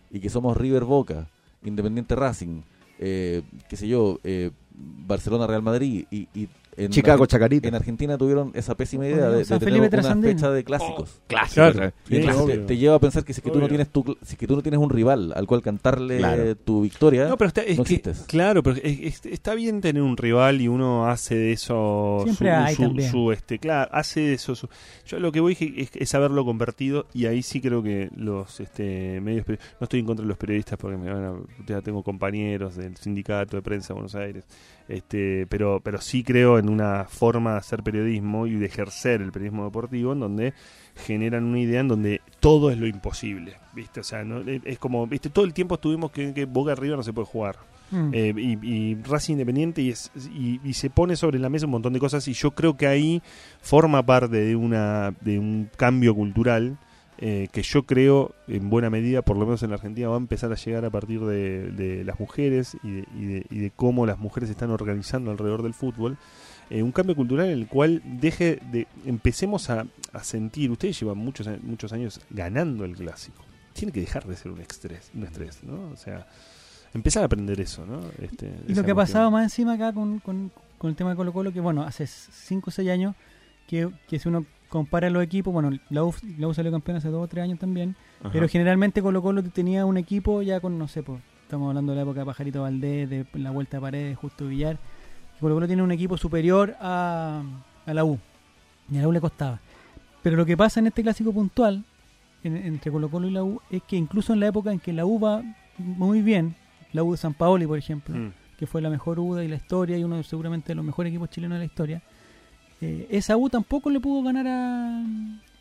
Speaker 4: Y que somos River Boca, Independiente Racing, eh, qué sé yo, eh, Barcelona Real Madrid y... y en
Speaker 2: Chicago,
Speaker 4: Argen-
Speaker 2: Chacarita.
Speaker 4: en Argentina tuvieron esa pésima idea de, de
Speaker 1: San
Speaker 4: tener
Speaker 1: Felipe
Speaker 4: una
Speaker 1: Trasandino.
Speaker 4: fecha de clásicos.
Speaker 2: Oh,
Speaker 5: Claro.
Speaker 2: otra vez.
Speaker 5: Sí,
Speaker 4: Entonces,
Speaker 5: obvio.
Speaker 4: te, te lleva a pensar que si es que, tú no
Speaker 5: Obvio.
Speaker 4: tienes tu, cl- si es que tú no tienes un rival al cual cantarle
Speaker 2: Claro.
Speaker 4: eh, tu victoria,
Speaker 5: No, pero está, es
Speaker 4: no
Speaker 5: que-
Speaker 4: existes.
Speaker 5: claro, pero es- es- está bien tener un rival y uno hace de eso
Speaker 1: Siempre
Speaker 5: su,
Speaker 1: hay
Speaker 5: su-
Speaker 1: también.
Speaker 5: su, este, claro, hace de eso su- Yo lo que voy es, es haberlo convertido y ahí sí creo que los este, medios peri- no estoy en contra de los periodistas porque me van a- ya tengo compañeros del sindicato de prensa de Buenos Aires, este, pero pero sí creo en una forma de hacer periodismo y de ejercer el periodismo deportivo en donde generan una idea en donde todo es lo imposible, ¿viste? O sea, no, es como, ¿viste? Todo el tiempo estuvimos que, que Boca arriba no se puede jugar.
Speaker 1: Mm.
Speaker 5: Eh, y, y Racing Independiente y, es- y- y se pone sobre la mesa un montón de cosas y yo creo que ahí forma parte de una de un cambio cultural eh, que yo creo en buena medida por lo menos en la Argentina va a empezar a llegar a partir de, de las mujeres y de, y de- y de cómo las mujeres se están organizando alrededor del fútbol Eh, un cambio cultural en el cual deje de empecemos a, a sentir ustedes llevan muchos a- muchos años ganando el clásico tiene que dejar de ser un estrés un estrés no o sea empezar a aprender eso no Este,
Speaker 1: Y
Speaker 5: esa
Speaker 1: lo que ha
Speaker 5: cuestión.
Speaker 1: pasado más encima acá con, con- con el tema de Colo Colo, que bueno, hace 5 o 6 años, que, que si uno compara los equipos, bueno, la U, la U salió campeona hace 2 o 3 años también, pero generalmente Colo Colo tenía un equipo ya con, no sé, pues, estamos hablando de la época de Pajarito Valdés, de la Vuelta a Paredes, Justo Villar, Colo Colo tiene un equipo superior a, a la U, y a la U le costaba. Pero lo que pasa en este clásico puntual, en- entre Colo Colo y la U, es que incluso en la época en que la U va muy bien, la U de San Paoli, por ejemplo,
Speaker 5: Mm.
Speaker 1: que fue la mejor U de la historia y uno de- seguramente de los mejores equipos chilenos de la historia, eh, esa U tampoco le pudo ganar a,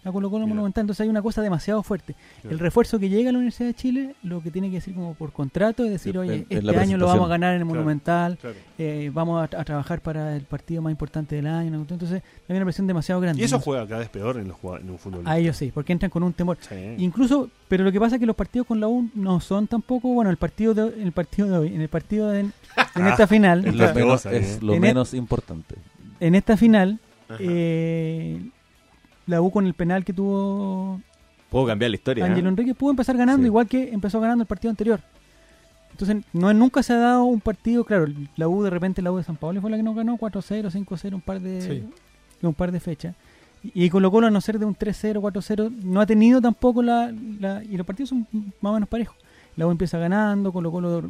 Speaker 1: a Colo Colo
Speaker 5: Mira.
Speaker 1: Monumental. Entonces hay una cosa demasiado fuerte.
Speaker 5: Claro.
Speaker 1: El refuerzo que llega a la Universidad de Chile, lo que tiene que decir como por contrato es decir,
Speaker 4: En-
Speaker 1: oye,
Speaker 4: en la
Speaker 1: este año lo
Speaker 4: presentación.
Speaker 1: vamos a ganar en el
Speaker 5: Claro.
Speaker 1: Monumental,
Speaker 5: Claro.
Speaker 1: eh, vamos a, a trabajar para el partido más importante del año. ¿no? Entonces hay una presión demasiado grande.
Speaker 5: Y eso
Speaker 1: ¿no?
Speaker 5: juega cada vez peor en, los jugad- en un fútbol.
Speaker 1: A ellos sí, porque entran con un temor.
Speaker 5: Sí.
Speaker 1: Incluso, pero lo que pasa es que los partidos con la U no son tampoco, bueno, el partido de, el partido de hoy, en el partido
Speaker 5: (laughs)
Speaker 1: de, en esta final,
Speaker 4: Es lo
Speaker 5: Claro.
Speaker 4: menos,
Speaker 5: Cosa,
Speaker 4: es
Speaker 5: ¿eh?
Speaker 4: lo
Speaker 1: En-
Speaker 4: menos
Speaker 3: e-
Speaker 4: importante.
Speaker 1: en esta final,
Speaker 6: Ajá.
Speaker 1: eh, la U con el penal que tuvo
Speaker 2: Puedo cambiar la historia. ¿eh?
Speaker 1: Ángelo Enrique pudo empezar ganando
Speaker 4: Sí.
Speaker 1: igual que empezó ganando el partido anterior. Entonces, no nunca se ha dado un partido, claro, la U de repente, la U de San Pablo fue la que no ganó 4-0, 5-0, un par de
Speaker 3: Sí.
Speaker 1: un par de fechas. Y y Colo Colo, a no ser de un 3-0, 4-0, no ha tenido tampoco la, la- Y los partidos son más o menos parejos. La U empieza ganando, Colo Colo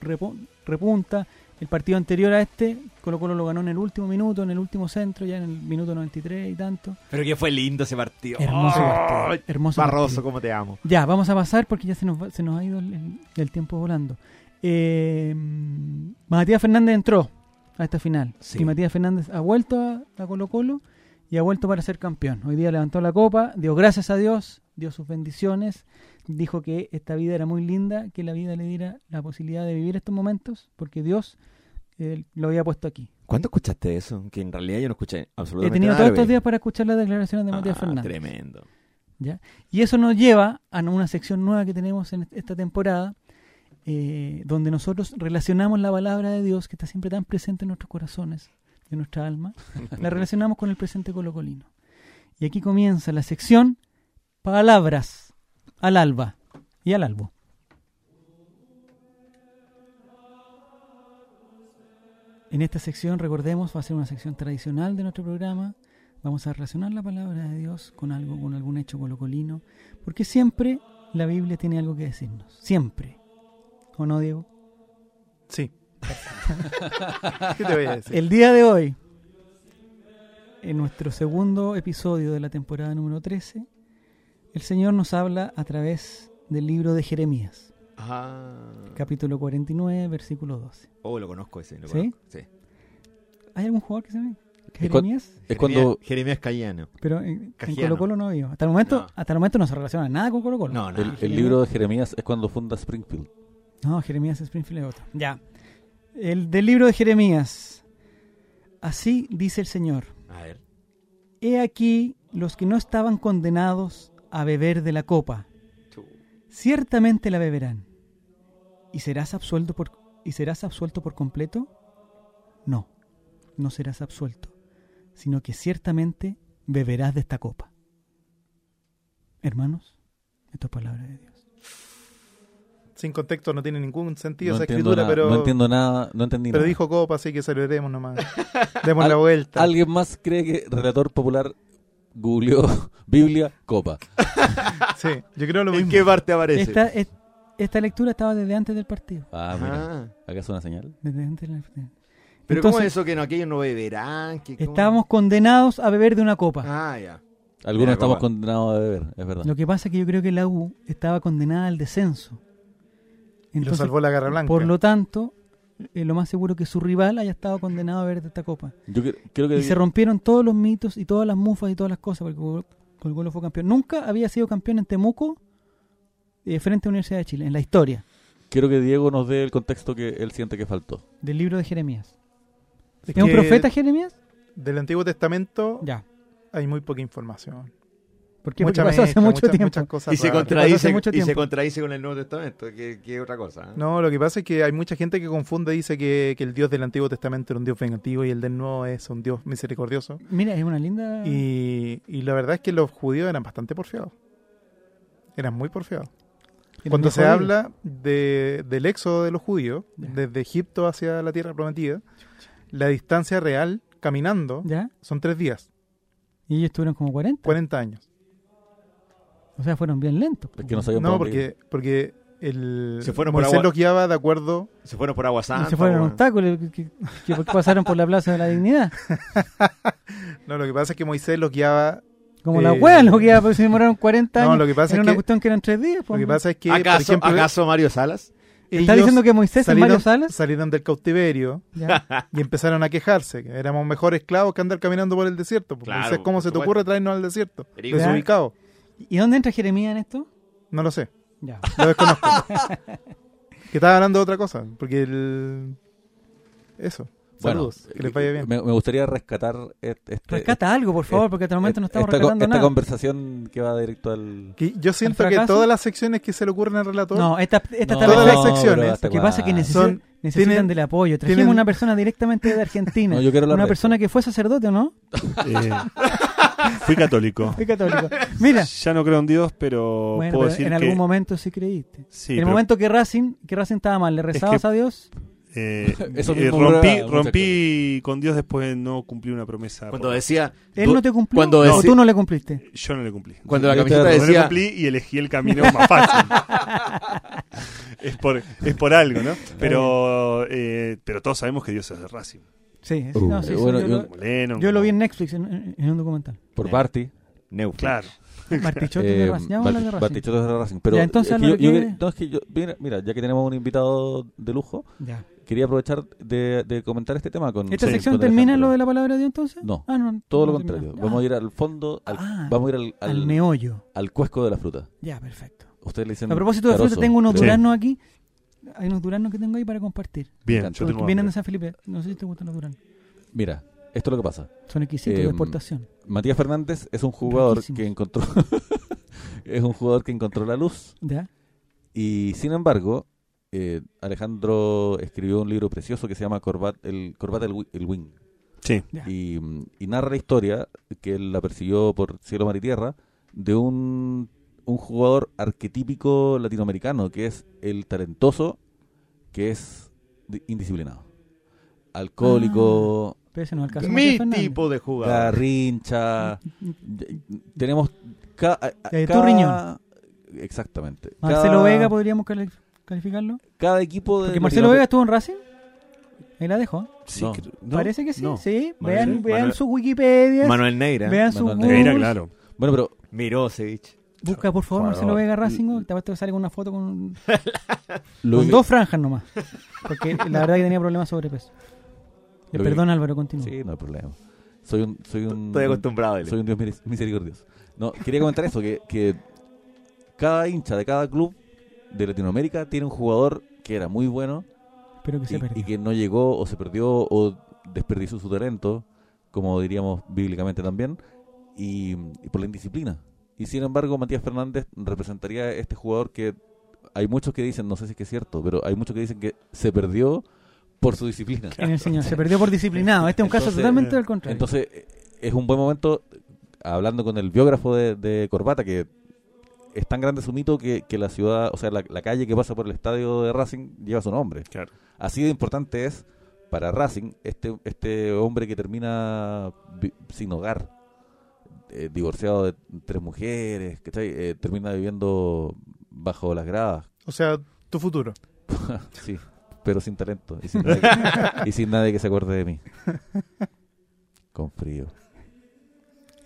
Speaker 1: repu- repunta. El partido anterior a este, Colo Colo lo ganó en el último minuto, en el último centro, ya en el minuto 93 y tanto.
Speaker 2: Pero que fue lindo ese partido.
Speaker 1: Hermoso
Speaker 2: ¡Oh!
Speaker 1: partido, Hermoso partido.
Speaker 2: Barroso, cómo te amo.
Speaker 1: Ya, vamos a pasar porque ya se nos, va- se nos ha ido el, el tiempo volando. Eh, Matías Fernández entró a esta final.
Speaker 2: Sí.
Speaker 1: Y Matías Fernández ha vuelto a, a Colo Colo y ha vuelto para ser campeón. Hoy día levantó la copa, dio gracias a Dios, dio sus bendiciones, dijo que esta vida era muy linda, que la vida le diera la posibilidad de vivir estos momentos porque Dios eh, lo había puesto aquí.
Speaker 2: ¿Cuándo escuchaste eso? Que en realidad yo no escuché
Speaker 1: He
Speaker 2: absolutamente
Speaker 1: tenido
Speaker 2: nada.
Speaker 1: todos estos
Speaker 2: güey.
Speaker 1: días para escuchar las declaraciones de Matías
Speaker 2: Ah,
Speaker 1: Fernández.
Speaker 2: Tremendo.
Speaker 1: Y eso nos lleva a una sección nueva que tenemos en esta temporada, eh, donde nosotros relacionamos la palabra de Dios, que está siempre tan presente en nuestros corazones, en nuestra alma, la relacionamos con el presente colocolino. Y aquí comienza la sección Palabras al alba y al albo. En esta sección, recordemos, va a ser una sección tradicional de nuestro programa. Vamos a relacionar la palabra de Dios con algo, con algún hecho colocolino, porque siempre la Biblia tiene algo que decirnos. Siempre. ¿O no, Diego?
Speaker 3: Sí. (laughs) ¿Qué te voy a decir?
Speaker 1: El día de hoy, en nuestro segundo episodio de la temporada número 13, el Señor nos habla a través del libro de Jeremías,
Speaker 2: Ah.
Speaker 1: capítulo 49, versículo 12.
Speaker 2: Oh, lo conozco ese. Lo
Speaker 1: ¿Sí?
Speaker 2: conozco, sí.
Speaker 1: ¿Hay algún jugador que se ve?
Speaker 4: ¿Y cuál-
Speaker 1: Jeremías,
Speaker 4: Es
Speaker 3: e-
Speaker 4: cuando
Speaker 2: Jeremías Cayano.
Speaker 1: pero en, en
Speaker 2: Cajiano.
Speaker 1: Colo Colo no vio. Hasta el momento,
Speaker 2: No.
Speaker 1: hasta el momento no se relaciona nada con Colo Colo.
Speaker 2: No, no.
Speaker 4: el, el libro de Jeremías es cuando funda Springfield.
Speaker 1: No, Jeremías Springfield es otro. Ya. El del libro de Jeremías. Así dice el Señor.
Speaker 6: A ver.
Speaker 1: He aquí los que no estaban condenados a beber de la copa. Ciertamente la beberán. ¿Y serás absuelto por, y serás absuelto por completo? No, no serás absuelto, sino que ciertamente beberás de esta copa. Hermanos, esto es palabra de Dios.
Speaker 3: Sin contexto no tiene ningún sentido
Speaker 4: no
Speaker 3: esa
Speaker 4: entiendo
Speaker 3: escritura,
Speaker 4: nada,
Speaker 3: pero,
Speaker 4: no entiendo nada, no entendí
Speaker 3: pero
Speaker 4: nada.
Speaker 3: dijo copa, así que
Speaker 2: (laughs)
Speaker 3: celebremos nomás. Demos la
Speaker 4: Al-
Speaker 3: vuelta.
Speaker 4: ¿Alguien más cree que Relator Popular googleó (laughs) Biblia Copa?
Speaker 3: Sí, yo creo lo
Speaker 2: ¿En
Speaker 3: mismo.
Speaker 2: qué parte aparece?
Speaker 1: Esta, es- esta lectura estaba desde antes del partido.
Speaker 4: Ah, mira.
Speaker 2: Ah,
Speaker 4: ¿Acaso una señal?
Speaker 1: Desde antes del partido.
Speaker 2: pero ¿cómo es
Speaker 1: Entonces,
Speaker 2: eso que no, aquellos no beberán? Que, cómo?
Speaker 1: estábamos condenados a beber de una copa.
Speaker 2: Ah, ya.
Speaker 4: Algunos
Speaker 2: Mira,
Speaker 4: estamos
Speaker 2: Copa.
Speaker 4: condenados a beber, es verdad.
Speaker 1: Lo que pasa es que yo creo que la U estaba condenada al descenso.
Speaker 3: Y lo salvó la garra blanca.
Speaker 1: por lo tanto, eh, lo más seguro que su rival haya estado condenado a beber de esta copa.
Speaker 4: Yo cre- creo que
Speaker 1: Y se rompieron todos los mitos y todas las mufas y todas las cosas, porque Colo- Colo Colo fue campeón. Nunca había sido campeón en Temuco eh, frente a Universidad de Chile, en la historia
Speaker 4: quiero que Diego nos dé el contexto que él siente que faltó.
Speaker 1: del libro de Jeremías.
Speaker 3: Es
Speaker 1: ¿Es un
Speaker 3: que
Speaker 1: profeta Jeremías?
Speaker 3: Del Antiguo Testamento
Speaker 1: Ya.
Speaker 3: hay muy poca información.
Speaker 1: Porque,
Speaker 3: Mucha
Speaker 1: porque pasó hace
Speaker 3: mezcla,
Speaker 1: mucho
Speaker 3: muchas-
Speaker 1: tiempo.
Speaker 3: muchas cosas
Speaker 2: Y se,
Speaker 3: raras.
Speaker 1: Hace
Speaker 2: contradice,
Speaker 1: mucho
Speaker 2: y se
Speaker 1: tiempo.
Speaker 2: contradice con el Nuevo Testamento, que que es otra cosa. ¿eh?
Speaker 3: No, lo que pasa es que hay mucha gente que confunde, dice que, que el Dios del Antiguo Testamento era un Dios vengativo y el del Nuevo es un Dios misericordioso.
Speaker 1: Mira, es una
Speaker 4: Ah.
Speaker 1: linda...
Speaker 3: Y, y la verdad es que los judíos eran bastante porfiados. Eran muy porfiados.
Speaker 1: que
Speaker 3: Cuando
Speaker 1: nos
Speaker 3: se
Speaker 1: jodió.
Speaker 3: habla de- del éxodo de los judíos,
Speaker 1: Ya.
Speaker 3: desde Egipto hacia la tierra prometida, la distancia real caminando
Speaker 1: ¿Ya?
Speaker 3: son tres días,
Speaker 1: Y ellos estuvieron como 40.
Speaker 3: 40 años.
Speaker 1: O sea, fueron bien lentos.
Speaker 4: Es que no sabíamos
Speaker 3: No,
Speaker 4: por dónde
Speaker 3: porque, porque el
Speaker 2: Se fueron por
Speaker 3: Moisés
Speaker 2: agua.
Speaker 3: los guiaba de acuerdo
Speaker 2: Se fueron por Agua
Speaker 1: Y
Speaker 2: Santa.
Speaker 1: se fueron a
Speaker 2: weón.
Speaker 1: obstáculos que, que- que pasaron por la Plaza de la Dignidad.
Speaker 3: No, lo que pasa es que Moisés los guiaba.
Speaker 1: Como la
Speaker 3: Eh,
Speaker 1: hueá, lo que iba, pues, se demoraron 40 años.
Speaker 3: No, lo que pasa
Speaker 1: Era
Speaker 3: es
Speaker 1: una
Speaker 3: que-
Speaker 1: cuestión que eran tres días.
Speaker 3: Lo
Speaker 1: pues.
Speaker 3: que pasa es que, por
Speaker 2: ¿Acaso,
Speaker 3: ejemplo,
Speaker 2: ¿Acaso Mario Salas?
Speaker 1: ¿Está
Speaker 3: ellos
Speaker 1: diciendo que Moisés es
Speaker 3: salieron,
Speaker 1: Mario Salas?
Speaker 3: salieron del cautiverio (laughs)
Speaker 1: Ya.
Speaker 3: y empezaron a quejarse, que éramos mejor esclavos que andar caminando por el desierto. Pues,
Speaker 2: Claro,
Speaker 3: Moisés, ¿cómo
Speaker 2: por
Speaker 3: se te
Speaker 2: supuesto.
Speaker 3: ocurre traernos al desierto?
Speaker 2: Erigo.
Speaker 3: Desubicado.
Speaker 1: ¿Y dónde entra Jeremías en esto?
Speaker 3: No lo sé,
Speaker 4: (laughs)
Speaker 1: Ya.
Speaker 3: lo desconozco. que estaba hablando de otra cosa, porque el... Eso.
Speaker 4: Bueno, eh,
Speaker 3: Saludos, que les vaya bien.
Speaker 4: Me, me gustaría rescatar este, este-
Speaker 1: Rescata algo, por favor,
Speaker 4: eh,
Speaker 1: porque hasta el este momento no
Speaker 4: esta-
Speaker 1: estamos
Speaker 4: esta, co-
Speaker 1: rescatando
Speaker 4: esta
Speaker 1: nada.
Speaker 4: conversación que va directo al
Speaker 3: Que yo siento que
Speaker 1: fracaso?
Speaker 3: todas las secciones que se le ocurren al relator
Speaker 1: No, esta, esta está
Speaker 3: Todas las
Speaker 1: perfecta.
Speaker 3: secciones.
Speaker 1: Lo que pasa es que necesitan,
Speaker 3: Son-
Speaker 1: necesitan
Speaker 3: tienen-
Speaker 1: del apoyo. Trajimos
Speaker 3: tienen-
Speaker 1: una persona directamente de Argentina.
Speaker 4: No, yo quiero hablar
Speaker 1: una
Speaker 4: de
Speaker 1: persona que fue sacerdote, ¿o ¿no?
Speaker 5: Eh, fui católico.
Speaker 1: Es católico. (laughs) Mira,
Speaker 5: Ya no creo en Dios, pero
Speaker 1: bueno,
Speaker 5: puedo
Speaker 1: pero
Speaker 5: decir
Speaker 1: en
Speaker 5: que...
Speaker 1: algún momento sí creíste.
Speaker 5: Sí,
Speaker 1: en el
Speaker 5: pero,
Speaker 1: momento que Racing, que Racing estaba mal, le rezabas
Speaker 5: que-
Speaker 1: a Dios.
Speaker 5: eh,
Speaker 4: (laughs) Eso
Speaker 5: eh,
Speaker 4: mismo
Speaker 5: rompí,
Speaker 4: prueba muchas
Speaker 5: rompí con Dios después de no cumplir una promesa.
Speaker 2: Cuando
Speaker 5: Porque
Speaker 2: decía.
Speaker 1: Él no te cumplió.
Speaker 2: cuando
Speaker 1: o
Speaker 2: decí-
Speaker 1: tú no le cumpliste.
Speaker 5: Yo no le cumplí.
Speaker 2: Cuando la
Speaker 4: Yo te
Speaker 2: camiseta
Speaker 5: No le
Speaker 2: decía.
Speaker 5: cumplí y elegí el camino más fácil. es, por, es por algo, ¿no? Pero, eh, pero todos sabemos que Dios es de Racing.
Speaker 1: Sí, es-
Speaker 4: Uh,
Speaker 1: no, sí,
Speaker 4: eh,
Speaker 1: sí,
Speaker 4: bueno,
Speaker 1: yo,
Speaker 4: yo-
Speaker 1: lo,
Speaker 5: Como Lennon,
Speaker 1: yo lo vi
Speaker 5: como-
Speaker 1: en Netflix, en, en- en un
Speaker 5: (laughs)
Speaker 1: documental.
Speaker 4: por Barty.
Speaker 2: Neufa.
Speaker 5: Claro.
Speaker 1: Martichote de
Speaker 4: Eh,
Speaker 1: Racing. Ya vamos a hablar de
Speaker 4: Barti-
Speaker 1: Racing.
Speaker 4: Bartichotto es de Racing. Pero
Speaker 1: Ya, entonces
Speaker 4: es que
Speaker 1: lo
Speaker 4: yo-
Speaker 1: que
Speaker 4: yo
Speaker 1: quiere-
Speaker 4: que- no, es que yo- mira, mira, ya que tenemos un invitado de lujo,
Speaker 1: Ya.
Speaker 4: quería aprovechar de, de comentar este tema con.
Speaker 1: ¿Esta
Speaker 4: sí,
Speaker 1: sección
Speaker 4: con
Speaker 1: termina en
Speaker 4: Alejandro.
Speaker 1: lo de la palabra de Dios entonces?
Speaker 4: No,
Speaker 1: Ah, no
Speaker 4: Todo lo
Speaker 1: no termina.
Speaker 4: contrario.
Speaker 1: Ah,
Speaker 4: Vamos a ir al fondo, al,
Speaker 1: Ah,
Speaker 4: vamos a ir al,
Speaker 1: al
Speaker 4: al,
Speaker 1: meollo.
Speaker 4: al cuesco de la fruta.
Speaker 1: Ya, perfecto.
Speaker 4: Ustedes le dicen.
Speaker 1: A propósito de
Speaker 4: carozo,
Speaker 1: fruta, tengo unos
Speaker 5: Sí.
Speaker 1: duraznos aquí. Hay unos duraznos que tengo ahí para compartir.
Speaker 5: Bien, yo
Speaker 1: Porque
Speaker 5: tengo
Speaker 1: vienen de
Speaker 5: hambre.
Speaker 1: San Felipe. No sé si te gustan los duraznos.
Speaker 4: Mira, esto es lo que pasa.
Speaker 1: Son exquisitos de
Speaker 4: Em,
Speaker 1: exportación.
Speaker 4: Matías Fernández es un jugador
Speaker 1: Riquísimos.
Speaker 4: que encontró. (laughs) es un jugador que encontró la luz.
Speaker 1: ¿Ya?
Speaker 4: Y sin embargo, eh, Alejandro escribió un libro precioso que se llama Corbat, el Corbata el, Wi- el Wing.
Speaker 5: Sí.
Speaker 1: Ya.
Speaker 4: Y, mm, y narra la historia que él la persiguió por cielo, mar y tierra de un, un jugador arquetípico latinoamericano que es el talentoso, que es di- indisciplinado. Alcohólico,
Speaker 1: Pero ese no alcanza.
Speaker 2: Mi tipo de
Speaker 1: Ah.
Speaker 2: jugador.
Speaker 4: garrincha. y- y- Tenemos. ca- a- a-
Speaker 1: De tu
Speaker 4: cada-
Speaker 1: riñón.
Speaker 4: Exactamente.
Speaker 1: Marcelo
Speaker 4: Cada-
Speaker 1: Vega podríamos cali- calificarlo.
Speaker 4: cada equipo de
Speaker 1: Porque Marcelo Vega estuvo en Racing. Ahí la dejó.
Speaker 5: Sí,
Speaker 4: No.
Speaker 5: cre- no,
Speaker 1: Parece que sí.
Speaker 5: no.
Speaker 1: Sí.
Speaker 2: Manuel-
Speaker 1: vean vean
Speaker 2: Manuel-
Speaker 1: su Wikipedia.
Speaker 2: Manuel Neira.
Speaker 1: Vean su
Speaker 4: Manuel
Speaker 1: Google.
Speaker 5: Era claro.
Speaker 4: Bueno, pero
Speaker 2: Mirosevich.
Speaker 1: Busca por favor
Speaker 5: Jugador.
Speaker 1: Marcelo Vega Racing. o Te vas a salir con una foto con,
Speaker 4: lo
Speaker 1: con
Speaker 4: que-
Speaker 1: dos franjas nomás. Porque la verdad que tenía problemas de sobrepeso. Le
Speaker 4: Lo que-
Speaker 1: perdona Álvaro, continúa.
Speaker 4: Sí, no hay problema. Soy un soy un
Speaker 2: Estoy
Speaker 5: Mm,
Speaker 2: acostumbrado a él.
Speaker 4: soy un dios miris- misericordioso. No, quería comentar eso que, que cada hincha de cada club de Latinoamérica tiene un jugador que era muy bueno
Speaker 1: Pero que
Speaker 4: y,
Speaker 1: se perdió.
Speaker 4: y que no llegó o se perdió o desperdició su talento, como diríamos bíblicamente también, y, y por la indisciplina. Y sin embargo, Matías Fernández representaría a este jugador que hay muchos que dicen, no sé si es que es cierto, pero hay muchos que dicen que se perdió por su disciplina.
Speaker 1: en el señor. Se perdió por disciplinado. Este es un caso
Speaker 4: Entonces,
Speaker 1: totalmente al contrario.
Speaker 4: Entonces, eh, es un buen momento, hablando con el biógrafo de, de Corbata, que es tan grande su mito que, que la ciudad, o sea, la, la calle que pasa por el estadio de Racing lleva su nombre.
Speaker 5: Claro.
Speaker 4: Así de importante es para Racing este, este hombre que termina vi- sin hogar, eh, divorciado de tres mujeres, ¿cachai? Eh, termina viviendo bajo las gradas,
Speaker 3: O sea, tu futuro.
Speaker 4: sí, pero sin talento y sin, nadie que, y sin nadie que se acuerde de mí. Con frío.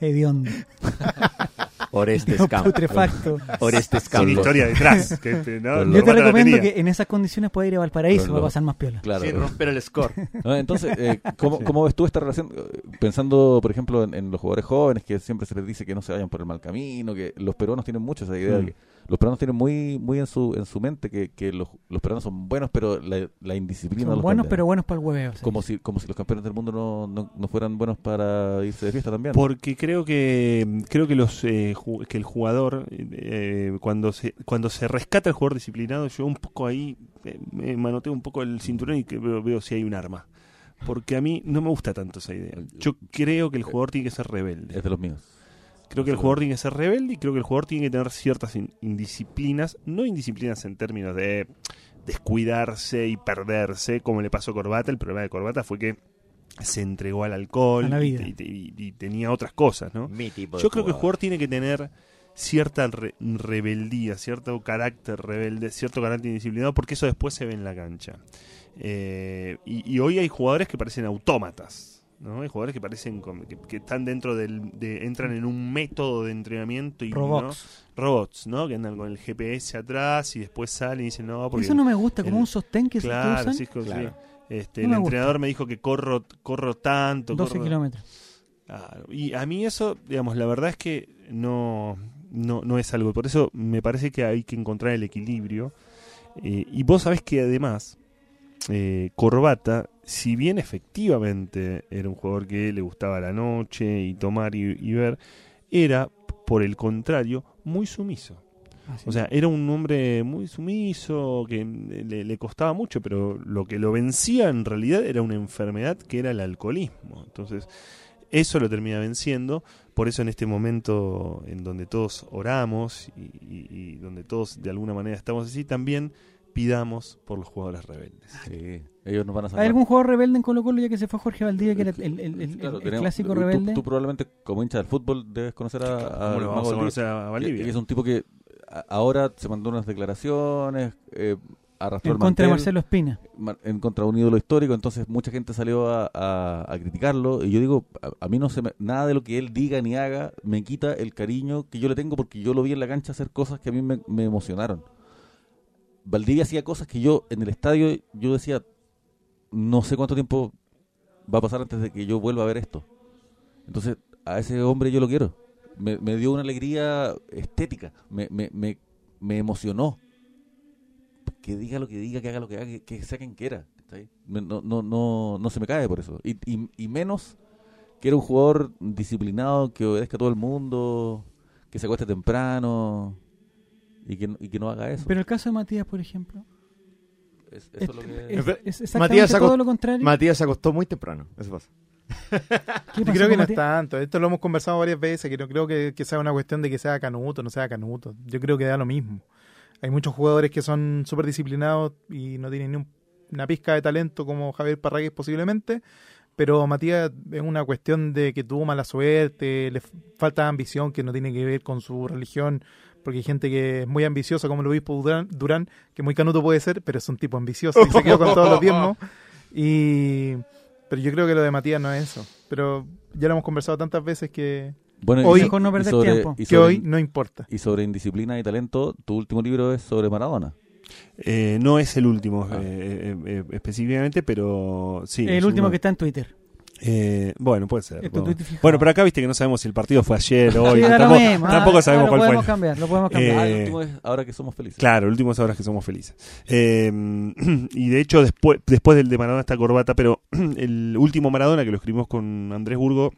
Speaker 1: Hediondo. (laughs)
Speaker 6: Orestes Camp.
Speaker 1: Putrefacto.
Speaker 6: Orestes
Speaker 5: Con
Speaker 6: Camp.
Speaker 5: historia detrás. que este, ¿no?
Speaker 4: Con
Speaker 5: Lo
Speaker 4: los-
Speaker 1: Yo te
Speaker 5: remata la
Speaker 1: recomiendo
Speaker 5: batería.
Speaker 1: que en esas condiciones pueda ir a Valparaíso.
Speaker 4: Con
Speaker 1: Va a
Speaker 4: los-
Speaker 1: pasar más piola.
Speaker 4: Claro.
Speaker 6: Sin romper el score.
Speaker 4: No, entonces,
Speaker 1: (laughs)
Speaker 4: eh, ¿cómo, cómo ves tú esta relación? Eh, Pensando, por ejemplo, en, en los jugadores jóvenes, que siempre se les dice que no se vayan por el mal camino, que los peruanos tienen mucho esa idea.
Speaker 5: Mm.
Speaker 4: Que los peruanos tienen muy muy en su en su mente que, que los, los peruanos son buenos, pero la, la indisciplina
Speaker 1: Son
Speaker 4: los
Speaker 1: buenos,
Speaker 4: condena.
Speaker 1: pero buenos para el hueveo. sí.
Speaker 4: Como si, como si los campeones del mundo no, no, no fueran buenos para irse de fiesta también.
Speaker 5: Porque creo que creo que los eh, ju- que el jugador eh, cuando se cuando se rescata el jugador disciplinado yo un poco ahí eh, me manoteo un poco el cinturón y que veo, veo si hay un arma. Porque a mí no me gusta tanto esa idea. Yo creo que el jugador tiene que ser rebelde.
Speaker 4: Es de los míos.
Speaker 5: Creo que el jugador tiene que ser rebelde y creo que el jugador tiene que tener ciertas in- indisciplinas, no indisciplinas en términos de descuidarse y perderse, como le pasó a Corbata. El problema de Corbata fue que se entregó al alcohol
Speaker 1: A la
Speaker 5: y-
Speaker 1: vida.
Speaker 5: Y, y- y tenía otras cosas, ¿no?
Speaker 6: Mi tipo de
Speaker 5: Yo creo que el jugador tiene que tener cierta re- rebeldía, cierto carácter rebelde, cierto carácter indisciplinado, porque eso después se ve en la cancha. Eh, y, y hoy hay jugadores que parecen autómatas. ¿no? Hay jugadores que parecen con- que, que están dentro del. de- entran en un método de entrenamiento y
Speaker 1: Robox.
Speaker 5: ¿no? robots, ¿no? Que andan con el GPS atrás y después salen y dicen, no, porque.
Speaker 1: Eso no me gusta. Como
Speaker 5: el-
Speaker 1: un sostén que se- que
Speaker 5: claro,
Speaker 1: usan.
Speaker 5: sí, es como- sí.
Speaker 6: Claro.
Speaker 5: Este,
Speaker 1: No
Speaker 5: el
Speaker 1: me gusta.
Speaker 5: entrenador me dijo que corro, corro tanto.
Speaker 1: 12
Speaker 5: corro-
Speaker 1: kilómetros.
Speaker 5: Claro, Y a mí eso, digamos, la verdad es que no, no, no es algo. Por eso me parece que hay que encontrar el equilibrio. Eh, y vos sabés que además, eh, Corbata, si bien efectivamente era un jugador que le gustaba la noche y tomar y, y ver, era, por el contrario, muy sumiso. O sea, era un hombre muy sumiso, que mm, le, le costaba mucho, pero lo que lo vencía en realidad era una enfermedad que era el alcoholismo. Entonces, eso lo termina venciendo. Por eso en este momento en donde todos oramos y, y- y donde todos de alguna manera estamos así, también pidamos por los jugadores rebeldes.
Speaker 4: Sí. Ellos nos van a salvar.
Speaker 1: ¿Hay algún jugador rebelde en Colo Colo ya que se fue Jorge Valdivia, que era el, el- el- el-
Speaker 4: Claro,
Speaker 1: el
Speaker 4: tenemos-
Speaker 1: clásico
Speaker 4: tú-
Speaker 1: rebelde?
Speaker 4: Tú, probablemente, como hincha del fútbol, debes conocer a, a
Speaker 5: ¿Cómo lo vamos a
Speaker 4: Mago
Speaker 5: conocer a
Speaker 4: Valdivia, que
Speaker 5: Valdivia?
Speaker 4: es un tipo que a- ahora se mandó unas declaraciones, eh, arrastró
Speaker 1: en
Speaker 4: el
Speaker 1: contra de
Speaker 4: mantel,
Speaker 1: Marcelo Espina.
Speaker 4: mar- en contra de un ídolo histórico, entonces mucha gente salió a, a- a criticarlo. Y yo digo, a, a mí no se me- nada de lo que él diga ni haga me quita el cariño que yo le tengo porque yo lo vi en la cancha hacer cosas que a mí me, me emocionaron. Valdivia hacía cosas que yo en el estadio yo decía, no sé cuánto tiempo va a pasar antes de que yo vuelva a ver esto. Entonces, a ese hombre yo lo quiero. Me, me dio una alegría estética, me, me, me, me emocionó. Que diga lo que diga, que haga lo que haga, que, que sea quien quiera. ¿cachai? Me- No, no, no, no se me cae por eso. Y, y, y menos que era un jugador disciplinado, que obedezca a todo el mundo, que se acueste temprano y que, no- y que no haga eso.
Speaker 1: Pero el caso de Matías, por ejemplo,
Speaker 4: Es-
Speaker 1: es,
Speaker 4: eso es lo que-
Speaker 1: es- es exactamente
Speaker 2: Matías sacó-
Speaker 1: todo lo contrario.
Speaker 2: Matías se acostó muy temprano. Eso pasa.
Speaker 1: ¿Qué
Speaker 3: Yo
Speaker 1: pasó
Speaker 3: creo que
Speaker 1: con
Speaker 3: no es
Speaker 1: Matías?
Speaker 3: tanto. Esto lo hemos conversado varias veces, que no creo que, que sea una cuestión de que sea canuto, no sea canuto. Yo creo que da lo mismo. Hay muchos jugadores que son súper disciplinados y no tienen ni un- una pizca de talento como Javier Parragués posiblemente, pero Matías es una cuestión de que tuvo mala suerte, le f- falta de ambición que no tiene que ver con su religión, porque hay gente que es muy ambiciosa, como el obispo Durán, Durán, que muy canuto puede ser, pero es un tipo ambicioso y se quedó con todos los diezmos. Y... Pero yo creo que lo de Matías no es eso. Pero ya lo hemos conversado tantas veces que,
Speaker 4: Bueno,
Speaker 3: Hoy-
Speaker 1: Mejor no perder
Speaker 4: sobre-
Speaker 1: tiempo.
Speaker 3: que
Speaker 4: y sobre-
Speaker 3: hoy no importa.
Speaker 4: Y sobre indisciplina y talento, tu último libro es sobre Maradona.
Speaker 5: Eh, no es el último
Speaker 4: Ah.
Speaker 5: eh, eh, eh, específicamente, pero sí.
Speaker 1: el
Speaker 5: es
Speaker 1: último
Speaker 5: uno-
Speaker 1: que está en Twitter.
Speaker 5: Eh, bueno, puede ser.
Speaker 1: Esto
Speaker 5: Bueno.
Speaker 1: tuviste fijado.
Speaker 5: bueno, pero acá viste que no sabemos si el partido fue ayer o
Speaker 1: Sí,
Speaker 5: hoy.
Speaker 1: da lo
Speaker 5: tampoco
Speaker 1: mismo, ah,
Speaker 5: tampoco
Speaker 1: ah,
Speaker 5: sabemos
Speaker 1: lo
Speaker 5: cuál
Speaker 1: podemos
Speaker 5: fue.
Speaker 1: cambiar, lo podemos cambiar.
Speaker 5: Eh,
Speaker 4: Ah, el último es ahora que somos felices.
Speaker 5: Claro, últimas horas que somos felices. Eh, (clears throat) y de hecho, después, después del de Maradona está Corbata, pero (clears throat) el último Maradona que lo escribimos con Andrés Burgo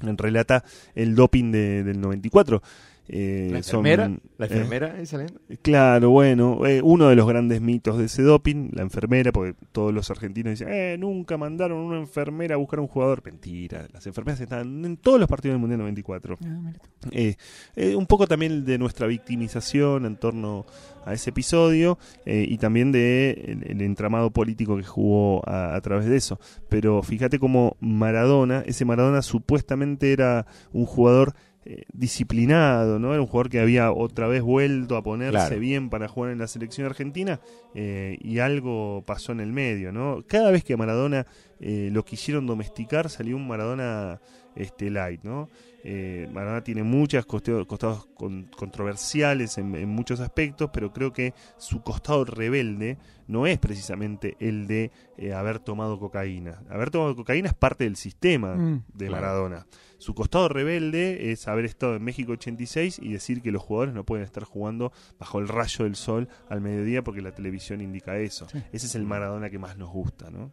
Speaker 5: relata el doping de- del 94. Eh,
Speaker 6: ¿La
Speaker 5: son-
Speaker 6: enfermera? ¿La
Speaker 5: eh,
Speaker 6: enfermera ahí saliendo?
Speaker 5: Claro, bueno, eh, uno de los grandes mitos de ese doping, la enfermera, porque todos los argentinos dicen, eh, nunca mandaron una enfermera a buscar a un jugador. Mentira, las enfermeras están en todos los partidos del Mundial 94.
Speaker 1: Ah, mira tú.
Speaker 5: Eh, eh, un poco también de nuestra victimización en torno a ese episodio eh, y también de el, el entramado político que jugó a, a través de eso. Pero fíjate como Maradona, ese Maradona supuestamente era un jugador eh, disciplinado, ¿no? Era un jugador que había otra vez vuelto a ponerse
Speaker 6: Claro.
Speaker 5: bien para jugar en la selección argentina eh, y algo pasó en el medio, ¿no? Cada vez que a Maradona eh, lo quisieron domesticar salió un Maradona este, light, ¿no? Eh, Maradona tiene muchos costados con- controversiales en, en muchos aspectos, pero creo que su costado rebelde no es precisamente el de eh, haber tomado cocaína. Haber tomado cocaína es parte del sistema
Speaker 1: Mm.
Speaker 5: de
Speaker 4: Claro.
Speaker 5: Maradona. Su costado rebelde es haber estado en México 86 y decir que los jugadores no pueden estar jugando bajo el rayo del sol al mediodía porque la televisión indica eso.
Speaker 1: Sí.
Speaker 5: Ese es el Maradona que más nos gusta, ¿no?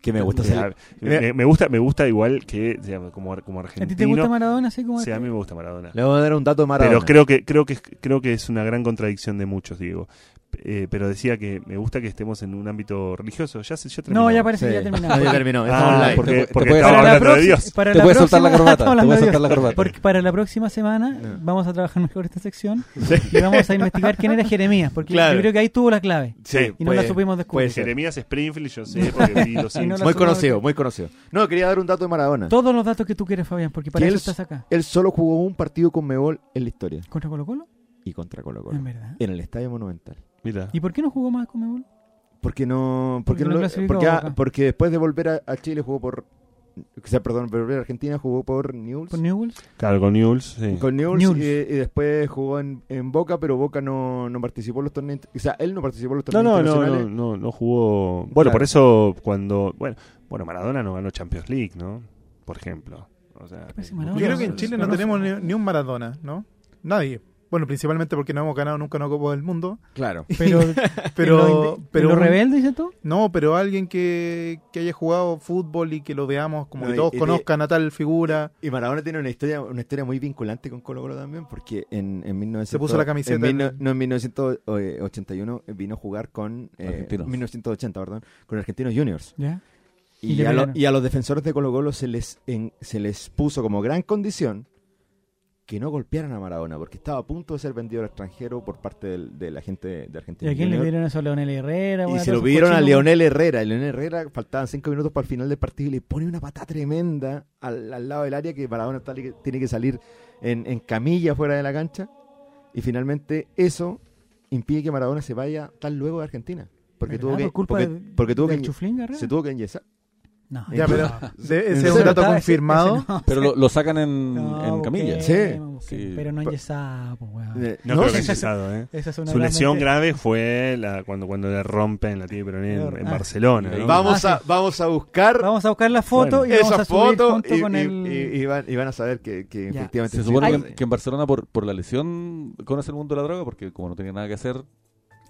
Speaker 4: Que me gusta
Speaker 5: O
Speaker 4: ser
Speaker 5: sea, me, me gusta, me gusta igual que digamos, como, ar- como
Speaker 1: ¿A ti te gusta
Speaker 5: argentino.
Speaker 1: Maradona así como
Speaker 5: Sí,
Speaker 1: este?
Speaker 5: a mí me gusta Maradona.
Speaker 6: Le vamos a dar un dato de Maradona.
Speaker 5: Pero creo que, creo que creo que es una gran contradicción de muchos, Diego. Eh, pero decía que me gusta que estemos en un ámbito religioso. Ya se, yo
Speaker 1: No,
Speaker 5: terminaba.
Speaker 1: ya parece
Speaker 6: Sí.
Speaker 1: que ya terminamos.
Speaker 6: No, ya terminó.
Speaker 5: Ah,
Speaker 6: Estamos online.
Speaker 5: porque,
Speaker 4: Te- te
Speaker 5: porque
Speaker 4: puedes-
Speaker 5: estaba
Speaker 1: la
Speaker 5: hablando de
Speaker 1: próxima-
Speaker 5: Dios.
Speaker 1: para
Speaker 4: Te
Speaker 1: la
Speaker 4: puedes soltar
Speaker 1: próxima-
Speaker 4: la (laughs) corbata, te
Speaker 1: Hablando
Speaker 4: puedes
Speaker 1: de Dios.
Speaker 4: soltar la corbata.
Speaker 1: Porque para la próxima semana
Speaker 6: No.
Speaker 1: vamos a trabajar mejor esta
Speaker 3: (laughs)
Speaker 1: sección y vamos a investigar quién era Jeremías, porque
Speaker 6: Claro.
Speaker 1: yo creo que ahí tuvo la clave
Speaker 5: Sí.
Speaker 1: y no la
Speaker 6: Puede-
Speaker 1: supimos descubrir.
Speaker 6: puede ser.
Speaker 5: Jeremías Springfield, yo sé, porque vi los
Speaker 1: Y no
Speaker 5: Simpsons.
Speaker 1: la
Speaker 6: Muy
Speaker 1: zona
Speaker 6: conocido,
Speaker 1: de-
Speaker 6: muy conocido. No, quería dar un dato de Maradona.
Speaker 1: Todos los datos que tú quieras, Fabián, porque para
Speaker 6: Que
Speaker 1: eso
Speaker 6: él-
Speaker 1: estás acá.
Speaker 6: Él solo jugó un partido con Mebol en la historia
Speaker 1: ¿Contra Colo Colo?
Speaker 6: y contra Colo
Speaker 1: En
Speaker 6: Colo.
Speaker 1: verdad.
Speaker 6: En el Estadio Monumental.
Speaker 5: Mira.
Speaker 1: ¿Y por qué no jugó más con Mebol?
Speaker 6: Porque no,
Speaker 1: Porque
Speaker 6: porque,
Speaker 1: no
Speaker 6: no,
Speaker 1: clasificó
Speaker 6: porque, ah,
Speaker 1: Boca.
Speaker 6: porque después de volver a, a Chile jugó por o sea, perdón, volver a Argentina jugó por Newell's.
Speaker 1: ¿Por Newell's?
Speaker 5: Claro, con Newell's. sí.
Speaker 6: Con Newell's,
Speaker 1: Newell's.
Speaker 6: Y, y después jugó en, en Boca, pero Boca no, no participó en los torneos. O sea, él no participó en los
Speaker 5: No,
Speaker 6: torneos
Speaker 5: no, no,
Speaker 6: internacionales.
Speaker 5: no, no, no jugó. Bueno,
Speaker 6: Claro.
Speaker 5: por eso cuando. Bueno, bueno, Maradona no ganó Champions League, ¿no? Por ejemplo. O sea,
Speaker 1: parece
Speaker 5: eh,
Speaker 3: Yo
Speaker 1: Maradona?
Speaker 3: creo que en Chile no
Speaker 1: (laughs)
Speaker 3: tenemos ni, ni un Maradona, ¿no? Nadie. Bueno, principalmente porque no hemos ganado nunca una Copa del (laughs) Mundo.
Speaker 6: Claro.
Speaker 1: Pero,
Speaker 3: Pero, pero
Speaker 1: pero
Speaker 3: un-
Speaker 1: rebelde, dices tú?
Speaker 3: No, pero alguien que, que haya jugado fútbol y que lo veamos, como
Speaker 6: No,
Speaker 3: que
Speaker 6: y-
Speaker 3: todos
Speaker 6: y te-
Speaker 3: conozcan a tal figura.
Speaker 6: Y Maradona tiene una historia, una historia muy vinculante con Colo Colo también, porque en, en 1900
Speaker 3: Se puso la camiseta
Speaker 6: en mil eh, no-
Speaker 3: en-
Speaker 6: no, en 1981 vino a jugar con eh,
Speaker 4: Argentinos.
Speaker 6: 1980, perdón, con Argentinos Juniors.
Speaker 1: Ya. Y
Speaker 6: Y,
Speaker 1: le
Speaker 6: a, lo-
Speaker 1: ganaron.
Speaker 6: y a los defensores de Colo Colo se les, en- se les puso como gran condición que no golpearan a Maradona, porque estaba a punto de ser vendido al extranjero por parte del- de la gente de,
Speaker 1: ¿Y
Speaker 6: Argentina.
Speaker 1: a quién le dieron eso a Leonel Herrera?
Speaker 6: Y
Speaker 1: bueno,
Speaker 6: se
Speaker 1: a
Speaker 6: lo
Speaker 1: todos
Speaker 6: pidieron a
Speaker 1: esos
Speaker 6: Leonel Herrera. Y Leonel Herrera faltaban cinco minutos para el final del partido y le pone una patada tremenda al, al lado del área que Maradona tal- tiene que salir en, en camilla fuera de la cancha. Y finalmente eso impide que Maradona se vaya tan luego de Argentina. Porque
Speaker 1: ¿Verdad?
Speaker 6: tuvo que,
Speaker 1: Por culpa
Speaker 6: porque,
Speaker 1: de-
Speaker 6: porque tuvo
Speaker 1: ¿Del
Speaker 6: que
Speaker 1: chuflín, Herrera?
Speaker 6: se tuvo que enyesar.
Speaker 1: No,
Speaker 3: Ya,
Speaker 1: no.
Speaker 3: pero de- ese es
Speaker 6: Ese
Speaker 3: un
Speaker 6: no
Speaker 3: dato
Speaker 1: ah, Está-
Speaker 3: confirmado.
Speaker 1: ese- ese (laughs) no.
Speaker 4: Pero lo, lo sacan en,
Speaker 1: No,
Speaker 4: en camilla.
Speaker 1: busquemos,
Speaker 6: Sí.
Speaker 1: busquemos.
Speaker 4: Sí.
Speaker 1: Pero no
Speaker 6: Pa-
Speaker 1: enyesado, pues, weón.
Speaker 6: Eh,
Speaker 5: No,
Speaker 6: no,
Speaker 5: creo que
Speaker 6: sí,
Speaker 5: haya cesado, ¿eh?
Speaker 1: Esa es una
Speaker 5: Su
Speaker 1: gran
Speaker 5: lesión
Speaker 1: mentira.
Speaker 5: grave fue la, cuando, cuando le rompen la tibia peroné en, en
Speaker 1: Ah.
Speaker 5: Barcelona. ¿no?
Speaker 6: Vamos
Speaker 1: Ah,
Speaker 6: a, vamos a buscar
Speaker 1: Vamos a buscar la foto
Speaker 5: Bueno.
Speaker 1: y vamos a
Speaker 6: esa
Speaker 1: subir
Speaker 6: foto
Speaker 1: junto
Speaker 6: y,
Speaker 1: con
Speaker 6: y-
Speaker 1: el...
Speaker 6: y- y van, y van a saber que, que
Speaker 1: Ya.
Speaker 6: efectivamente
Speaker 4: Se
Speaker 6: sí.
Speaker 4: supone
Speaker 1: Hay-
Speaker 4: que- que en Barcelona por, por la lesión conoce el mundo de la droga porque como no tenía nada que hacer.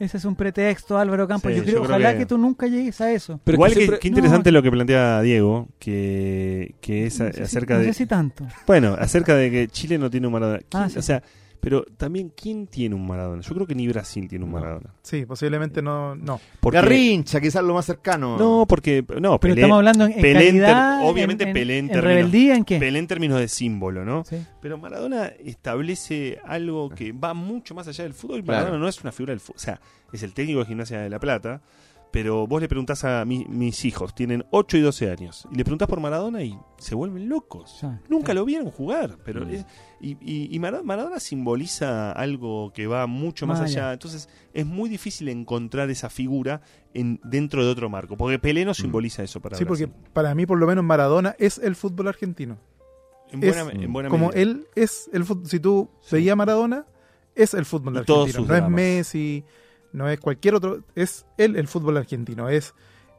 Speaker 1: Ese es un pretexto, Álvaro Campos.
Speaker 5: Sí,
Speaker 1: yo creo,
Speaker 5: yo creo
Speaker 1: ojalá que...
Speaker 5: que-
Speaker 1: tú nunca llegues a eso.
Speaker 4: Pero es
Speaker 5: Igual
Speaker 4: que
Speaker 5: que,
Speaker 4: siempre-
Speaker 5: qué interesante lo que plantea Diego, que, que es a-
Speaker 1: No sé si-
Speaker 5: acerca
Speaker 1: no
Speaker 5: de...
Speaker 1: sé si tanto.
Speaker 5: Bueno, acerca de que Chile no tiene un Maradona. ¿Quién-
Speaker 1: Ah, sí.
Speaker 5: O sea, pero también, ¿quién tiene un Maradona? Yo creo que ni Brasil tiene un Maradona.
Speaker 3: Sí, posiblemente no. no.
Speaker 5: Porque-
Speaker 6: Garrincha, quizás lo más cercano.
Speaker 5: No, porque... No,
Speaker 1: Pero
Speaker 5: Pelé-
Speaker 1: estamos hablando en, en
Speaker 5: Pelé en ter-
Speaker 1: calidad,
Speaker 5: obviamente
Speaker 1: en, en-
Speaker 5: Pelé en
Speaker 1: en
Speaker 5: términos-
Speaker 1: rebeldía, ¿en qué?
Speaker 5: Pelé en términos de símbolo, ¿no?
Speaker 1: Sí. Ah.
Speaker 5: Pero Maradona establece algo que va mucho más allá del fútbol. y
Speaker 6: Claro.
Speaker 5: Maradona no es una figura del fútbol. O sea, es el técnico de Gimnasia de La Plata. Pero vos le preguntás a mi- mis hijos, tienen 8 y 12 años, y le preguntás por Maradona y se vuelven locos.
Speaker 1: Ya.
Speaker 5: Nunca lo vieron jugar, pero
Speaker 4: Mm.
Speaker 5: es- y, y- y Mara- Maradona simboliza algo que va mucho más
Speaker 1: Más allá.
Speaker 5: allá. Entonces es muy difícil encontrar esa figura en, dentro de otro marco, porque Pelé
Speaker 1: Mm.
Speaker 5: no simboliza eso para
Speaker 3: Sí, porque
Speaker 5: Brasil.
Speaker 3: para mí, por lo menos, Maradona es el fútbol argentino.
Speaker 5: en
Speaker 3: es
Speaker 5: buena, en buena
Speaker 3: Como
Speaker 5: medida.
Speaker 3: él es el fútbol. Si tú veías a Maradona, es el fútbol
Speaker 5: Y todos
Speaker 3: argentino.
Speaker 5: sus
Speaker 3: No es
Speaker 5: dramas.
Speaker 3: Messi, no es cualquier otro. Es él el fútbol argentino. Es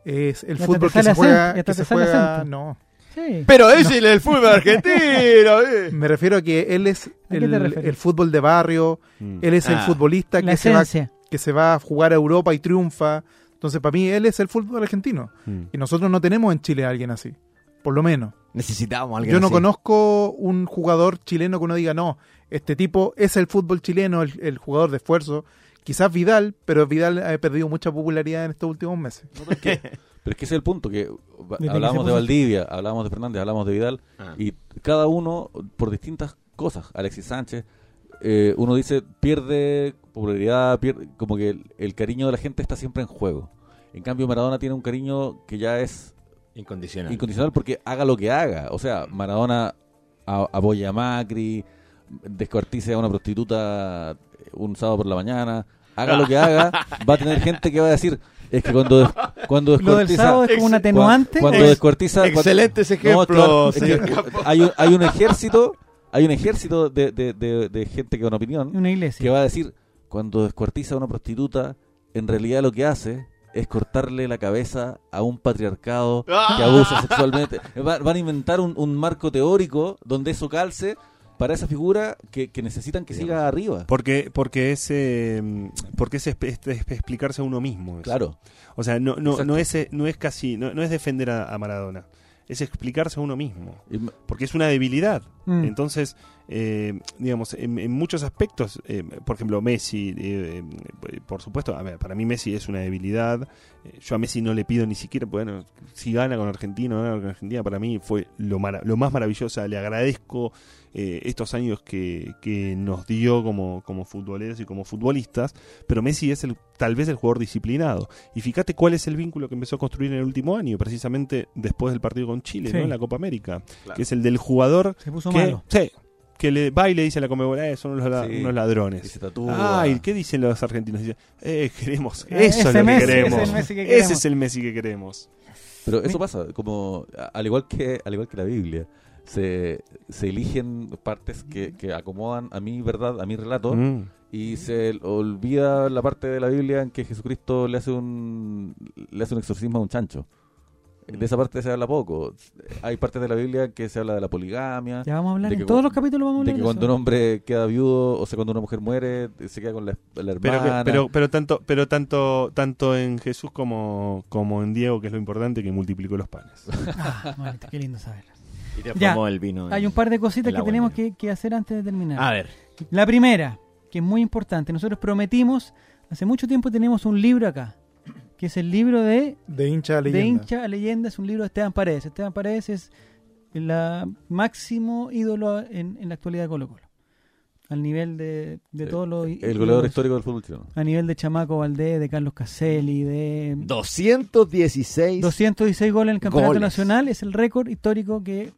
Speaker 3: es el
Speaker 1: Y hasta
Speaker 3: fútbol
Speaker 1: te
Speaker 3: que
Speaker 1: sale
Speaker 3: se juega.
Speaker 1: acento, y hasta
Speaker 3: que
Speaker 1: te
Speaker 3: se
Speaker 1: sale
Speaker 3: juega-
Speaker 1: acento.
Speaker 3: no.
Speaker 1: Sí.
Speaker 2: Pero es el- el fútbol (laughs) argentino. eh.
Speaker 3: Me refiero a que él es
Speaker 1: qué te
Speaker 3: el,
Speaker 1: refieres?
Speaker 3: el fútbol de barrio,
Speaker 5: Mm.
Speaker 3: él es el
Speaker 2: Ah.
Speaker 3: futbolista
Speaker 1: La
Speaker 3: que se, va,
Speaker 1: esencia.
Speaker 3: que se va a jugar a Europa y triunfa. Entonces, para mí, él es el fútbol argentino.
Speaker 5: Mm.
Speaker 3: Y nosotros no tenemos en Chile a alguien así. Por lo menos.
Speaker 2: Necesitamos a alguien
Speaker 3: Yo no
Speaker 2: así.
Speaker 3: conozco un jugador chileno que uno diga, no, este tipo es el fútbol chileno, el, el jugador de esfuerzo. Quizás Vidal, pero Vidal ha perdido mucha popularidad en estos últimos meses.
Speaker 4: Pero es que ese es el punto, que va-
Speaker 1: Desde que se
Speaker 4: hablábamos de
Speaker 1: puso-
Speaker 4: Valdivia, hablábamos de Fernández, hablábamos de Vidal,
Speaker 2: Ah.
Speaker 4: y cada uno por distintas cosas. Alexis Sánchez, eh, uno dice, pierde popularidad, pierde, como que el, el cariño de la gente está siempre en juego. En cambio, Maradona tiene un cariño que ya es
Speaker 2: Incondicional.
Speaker 4: incondicional porque haga lo que haga. O sea, Maradona a- apoya a Macri, descuartice a una prostituta eh, un sábado por la mañana. Haga lo
Speaker 1: (laughs)
Speaker 4: que haga, va a tener gente que va a decir, es que cuando, des- cuando
Speaker 1: Lo del
Speaker 4: descuartiza...
Speaker 1: sábado es como un
Speaker 4: Cuan-
Speaker 1: atenuante.
Speaker 4: Cuando
Speaker 1: Es-
Speaker 4: descuartiza. cuan-
Speaker 2: Excelente ese
Speaker 4: No,
Speaker 2: ejemplo,
Speaker 4: claro, es que
Speaker 2: señor Campos.
Speaker 4: hay, un, hay un ejército, hay un ejército de, de- de- de gente con opinión
Speaker 1: una
Speaker 4: que
Speaker 1: iglesia.
Speaker 4: va a decir: cuando descuartiza a una prostituta, en realidad lo que hace es cortarle la cabeza a un patriarcado que abusa sexualmente. Va- van a inventar un, un marco teórico donde eso calce para esa figura que, que necesitan que siga arriba.
Speaker 5: Porque, porque ese porque ese es, es- es explicarse a uno mismo. eso.
Speaker 4: Claro.
Speaker 5: O sea, no, no,
Speaker 4: Exacto.
Speaker 5: no es no es casi, no, no es defender a, a Maradona, es explicarse a uno mismo.
Speaker 4: Y m-
Speaker 5: Porque es una debilidad.
Speaker 1: Mm.
Speaker 5: Entonces, eh, digamos, en, en muchos aspectos, eh, por ejemplo, Messi, eh, eh, por supuesto, a ver, para mí Messi es una debilidad. Eh, Yo a Messi no le pido ni siquiera, bueno, si gana con Argentina, no gana con Argentina, para mí fue lo, mara- lo más maravillosa. Le agradezco eh, estos años que, que nos dio como, como futboleros y como futbolistas, pero Messi es el, tal vez el jugador disciplinado. Y fíjate cuál es el vínculo que empezó a construir en el último año, precisamente después del partido con Chile,
Speaker 1: Sí.
Speaker 5: ¿no? En la Copa América,
Speaker 2: Claro.
Speaker 5: que es el del jugador
Speaker 1: Se puso
Speaker 5: que,
Speaker 1: malo.
Speaker 5: sí, que le va y le dice a la Comebol, "Eh, son unos, la-
Speaker 4: Sí. ah".
Speaker 5: unos
Speaker 4: y se
Speaker 5: ladrones.
Speaker 4: tatúa.
Speaker 5: Ay, ¿qué dicen los argentinos? Dicen, eh, queremos,
Speaker 1: Eh,
Speaker 5: eso es
Speaker 1: ese
Speaker 5: lo que
Speaker 1: Messi,
Speaker 5: queremos.
Speaker 1: ese es el Messi que
Speaker 5: Ese
Speaker 1: queremos.
Speaker 5: es el Messi que queremos.
Speaker 4: Pero eso pasa, como a- al igual que al igual que la Biblia, se, se eligen partes que, que acomodan a mi verdad, a mi relato,
Speaker 5: Mm.
Speaker 4: y se l- olvida la parte de la Biblia en que Jesucristo le hace un le hace un exorcismo a un chancho. De esa parte se habla poco. Hay partes de la Biblia en que se habla de la poligamia,
Speaker 1: Ya vamos a hablar.
Speaker 4: de que
Speaker 1: En todos
Speaker 4: cu-
Speaker 1: los capítulos vamos a
Speaker 4: de
Speaker 1: hablar.
Speaker 4: que
Speaker 1: de
Speaker 4: cuando un
Speaker 1: eso.
Speaker 4: hombre queda viudo, o sea, cuando una mujer muere, se queda con la, la
Speaker 5: Pero, que-
Speaker 4: hermana.
Speaker 5: pero, pero tanto, pero tanto, tanto en Jesús como, como en Diego, que es lo importante, que multiplicó los
Speaker 4: (laughs)
Speaker 5: panes.
Speaker 1: Ah, maldito, qué lindo saber.
Speaker 2: Y te
Speaker 1: Ya.
Speaker 2: formó el vino. en- Ah,
Speaker 1: Hay un par de cositas
Speaker 2: el
Speaker 1: que
Speaker 2: agua
Speaker 1: tenemos
Speaker 2: del
Speaker 1: que, que hacer antes de terminar.
Speaker 2: A ver.
Speaker 1: La primera, que es muy importante. Nosotros prometimos, hace mucho tiempo tenemos un libro acá, que es el libro de
Speaker 3: De hincha a
Speaker 1: De
Speaker 3: leyenda.
Speaker 1: hincha a leyenda es un libro de Esteban Paredes. Esteban Paredes es el máximo ídolo en, en la actualidad de Colo Colo. Al nivel de, de
Speaker 4: Eh,
Speaker 1: todos los... í-
Speaker 4: el goleador
Speaker 1: ídolos.
Speaker 4: histórico del fútbol chileno.
Speaker 1: A nivel de Chamaco Valdés, de Carlos Caselli, de...
Speaker 2: 216.
Speaker 1: 216 goles en el Campeonato
Speaker 2: Goles.
Speaker 1: Nacional. Es el récord histórico que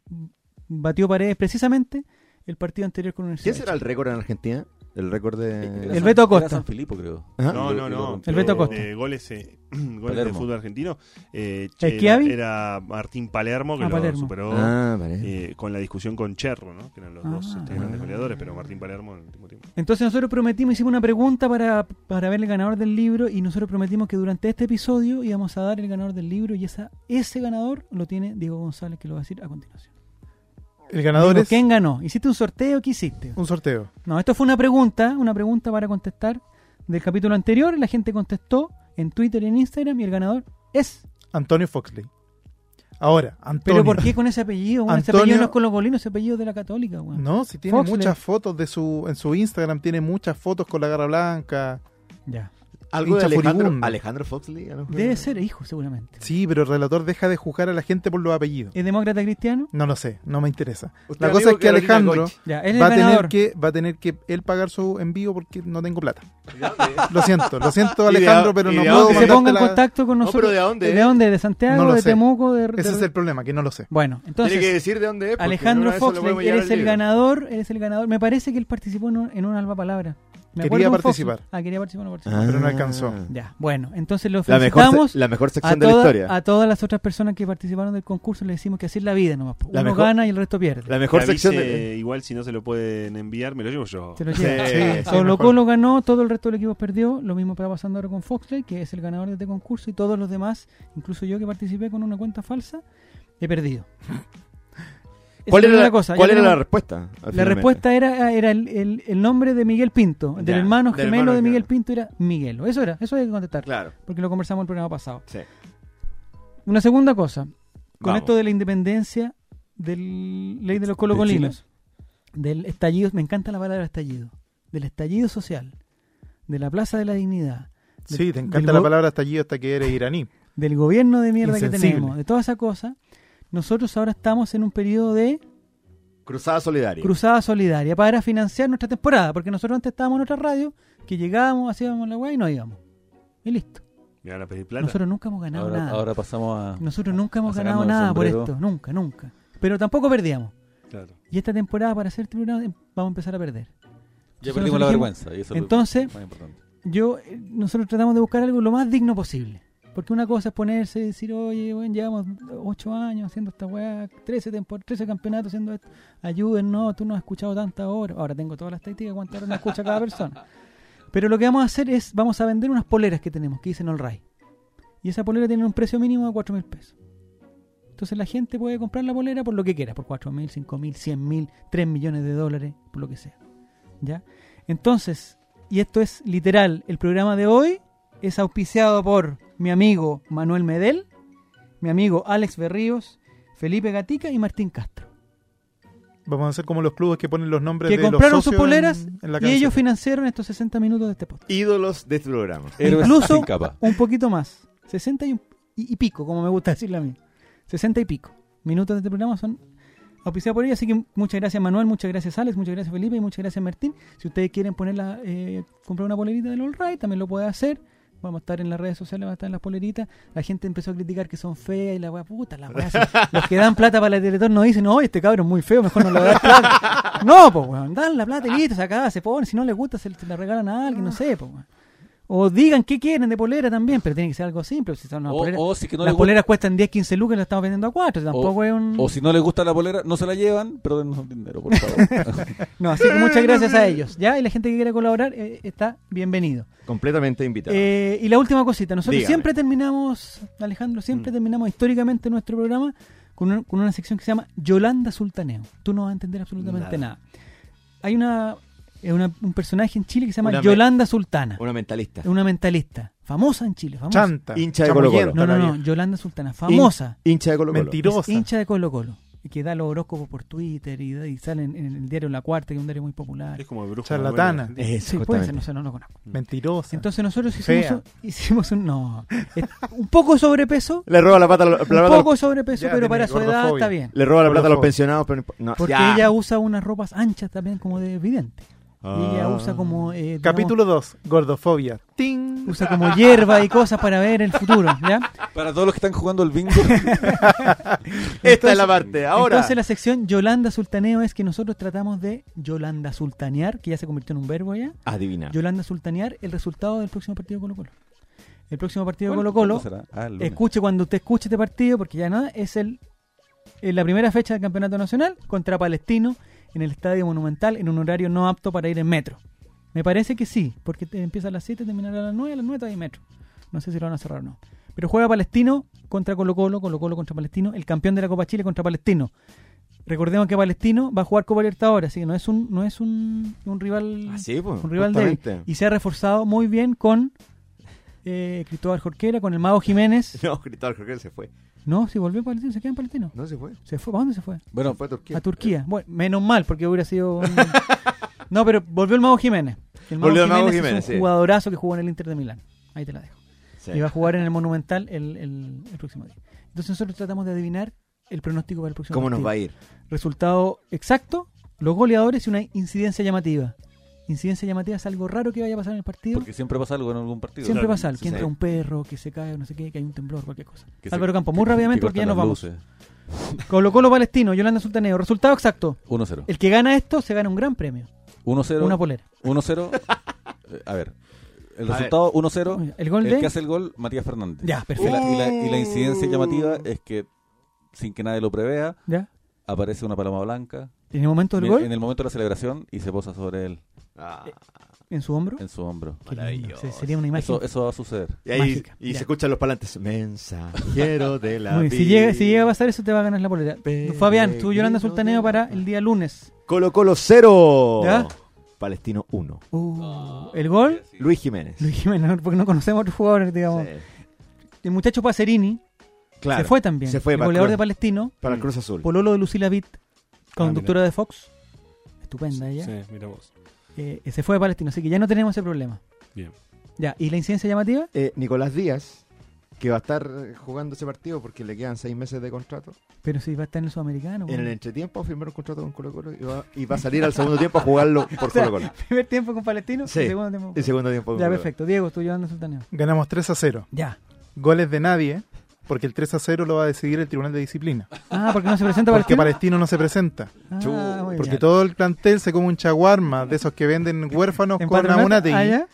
Speaker 1: batió Paredes precisamente el partido anterior con Universidad.
Speaker 2: ¿Quién será el récord en Argentina? El récord
Speaker 4: Era
Speaker 2: de.
Speaker 1: Eh, El
Speaker 4: San-
Speaker 1: Beto
Speaker 4: era
Speaker 1: Acosta.
Speaker 4: San Filipo, creo.
Speaker 2: Ajá.
Speaker 5: No,
Speaker 4: Y lo-
Speaker 5: no,
Speaker 4: y lo
Speaker 5: no.
Speaker 4: rompió-
Speaker 1: El Beto Acosta.
Speaker 5: De goles, eh, (clears throat) goles del
Speaker 4: Palermo.
Speaker 5: fútbol argentino. Eh,
Speaker 1: ¿Esquiavi?
Speaker 5: era, era Martín Palermo, que
Speaker 1: Ah,
Speaker 5: lo
Speaker 1: Palermo.
Speaker 5: superó.
Speaker 2: Ah, vale.
Speaker 5: eh, con la discusión con Cherro, ¿no? que eran los
Speaker 1: Ah.
Speaker 5: dos este, grandes goleadores, pero Martín Palermo en el último tiempo.
Speaker 1: Entonces nosotros prometimos, hicimos una pregunta para, para ver el ganador del libro y nosotros prometimos que durante este episodio íbamos a dar el ganador del libro y esa, ese ganador lo tiene Diego González que lo va a decir a continuación.
Speaker 3: El ganador
Speaker 1: Diego,
Speaker 3: es
Speaker 1: ¿Quién ganó? ¿Hiciste un sorteo? ¿Qué hiciste?
Speaker 3: un sorteo.
Speaker 1: No, esto fue una pregunta, una pregunta para contestar del capítulo anterior. La gente contestó en Twitter y en Instagram y el ganador es...
Speaker 3: Antonio Foxley. Ahora, Antonio.
Speaker 1: ¿Pero por qué con ese apellido? weón? Ese
Speaker 3: Antonio-
Speaker 1: apellido no es colocolino, ese apellido es de la católica. weón.
Speaker 3: No, si tiene
Speaker 1: Foxley.
Speaker 3: muchas fotos de su en su Instagram, tiene muchas fotos con la garra blanca.
Speaker 1: Ya.
Speaker 2: Algo de
Speaker 3: hincha
Speaker 2: Alejandro,
Speaker 3: furibundo.
Speaker 2: Alejandro Foxley. a lo mejor.
Speaker 1: Debe ser hijo seguramente.
Speaker 3: Sí, pero el relator deja de juzgar a la gente por los apellidos.
Speaker 1: ¿Es demócrata cristiano?
Speaker 3: No lo sé, no me interesa.
Speaker 2: Usted
Speaker 3: La
Speaker 2: amigo
Speaker 3: cosa es que
Speaker 2: Carolina
Speaker 3: Alejandro
Speaker 2: Goich.
Speaker 1: Ya, él es
Speaker 3: va
Speaker 1: el
Speaker 3: a tener
Speaker 1: ganador.
Speaker 3: que va a tener que él pagar su envío porque no tengo plata. (laughs) Lo siento, lo siento Alejandro, pero
Speaker 2: y
Speaker 3: no
Speaker 2: de
Speaker 3: puedo
Speaker 2: dónde?
Speaker 1: Que se ponga
Speaker 3: mandarte
Speaker 1: en
Speaker 3: la-
Speaker 1: contacto con
Speaker 2: No,
Speaker 1: nosotros.
Speaker 2: pero ¿de dónde
Speaker 1: ¿De
Speaker 2: es?
Speaker 1: dónde? ¿De Santiago?
Speaker 3: No lo
Speaker 1: ¿De
Speaker 3: sé.
Speaker 1: Temuco? De,
Speaker 3: Ese
Speaker 1: de-
Speaker 3: es el problema, que no lo sé.
Speaker 1: Bueno, entonces
Speaker 2: Tiene que decir de dónde es. porque
Speaker 1: Alejandro
Speaker 2: una vez solo
Speaker 1: Foxley,
Speaker 2: podemos llegar
Speaker 1: eres
Speaker 2: al
Speaker 1: el
Speaker 2: libro.
Speaker 1: ganador, eres el ganador. Me parece que él participó en un, en un Alba Palabra. Me
Speaker 3: Quería
Speaker 1: acuerdo un Fossil.
Speaker 3: participar.
Speaker 1: Ah, quería participar, no participó.
Speaker 2: Ah.
Speaker 3: Pero no alcanzó.
Speaker 1: Ya, bueno, entonces lo
Speaker 2: La mejor,
Speaker 1: felicitamos
Speaker 2: se- la mejor
Speaker 1: a,
Speaker 2: sección de la
Speaker 1: toda-
Speaker 2: historia.
Speaker 1: a todas las otras personas que participaron del concurso. Le decimos que así es la vida nomás. po.
Speaker 2: La
Speaker 1: Uno
Speaker 2: mejor-
Speaker 1: gana y el resto pierde.
Speaker 2: La mejor
Speaker 5: Que
Speaker 2: sección
Speaker 5: avise,
Speaker 2: de...
Speaker 5: Igual si no se lo pueden enviar, me lo llevo yo.
Speaker 1: Se lo lleva.
Speaker 2: Sí,
Speaker 3: sí,
Speaker 1: Solo
Speaker 3: mejor.
Speaker 1: Colo ganó, todo el resto del equipo perdió. Lo mismo está pasando ahora con Foxley, que es el ganador de este concurso, y todos los demás, incluso yo que participé con una cuenta falsa, he
Speaker 2: (laughs)
Speaker 1: perdido. Esa
Speaker 2: ¿Cuál era
Speaker 1: es
Speaker 2: la,
Speaker 1: cosa.
Speaker 2: cuál
Speaker 1: Ya
Speaker 2: era la
Speaker 1: tenemos-
Speaker 2: respuesta?
Speaker 1: la
Speaker 2: finalmente?
Speaker 1: respuesta era, era el, el- el nombre de Miguel Pinto, del
Speaker 2: Ya,
Speaker 1: hermano
Speaker 2: del
Speaker 1: gemelo
Speaker 2: hermano
Speaker 1: de Miguel
Speaker 2: gemelo.
Speaker 1: Pinto era Miguelo. Eso era, eso hay que contestar,
Speaker 2: Claro.
Speaker 1: porque lo conversamos el programa pasado.
Speaker 2: Sí.
Speaker 1: Una segunda cosa, con
Speaker 2: Vamos.
Speaker 1: esto de la independencia del ley de los colocolinos, del estallido, me encanta la palabra estallido, del estallido social, de la Plaza de la Dignidad, del-
Speaker 3: Sí, te encanta
Speaker 1: del
Speaker 3: la
Speaker 1: go-
Speaker 3: palabra estallido hasta que eres iraní.
Speaker 1: del gobierno de mierda que
Speaker 3: Insensible.
Speaker 1: tenemos, de toda esa cosa, nosotros ahora estamos en un periodo de
Speaker 2: Cruzada Solidaria.
Speaker 1: cruzada solidaria para financiar nuestra temporada, porque nosotros antes estábamos en otra radio, que llegábamos, hacíamos la weá y no íbamos. Y listo.
Speaker 5: Me van a pedir plata.
Speaker 1: Nosotros nunca hemos ganado
Speaker 4: Ahora,
Speaker 1: nada.
Speaker 4: ahora pasamos a.
Speaker 1: nosotros nunca hemos
Speaker 4: Ah. a
Speaker 1: ganado
Speaker 4: sacarnos el
Speaker 1: nada por
Speaker 4: sombrero.
Speaker 1: esto, nunca, nunca. Pero tampoco perdíamos.
Speaker 5: Claro.
Speaker 1: Y esta temporada, para ser tribunal, em- vamos a empezar a perder.
Speaker 4: Ya
Speaker 1: Nosotros
Speaker 4: perdimos la
Speaker 1: elegimos-
Speaker 4: vergüenza. Y eso
Speaker 1: Entonces,
Speaker 4: es lo más importante.
Speaker 1: yo, eh, nosotros tratamos de buscar algo lo más digno posible. Porque una cosa es ponerse y decir, oye, bueno, llevamos 8 años haciendo esta weá, 13, tempor- 13 campeonatos haciendo esto, ayúdennos, tú no has escuchado tantas horas. Ahora tengo todas las estadísticas, cuántas horas no escucha cada persona. Pero lo que vamos a hacer es, vamos a vender unas poleras que tenemos, que dicen All Right. Y esa polera tiene un precio mínimo de 4 mil pesos. Entonces la gente puede comprar la polera por lo que quiera, por 4 mil, 5 mil, 100 mil, 3 millones de dólares, por lo que sea. ¿Ya? Entonces, y esto es literal, el programa de hoy es auspiciado por mi amigo Manuel Medel, mi amigo Alex Berríos, Felipe Gatica y Martín Castro.
Speaker 3: Vamos a hacer como los clubes que ponen los nombres
Speaker 1: Que
Speaker 3: de los
Speaker 1: compraron sus
Speaker 3: socios
Speaker 1: poleras
Speaker 3: en- en la
Speaker 1: Y
Speaker 3: camiseta.
Speaker 1: ellos financiaron estos 60 minutos de este podcast.
Speaker 2: Ídolos de este programa.
Speaker 4: Héroes
Speaker 1: Incluso-
Speaker 4: sin capa.
Speaker 1: Un poquito más, 60 y, un- y- y pico, como me gusta decirle a mí. 60 y pico minutos de este programa son auspiciados por ellos. Así que muchas gracias Manuel, muchas gracias Alex, muchas gracias Felipe y muchas gracias Martín. Si ustedes quieren ponerla, eh, comprar una polerita del All Right, también lo pueden hacer. Vamos a estar en las redes sociales, van a estar en las poleritas. La gente empezó a criticar que son feas y la weá puta, la weá.
Speaker 4: (laughs)
Speaker 1: si Los que dan plata para la Teletón no dicen, no, este cabrón es muy feo, mejor no lo das
Speaker 4: (laughs)
Speaker 1: plata. No, pues weón, dan la plata y listo, se acaba, se pone. Si no les gusta, se, se la regalan a alguien,
Speaker 4: Ah.
Speaker 1: no sé, pues weón. O digan qué quieren de polera también, pero tiene que ser algo simple. Si son una polera-
Speaker 4: O, o si que no le
Speaker 1: las
Speaker 4: gusta-
Speaker 1: poleras cuestan 10, 15 lucas y las estamos vendiendo a 4. Tampoco es un. (laughs)
Speaker 4: o si no les gusta la polera, no se la llevan, pero dennos dinero, por
Speaker 1: (laughs)
Speaker 4: favor.
Speaker 1: No, así que muchas gracias a ellos. Ya, y la gente que quiera colaborar eh, está bienvenido.
Speaker 2: Completamente invitado.
Speaker 1: Eh, y la última cosita, nosotros
Speaker 2: Dígame.
Speaker 1: siempre terminamos, Alejandro, siempre terminamos históricamente nuestro programa con, un- con una sección que se llama Yolanda Sultaneo. Tú no vas a entender absolutamente nada. Hay una, eh, una- un personaje en Chile que se llama
Speaker 2: Una me-
Speaker 1: Yolanda Sultana,
Speaker 2: Una mentalista.
Speaker 1: Es una mentalista, famosa en Chile, famosa.
Speaker 3: Chanta.
Speaker 2: Hincha de Colo-Colo.
Speaker 1: No,
Speaker 3: chamuyenta,
Speaker 1: no,
Speaker 3: la
Speaker 1: no,
Speaker 3: vieja.
Speaker 1: Yolanda Sultana, famosa.
Speaker 2: Hincha de Colo Colo.
Speaker 1: Es
Speaker 3: Mentirosa.
Speaker 1: hincha de Colo Colo. Y que da los horóscopos por Twitter y, da- y sale en, en el diario La Cuarta, que es un diario muy popular.
Speaker 5: Es como el brujo.
Speaker 3: Charlatana.
Speaker 5: Manuel.
Speaker 2: Eso,
Speaker 1: Sí, puede ser,
Speaker 2: justamente.
Speaker 1: no sé, no lo conozco.
Speaker 3: Mentirosa.
Speaker 1: Entonces nosotros hicimos
Speaker 3: Fea.
Speaker 1: un, hicimos un... No, Es un poco de sobrepeso,
Speaker 2: Le roba la pata, a los- la
Speaker 1: un
Speaker 2: plata a los-
Speaker 1: poco de sobrepeso,
Speaker 3: Ya
Speaker 1: pero
Speaker 3: tiene
Speaker 1: para su edad
Speaker 3: gordofobia.
Speaker 1: está bien.
Speaker 2: le roba la plata a los
Speaker 3: Colo-Colo.
Speaker 2: pensionados, pero no imp- no,
Speaker 1: Porque
Speaker 2: ya.
Speaker 1: ella usa unas ropas anchas también como de vidente. Y ella
Speaker 2: Ah.
Speaker 1: usa como... eh, digamos,
Speaker 3: Capítulo 2. Gordofobia. Ting.
Speaker 1: Usa como hierba y cosas para ver el futuro, ¿ya?
Speaker 4: Para todos los que están jugando el bingo,
Speaker 2: (laughs) Esta es la parte. Ahora.
Speaker 1: Entonces la sección Yolanda Sultaneo es que nosotros tratamos de Yolanda Sultanear, que ya se convirtió en un verbo ya.
Speaker 2: Adivina.
Speaker 1: Yolanda Sultanear el resultado del próximo partido de Colo Colo. El próximo partido de
Speaker 4: ¿Cuándo-
Speaker 1: Colo Colo,
Speaker 4: cuándo será? Ah, el lunes.
Speaker 1: escuche cuando usted escuche este partido, porque ya nada, es el en la primera fecha del Campeonato Nacional contra Palestino en el Estadio Monumental en un horario no apto para ir en metro. Me parece que sí, porque te- empieza a las 7, terminará a las 9, a las 9 todavía hay metro. No sé si lo van a cerrar o no. Pero juega Palestino contra Colo Colo, Colo Colo contra Palestino, el campeón de la Copa Chile contra Palestino. Recordemos que Palestino va a jugar Copa Libertadores, así que no es un, no es un, un rival
Speaker 6: Ah,
Speaker 2: Así, pues.
Speaker 1: un rival débil.
Speaker 2: justamente.
Speaker 1: Y se ha reforzado muy bien con eh, Cristóbal Jorquera, con el Mago Jiménez.
Speaker 2: (laughs) No, Cristóbal Jorge se fue.
Speaker 1: No, si volvió a Palestino, se queda en Palestino.
Speaker 2: No se fue.
Speaker 1: ¿Se fue? ¿Para dónde se fue?
Speaker 4: bueno,
Speaker 2: Fue a Turquía.
Speaker 1: A Turquía. Bueno, menos mal, porque hubiera sido...
Speaker 2: (laughs)
Speaker 1: un- no, pero volvió el Mago Jiménez. El Mago
Speaker 2: Volvió el
Speaker 1: Jiménez,
Speaker 2: Mago
Speaker 1: es
Speaker 2: Jiménez,
Speaker 1: un
Speaker 2: sí.
Speaker 1: jugadorazo que jugó en el Inter de Milán. Ahí te la dejo.
Speaker 2: Sí.
Speaker 1: Y va a jugar en el Monumental el, el- el próximo día. Entonces nosotros tratamos de adivinar el pronóstico para el próximo
Speaker 2: ¿Cómo
Speaker 1: partido.
Speaker 2: nos va a ir?
Speaker 1: Resultado exacto, los goleadores y una incidencia llamativa. Incidencia llamativa es algo raro que vaya a pasar en el partido.
Speaker 4: porque siempre pasa algo en algún partido.
Speaker 1: Siempre
Speaker 5: Claro,
Speaker 1: pasa, que
Speaker 2: sí.
Speaker 1: entra un perro, que se cae, no sé qué, que hay un temblor, cualquier cosa.
Speaker 4: Que se-
Speaker 1: Álvaro Campo,
Speaker 4: que-
Speaker 1: muy rápidamente
Speaker 4: que
Speaker 1: porque ya nos
Speaker 4: cortan
Speaker 1: vamos.
Speaker 4: las
Speaker 1: Colo Colo Palestino, Yolanda Sultaneo. Resultado exacto.
Speaker 4: luces. 1-0.
Speaker 1: El que gana esto se gana un gran premio. Una
Speaker 4: 1-0.
Speaker 1: polera.
Speaker 4: 1-0. eh, a ver, el
Speaker 6: A
Speaker 4: resultado 1-0.
Speaker 1: El gol
Speaker 4: El que
Speaker 1: de.
Speaker 4: hace el gol, Matías Fernández.
Speaker 1: Ya,
Speaker 4: Y
Speaker 1: perfecto.
Speaker 4: la, y la- y la incidencia llamativa es que, sin que nadie lo prevea,
Speaker 1: Ya.
Speaker 4: aparece una paloma blanca
Speaker 1: Y En el momento del
Speaker 4: en,
Speaker 1: gol,
Speaker 4: en el momento de la celebración y se posa sobre él,
Speaker 6: Ah,
Speaker 1: Eh, en su hombro.
Speaker 4: en su hombro.
Speaker 1: Qué lindo. Se- Sería una imagen.
Speaker 4: Eso, eso va a suceder.
Speaker 6: y ahí-
Speaker 1: Mágica.
Speaker 6: y
Speaker 1: Ya.
Speaker 6: se escuchan los palantes. Mensajero de la
Speaker 1: Muy bien, si,
Speaker 6: vida.
Speaker 1: llega, si llega a pasar eso, te va a ganar la polera. Fabián, tú Yolanda Sultaneo para el día lunes.
Speaker 6: Colo Colo 0.
Speaker 1: ¿Ya?
Speaker 6: Palestino 1.
Speaker 1: Uh,
Speaker 4: Oh,
Speaker 1: el gol,
Speaker 6: Luis Jiménez.
Speaker 1: Luis Jiménez, no, porque no conocemos otros jugadores, digamos.
Speaker 6: Sí.
Speaker 1: El muchacho Pacerini
Speaker 6: Claro.
Speaker 1: se fue Mm. también.
Speaker 6: Se fue
Speaker 1: el
Speaker 6: para
Speaker 1: goleador
Speaker 6: Cruz-
Speaker 1: de Palestino,
Speaker 6: Para el Cruz Azul.
Speaker 1: Pololo de Lucila Vitt, conductora de Fox. Estupenda ella.
Speaker 5: Ah, Sí, mira vos.
Speaker 1: Eh, se fue de Palestino, así que ya no tenemos ese problema.
Speaker 5: Bien.
Speaker 1: Ya, ¿y la incidencia llamativa?
Speaker 6: Eh, Nicolás Díaz, que va a estar eh, jugando ese partido porque le quedan seis meses de contrato.
Speaker 1: Pero si va a estar en el sudamericano. Ah,
Speaker 6: En el
Speaker 1: bueno.
Speaker 6: entretiempo firmó un contrato con Colo Colo y va, y va a salir al segundo tiempo a
Speaker 1: (laughs)
Speaker 6: jugarlo por Colo Colo.
Speaker 1: (laughs) Primer tiempo con Palestino,
Speaker 6: Sí.
Speaker 1: segundo tiempo.
Speaker 6: El segundo tiempo con
Speaker 1: Ya,
Speaker 6: Colo-Colo.
Speaker 1: perfecto. Diego, tú Yolanda Sultaneo.
Speaker 3: Ganamos 3 a 0.
Speaker 1: Ya.
Speaker 3: Goles de nadie, porque el 3 a 0 lo va a decidir el Tribunal de Disciplina.
Speaker 1: Ah, porque no se presenta
Speaker 3: Porque
Speaker 1: Palestino.
Speaker 3: Palestino no se presenta.
Speaker 1: Ah,
Speaker 6: Chu,
Speaker 1: muy
Speaker 3: Porque
Speaker 1: bien.
Speaker 3: todo el plantel se come un chaguarma de esos que venden huérfanos
Speaker 1: En
Speaker 3: con
Speaker 1: Patronato,
Speaker 3: amunategui
Speaker 1: allá,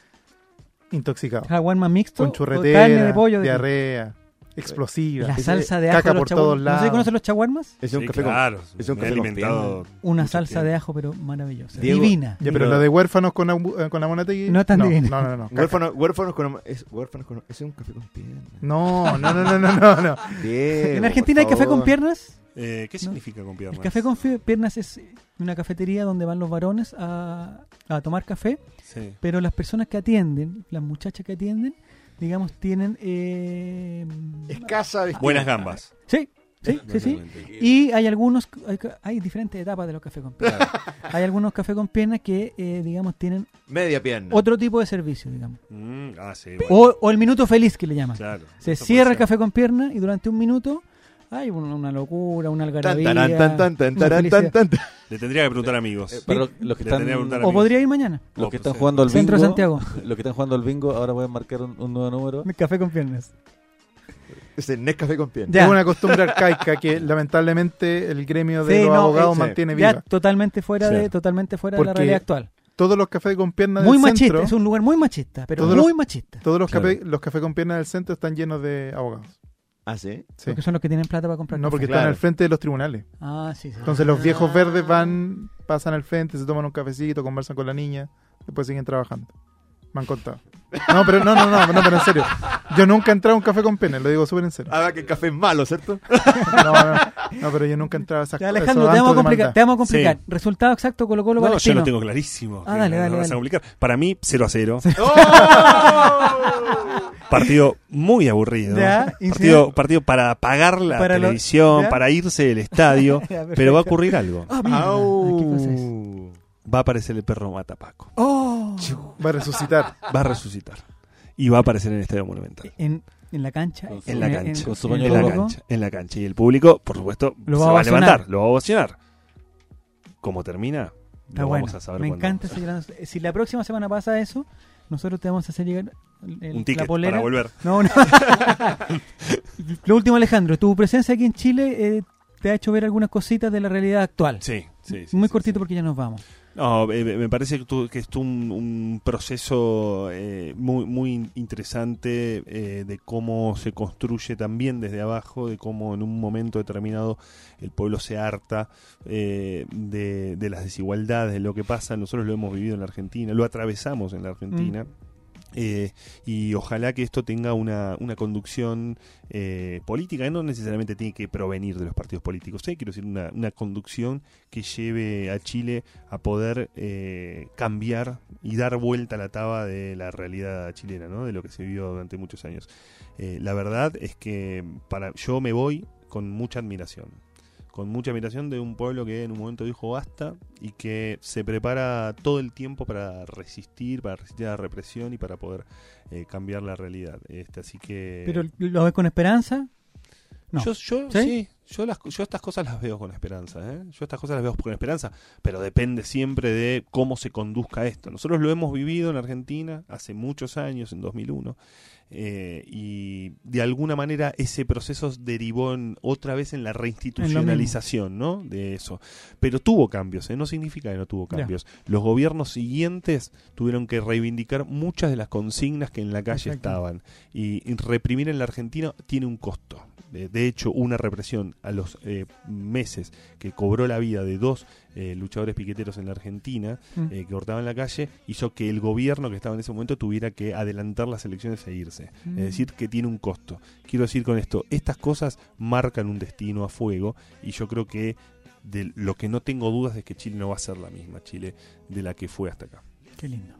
Speaker 3: intoxicado.
Speaker 1: Jaguarma mixto.
Speaker 3: Con
Speaker 1: o Carne
Speaker 3: churretera,
Speaker 1: de pollo. de-
Speaker 3: diarrea, explosiva.
Speaker 1: la
Speaker 6: Ese-
Speaker 1: salsa de ajo.
Speaker 3: caca
Speaker 1: de los
Speaker 3: por todos
Speaker 1: chaguarmas. ¿No se
Speaker 3: lados.
Speaker 1: conocen los chaguarmas?
Speaker 6: Es un
Speaker 5: Sí,
Speaker 6: café con-
Speaker 5: claro.
Speaker 6: es un
Speaker 5: me
Speaker 6: café
Speaker 5: he
Speaker 6: con
Speaker 5: alimentado.
Speaker 1: Una
Speaker 5: mucho
Speaker 1: salsa
Speaker 5: tiempo.
Speaker 1: de ajo, pero maravillosa.
Speaker 6: Diego-
Speaker 1: Divina.
Speaker 3: Ya, pero
Speaker 5: No.
Speaker 3: lo de huérfanos con, amu- eh, con amunategui-
Speaker 1: No es tan
Speaker 3: no,
Speaker 1: divino.
Speaker 3: No, no, no. caca.
Speaker 6: Huérfanos, huérfanos con. Es, huérfanos con. Ese es un café con piernas.
Speaker 3: No, no, no, no, no, no, no.
Speaker 6: Diego,
Speaker 1: ¿En Argentina hay
Speaker 6: por
Speaker 1: café con
Speaker 6: favor.
Speaker 1: piernas?
Speaker 5: Eh, ¿Qué significa con piernas?
Speaker 1: El café con fi- piernas es una cafetería donde van los varones a, a tomar café,
Speaker 5: Sí.
Speaker 1: pero las personas que atienden, las muchachas que atienden, digamos, tienen... eh,
Speaker 6: Escasa de
Speaker 5: Buenas gambas.
Speaker 1: sí, sí, sí, sí.
Speaker 5: Realmente.
Speaker 1: Y hay algunos, hay, ca- hay diferentes etapas de los cafés con piernas. Hay algunos cafés con piernas que, eh, digamos, tienen
Speaker 6: Media pierna.
Speaker 1: otro tipo de servicio, digamos.
Speaker 5: Mm, ah, sí. bueno,
Speaker 1: O, o el minuto feliz que le llaman.
Speaker 5: claro.
Speaker 1: Oh, Se
Speaker 5: Eso
Speaker 1: cierra
Speaker 5: puede
Speaker 1: el café con pierna y durante un minuto hay un- una locura, una
Speaker 6: Tan,
Speaker 1: algarabía.
Speaker 6: taran, tan, tan, tan,
Speaker 1: una
Speaker 6: taran, tan,
Speaker 1: felicidad.
Speaker 6: tan, tan.
Speaker 5: ser. Le tendría que preguntar a amigos.
Speaker 4: Eh, Para los, los que
Speaker 5: Le
Speaker 4: están,
Speaker 5: tenía que preguntar
Speaker 1: O podría ir mañana.
Speaker 4: los que
Speaker 5: Oh, pues,
Speaker 4: están
Speaker 5: sí.
Speaker 4: jugando al
Speaker 1: Oh.
Speaker 4: bingo,
Speaker 1: Centro Santiago.
Speaker 4: los que están jugando al bingo, ahora pueden marcar un, un nuevo número.
Speaker 1: Café con piernas.
Speaker 6: Ese Nescafé café con piernas.
Speaker 1: Ya.
Speaker 3: Es una costumbre arcaica que lamentablemente el gremio de
Speaker 1: Sí,
Speaker 3: los
Speaker 1: no, eh,
Speaker 3: abogados
Speaker 6: ese.
Speaker 3: mantiene viva.
Speaker 1: Ya totalmente fuera de,
Speaker 5: Sí.
Speaker 1: totalmente fuera de la
Speaker 3: Porque
Speaker 1: realidad actual.
Speaker 3: Todos los cafés con piernas
Speaker 1: Muy
Speaker 3: del
Speaker 1: machista,
Speaker 3: centro,
Speaker 1: es un lugar muy machista, pero
Speaker 3: Todos los-
Speaker 1: muy machista.
Speaker 3: todos los,
Speaker 4: Claro.
Speaker 3: cafés, los cafés con piernas del centro están llenos de abogados.
Speaker 6: Ah, sí.
Speaker 3: Sí.
Speaker 1: Porque son los que tienen plata para comprar.
Speaker 3: No,
Speaker 1: café.
Speaker 3: porque
Speaker 6: Claro.
Speaker 3: están al frente de los tribunales.
Speaker 1: Ah, sí, sí.
Speaker 3: Entonces los viejos verdes van, pasan al frente, se toman un cafecito, conversan con la niña, después siguen trabajando. Me han contado. No, pero no, no, no, no, pero en serio. Yo nunca he entrado a un café con piernas, lo digo súper en serio.
Speaker 6: Ahora Ah, que el café es malo,
Speaker 3: (laughs)
Speaker 6: ¿cierto?
Speaker 3: No, no, no, pero yo nunca he entrado a esas
Speaker 1: Ya,
Speaker 3: cosas.
Speaker 1: Alejandro, te vamos a complicar. Te vamos a
Speaker 5: Sí.
Speaker 1: complicar. Resultado exacto Colo Colo
Speaker 5: No, yo
Speaker 1: Palestino.
Speaker 5: lo tengo clarísimo.
Speaker 1: Ah, dale,
Speaker 5: No, no
Speaker 1: dale,
Speaker 5: vas a
Speaker 1: dale.
Speaker 5: complicar. Para mí, 0 a 0.
Speaker 3: ¡Oh!
Speaker 5: Partido muy aburrido.
Speaker 1: Ya, y
Speaker 5: Partido, partido para apagar la
Speaker 1: Para lo-
Speaker 5: televisión,
Speaker 1: ya.
Speaker 5: para irse del
Speaker 1: (laughs)
Speaker 5: estadio.
Speaker 1: Ya, perfecto.
Speaker 5: pero va a ocurrir algo.
Speaker 1: Ah, mierda. ¿Qué cosa es?
Speaker 3: Uh.
Speaker 5: Va a aparecer el perro Matapaco.
Speaker 1: Oh.
Speaker 3: Va a resucitar.
Speaker 5: Va a resucitar. Y va a aparecer en el Estadio Monumental.
Speaker 1: En, en la cancha.
Speaker 4: Con su-
Speaker 5: En la cancha.
Speaker 4: con su
Speaker 1: en
Speaker 4: paño
Speaker 1: el
Speaker 5: En la
Speaker 1: Colo-Colo.
Speaker 5: cancha. En la cancha. Y el público, por supuesto,
Speaker 1: Lo va a
Speaker 5: se va a
Speaker 1: ovacionar.
Speaker 5: levantar. Lo va a ovacionar. Como termina,
Speaker 1: Está
Speaker 5: lo
Speaker 1: bueno.
Speaker 5: vamos a saber
Speaker 1: Me
Speaker 5: cuándo.
Speaker 1: encanta ese gran- Si la próxima semana pasa eso, nosotros te vamos a hacer llegar el-
Speaker 5: Un
Speaker 1: la
Speaker 5: ticket
Speaker 1: polera.
Speaker 5: para volver.
Speaker 1: No, no. (laughs) Lo último, Alejandro, tu presencia aquí en Chile eh, te ha hecho ver algunas cositas de la realidad actual.
Speaker 5: Sí, sí. sí,
Speaker 1: Muy
Speaker 5: sí,
Speaker 1: cortito
Speaker 5: sí.
Speaker 1: porque ya nos vamos.
Speaker 5: No, eh, me me parece que, tu- que es un, un proceso eh, muy, muy interesante eh, de cómo se construye también desde abajo, de cómo en un momento determinado el pueblo se harta eh, de, de las desigualdades, de lo que pasa. Nosotros lo hemos vivido en la Argentina, lo atravesamos en la Argentina. Eh, y ojalá que esto tenga una, una conducción eh, política, que no necesariamente tiene que provenir de los partidos políticos, ¿eh? quiero decir, una, una conducción que lleve a Chile a poder eh, cambiar y dar vuelta a la taba de la realidad chilena, ¿no? de lo que se vivió durante muchos años. Eh, la verdad es que para yo me voy con mucha admiración, con mucha admiración de un pueblo que en un momento dijo basta y que se prepara todo el tiempo para resistir, para resistir a la represión y para poder eh, cambiar la realidad. Este, así que
Speaker 1: Pero lo ves con esperanza. No.
Speaker 5: Yo, yo-
Speaker 1: ¿Sí?
Speaker 5: ¿Sí? yo, las, yo estas cosas las veo con esperanza, ¿eh? Yo estas cosas las veo con esperanza, pero depende siempre de cómo se conduzca esto. Nosotros lo hemos vivido en Argentina hace muchos años, en 2001, eh, y de alguna manera ese proceso derivó en- otra vez en la reinstitucionalización, ¿no? De eso. Pero tuvo cambios, ¿eh? No significa que no tuvo
Speaker 1: Ya.
Speaker 5: cambios. Los gobiernos siguientes tuvieron que reivindicar muchas de las consignas que en la calle
Speaker 1: Exacto.
Speaker 5: estaban y y reprimir en la Argentina tiene un costo. De, de hecho, una represión a los eh, meses que cobró la vida de dos eh, luchadores piqueteros en la Argentina
Speaker 1: Mm.
Speaker 5: eh, que cortaban la calle hizo que el gobierno que estaba en ese momento tuviera que adelantar las elecciones e irse.
Speaker 1: Mm.
Speaker 5: Es decir, que tiene un costo. Quiero decir con esto, estas cosas marcan un destino a fuego y yo creo que de lo que no tengo dudas es que Chile no va a ser la misma Chile de la que fue hasta acá.
Speaker 1: Qué lindo.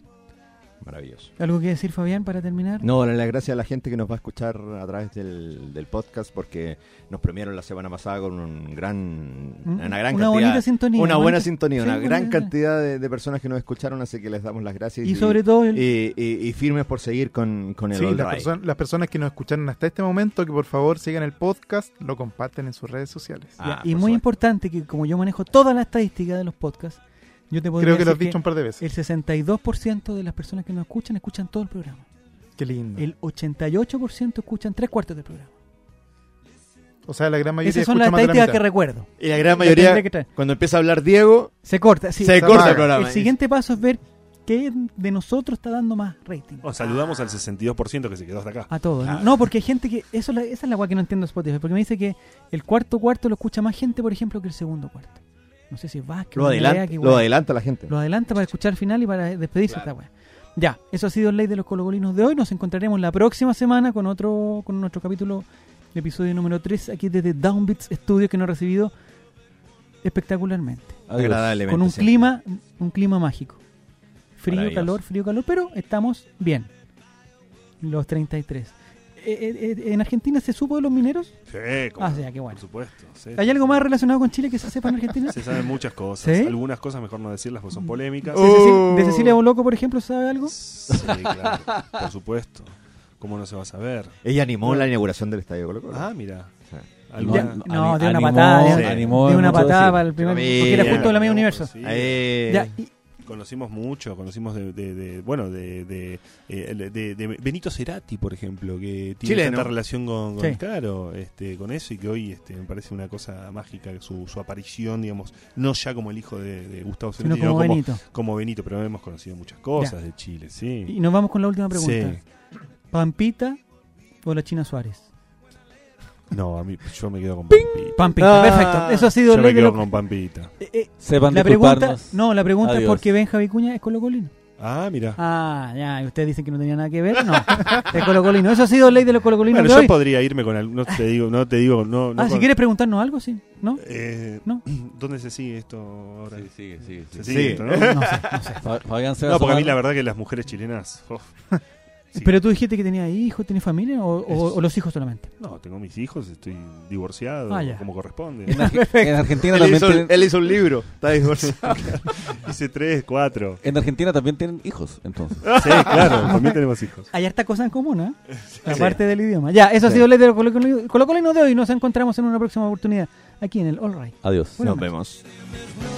Speaker 6: Maravilloso.
Speaker 1: ¿Algo que decir, Fabián, para terminar?
Speaker 6: No, darle las gracias a la gente que nos va a escuchar a través del, del podcast porque nos premiaron la semana pasada con un gran,
Speaker 1: ¿Mm?
Speaker 6: una gran
Speaker 1: Una
Speaker 6: cantidad.
Speaker 1: bonita sintonía.
Speaker 6: Una
Speaker 1: bonita-
Speaker 6: buena sintonía,
Speaker 1: Sí,
Speaker 6: una
Speaker 1: bonita
Speaker 6: gran
Speaker 1: sintonía.
Speaker 6: cantidad de, de personas que nos escucharon, así que les damos las gracias.
Speaker 1: Y sobre todo, el-
Speaker 6: y, y- y firmes por seguir con, con el
Speaker 3: Sí,
Speaker 6: All
Speaker 3: las,
Speaker 6: Right.
Speaker 3: perso- las personas que nos escucharon hasta este momento, que por favor sigan el podcast, lo comparten en sus redes sociales.
Speaker 1: ya,
Speaker 6: Ah,
Speaker 1: y
Speaker 6: por
Speaker 1: muy
Speaker 6: supuesto.
Speaker 1: importante que como yo manejo todas las estadísticas de los podcasts, yo te podría
Speaker 3: Creo que lo has
Speaker 1: decir
Speaker 3: dicho un par de veces.
Speaker 1: el 62% de las personas que nos escuchan escuchan todo el programa.
Speaker 3: Qué lindo.
Speaker 1: El 88% escuchan tres cuartos del programa.
Speaker 3: o sea, la gran mayoría
Speaker 1: Esas son
Speaker 3: escucha
Speaker 1: las
Speaker 3: más de la
Speaker 1: estadísticas que
Speaker 3: mitad.
Speaker 1: recuerdo.
Speaker 6: Y la gran
Speaker 1: La
Speaker 6: mayoría,
Speaker 1: tendré que traer.
Speaker 6: cuando empieza a hablar Diego,
Speaker 1: Se corta, sí.
Speaker 6: se
Speaker 3: se
Speaker 6: corta
Speaker 3: apaga.
Speaker 6: el programa.
Speaker 1: El siguiente paso es ver qué de nosotros está dando más rating.
Speaker 5: Bueno, saludamos al 62% que se quedó hasta acá.
Speaker 1: A todos. ¿no?
Speaker 6: Claro.
Speaker 1: No, porque hay gente que. Eso es la- esa es la agua que no entiendo de Spotify. Porque me dice que el cuarto cuarto lo escucha más gente, por ejemplo, que el segundo cuarto. No sé si es Vázquez,
Speaker 6: Lo
Speaker 1: Andrea,
Speaker 6: adelanta,
Speaker 1: que
Speaker 6: lo
Speaker 1: guay.
Speaker 6: adelanta la gente.
Speaker 1: Lo adelanta para escuchar al final y para despedirse esta weá. Ya, eso ha sido el Ley de los Colocolinos de hoy. Nos encontraremos la próxima semana con otro con nuestro capítulo, el episodio número 3, aquí desde Downbeats Studios, que nos ha recibido espectacularmente.
Speaker 4: Adiós.
Speaker 6: Agradablemente,
Speaker 1: con un
Speaker 6: siempre.
Speaker 1: clima, un clima mágico. Frío,
Speaker 6: Maravilloso.
Speaker 1: calor, frío, calor, pero estamos bien. Los 33. Eh, eh, eh, ¿En Argentina se supo de los mineros?
Speaker 5: Sí, como
Speaker 1: Ah, o
Speaker 5: no,
Speaker 1: sea, qué bueno.
Speaker 5: Por supuesto. sí,
Speaker 1: ¿Hay
Speaker 5: sí,
Speaker 1: algo
Speaker 5: sí.
Speaker 1: más relacionado con Chile que se sepa en Argentina?
Speaker 5: Se saben muchas cosas.
Speaker 1: ¿Sí? Mm. Uh,
Speaker 5: Algunas cosas mejor no decirlas porque son polémicas.
Speaker 1: ¿De, Cecil- de Cecilia Boloco, por ejemplo, sabe algo?
Speaker 5: Sí, claro. Por supuesto. ¿Cómo no se va a saber?
Speaker 6: Ella animó la inauguración del Estadio Colo Colo.
Speaker 5: Ah, mira.
Speaker 6: Sí.
Speaker 5: Alguna-
Speaker 1: Ya,
Speaker 4: Ani-
Speaker 1: no, de una
Speaker 4: animó,
Speaker 1: patada.
Speaker 6: sí.
Speaker 1: de-
Speaker 4: animó
Speaker 1: de una
Speaker 4: mucho
Speaker 1: patada
Speaker 4: decir.
Speaker 1: para el primer.
Speaker 6: Mira.
Speaker 1: Porque era justo de la media
Speaker 5: Sí,
Speaker 1: universo.
Speaker 5: sí.
Speaker 6: Eh,
Speaker 1: Ya, y-
Speaker 5: Conocimos mucho, conocimos de, de- de- bueno, de, de, eh, de- de Benito Cerati, por ejemplo, que tiene
Speaker 6: Chileno.
Speaker 5: tanta relación con, con
Speaker 1: Sí.
Speaker 5: claro, este, con eso y que hoy este, me parece una cosa mágica su, su aparición, digamos, no ya como el hijo de, de Gustavo Cerati,
Speaker 1: sino como Benito.
Speaker 5: como Benito, pero hemos conocido muchas cosas de Chile, sí.
Speaker 1: Y nos vamos con la última
Speaker 5: Sí.
Speaker 1: pregunta. ¿Pampita o la China Suárez?
Speaker 5: No, a mí yo me quedo con Pampita.
Speaker 1: Pampita,
Speaker 6: Ah.
Speaker 1: perfecto. Eso ha sido
Speaker 5: Yo
Speaker 1: el
Speaker 5: me
Speaker 1: ley de
Speaker 5: quedo
Speaker 1: los.
Speaker 5: con Pampita.
Speaker 1: Eh, eh,
Speaker 4: Sepan
Speaker 1: la pregunta,
Speaker 4: disculparnos.
Speaker 1: no, la pregunta es
Speaker 4: Adiós.
Speaker 1: porque Benja Vicuña es colocolino.
Speaker 5: Ah, mira.
Speaker 1: Ah, ya, y ustedes dicen que no tenía nada que ver. No, es colocolino. Eso ha sido ley de los colocolinos
Speaker 5: bueno,
Speaker 1: de
Speaker 5: yo
Speaker 1: hoy.
Speaker 5: podría irme con algo, no te digo, no te digo, no, no
Speaker 1: ah, si
Speaker 5: con-
Speaker 1: quieres preguntarnos algo, sí. ¿No?
Speaker 5: Eh,
Speaker 1: ¿No?
Speaker 5: (clears throat) ¿Dónde se sigue esto ahora?
Speaker 4: Sí, sigue, sigue, sigue.
Speaker 5: Se sigue
Speaker 6: Sí.
Speaker 5: esto, ¿no?
Speaker 1: No sé, no sé.
Speaker 4: Fa- Fabián se va
Speaker 5: No, porque a mí
Speaker 4: asomar.
Speaker 5: la verdad que las mujeres chilenas. oh, sí.
Speaker 1: Pero tú dijiste que tenía hijos, tenía familia o, o-
Speaker 5: Es-
Speaker 1: o los hijos solamente.
Speaker 5: No, tengo mis hijos, estoy divorciado,
Speaker 1: Ah, ya.
Speaker 5: como (laughs) corresponde.
Speaker 4: En, Arge- en
Speaker 5: (laughs)
Speaker 4: Argentina
Speaker 6: él,
Speaker 4: también
Speaker 6: hizo,
Speaker 4: tienen,
Speaker 6: él hizo un libro. Está divorciado.
Speaker 5: Hice tres, cuatro.
Speaker 4: en Argentina también tienen hijos,
Speaker 5: (laughs)
Speaker 4: entonces.
Speaker 5: Sí, claro, también tenemos hijos.
Speaker 1: Hay harta cosa en común, ¿eh? Aparte del idioma. Ya, eso ha sido ley de los colocolinos colocolinos de hoy. Nos encontramos en una próxima oportunidad aquí en el All Right.
Speaker 4: Adiós.
Speaker 1: Buenas
Speaker 6: Nos vemos.
Speaker 7: There's no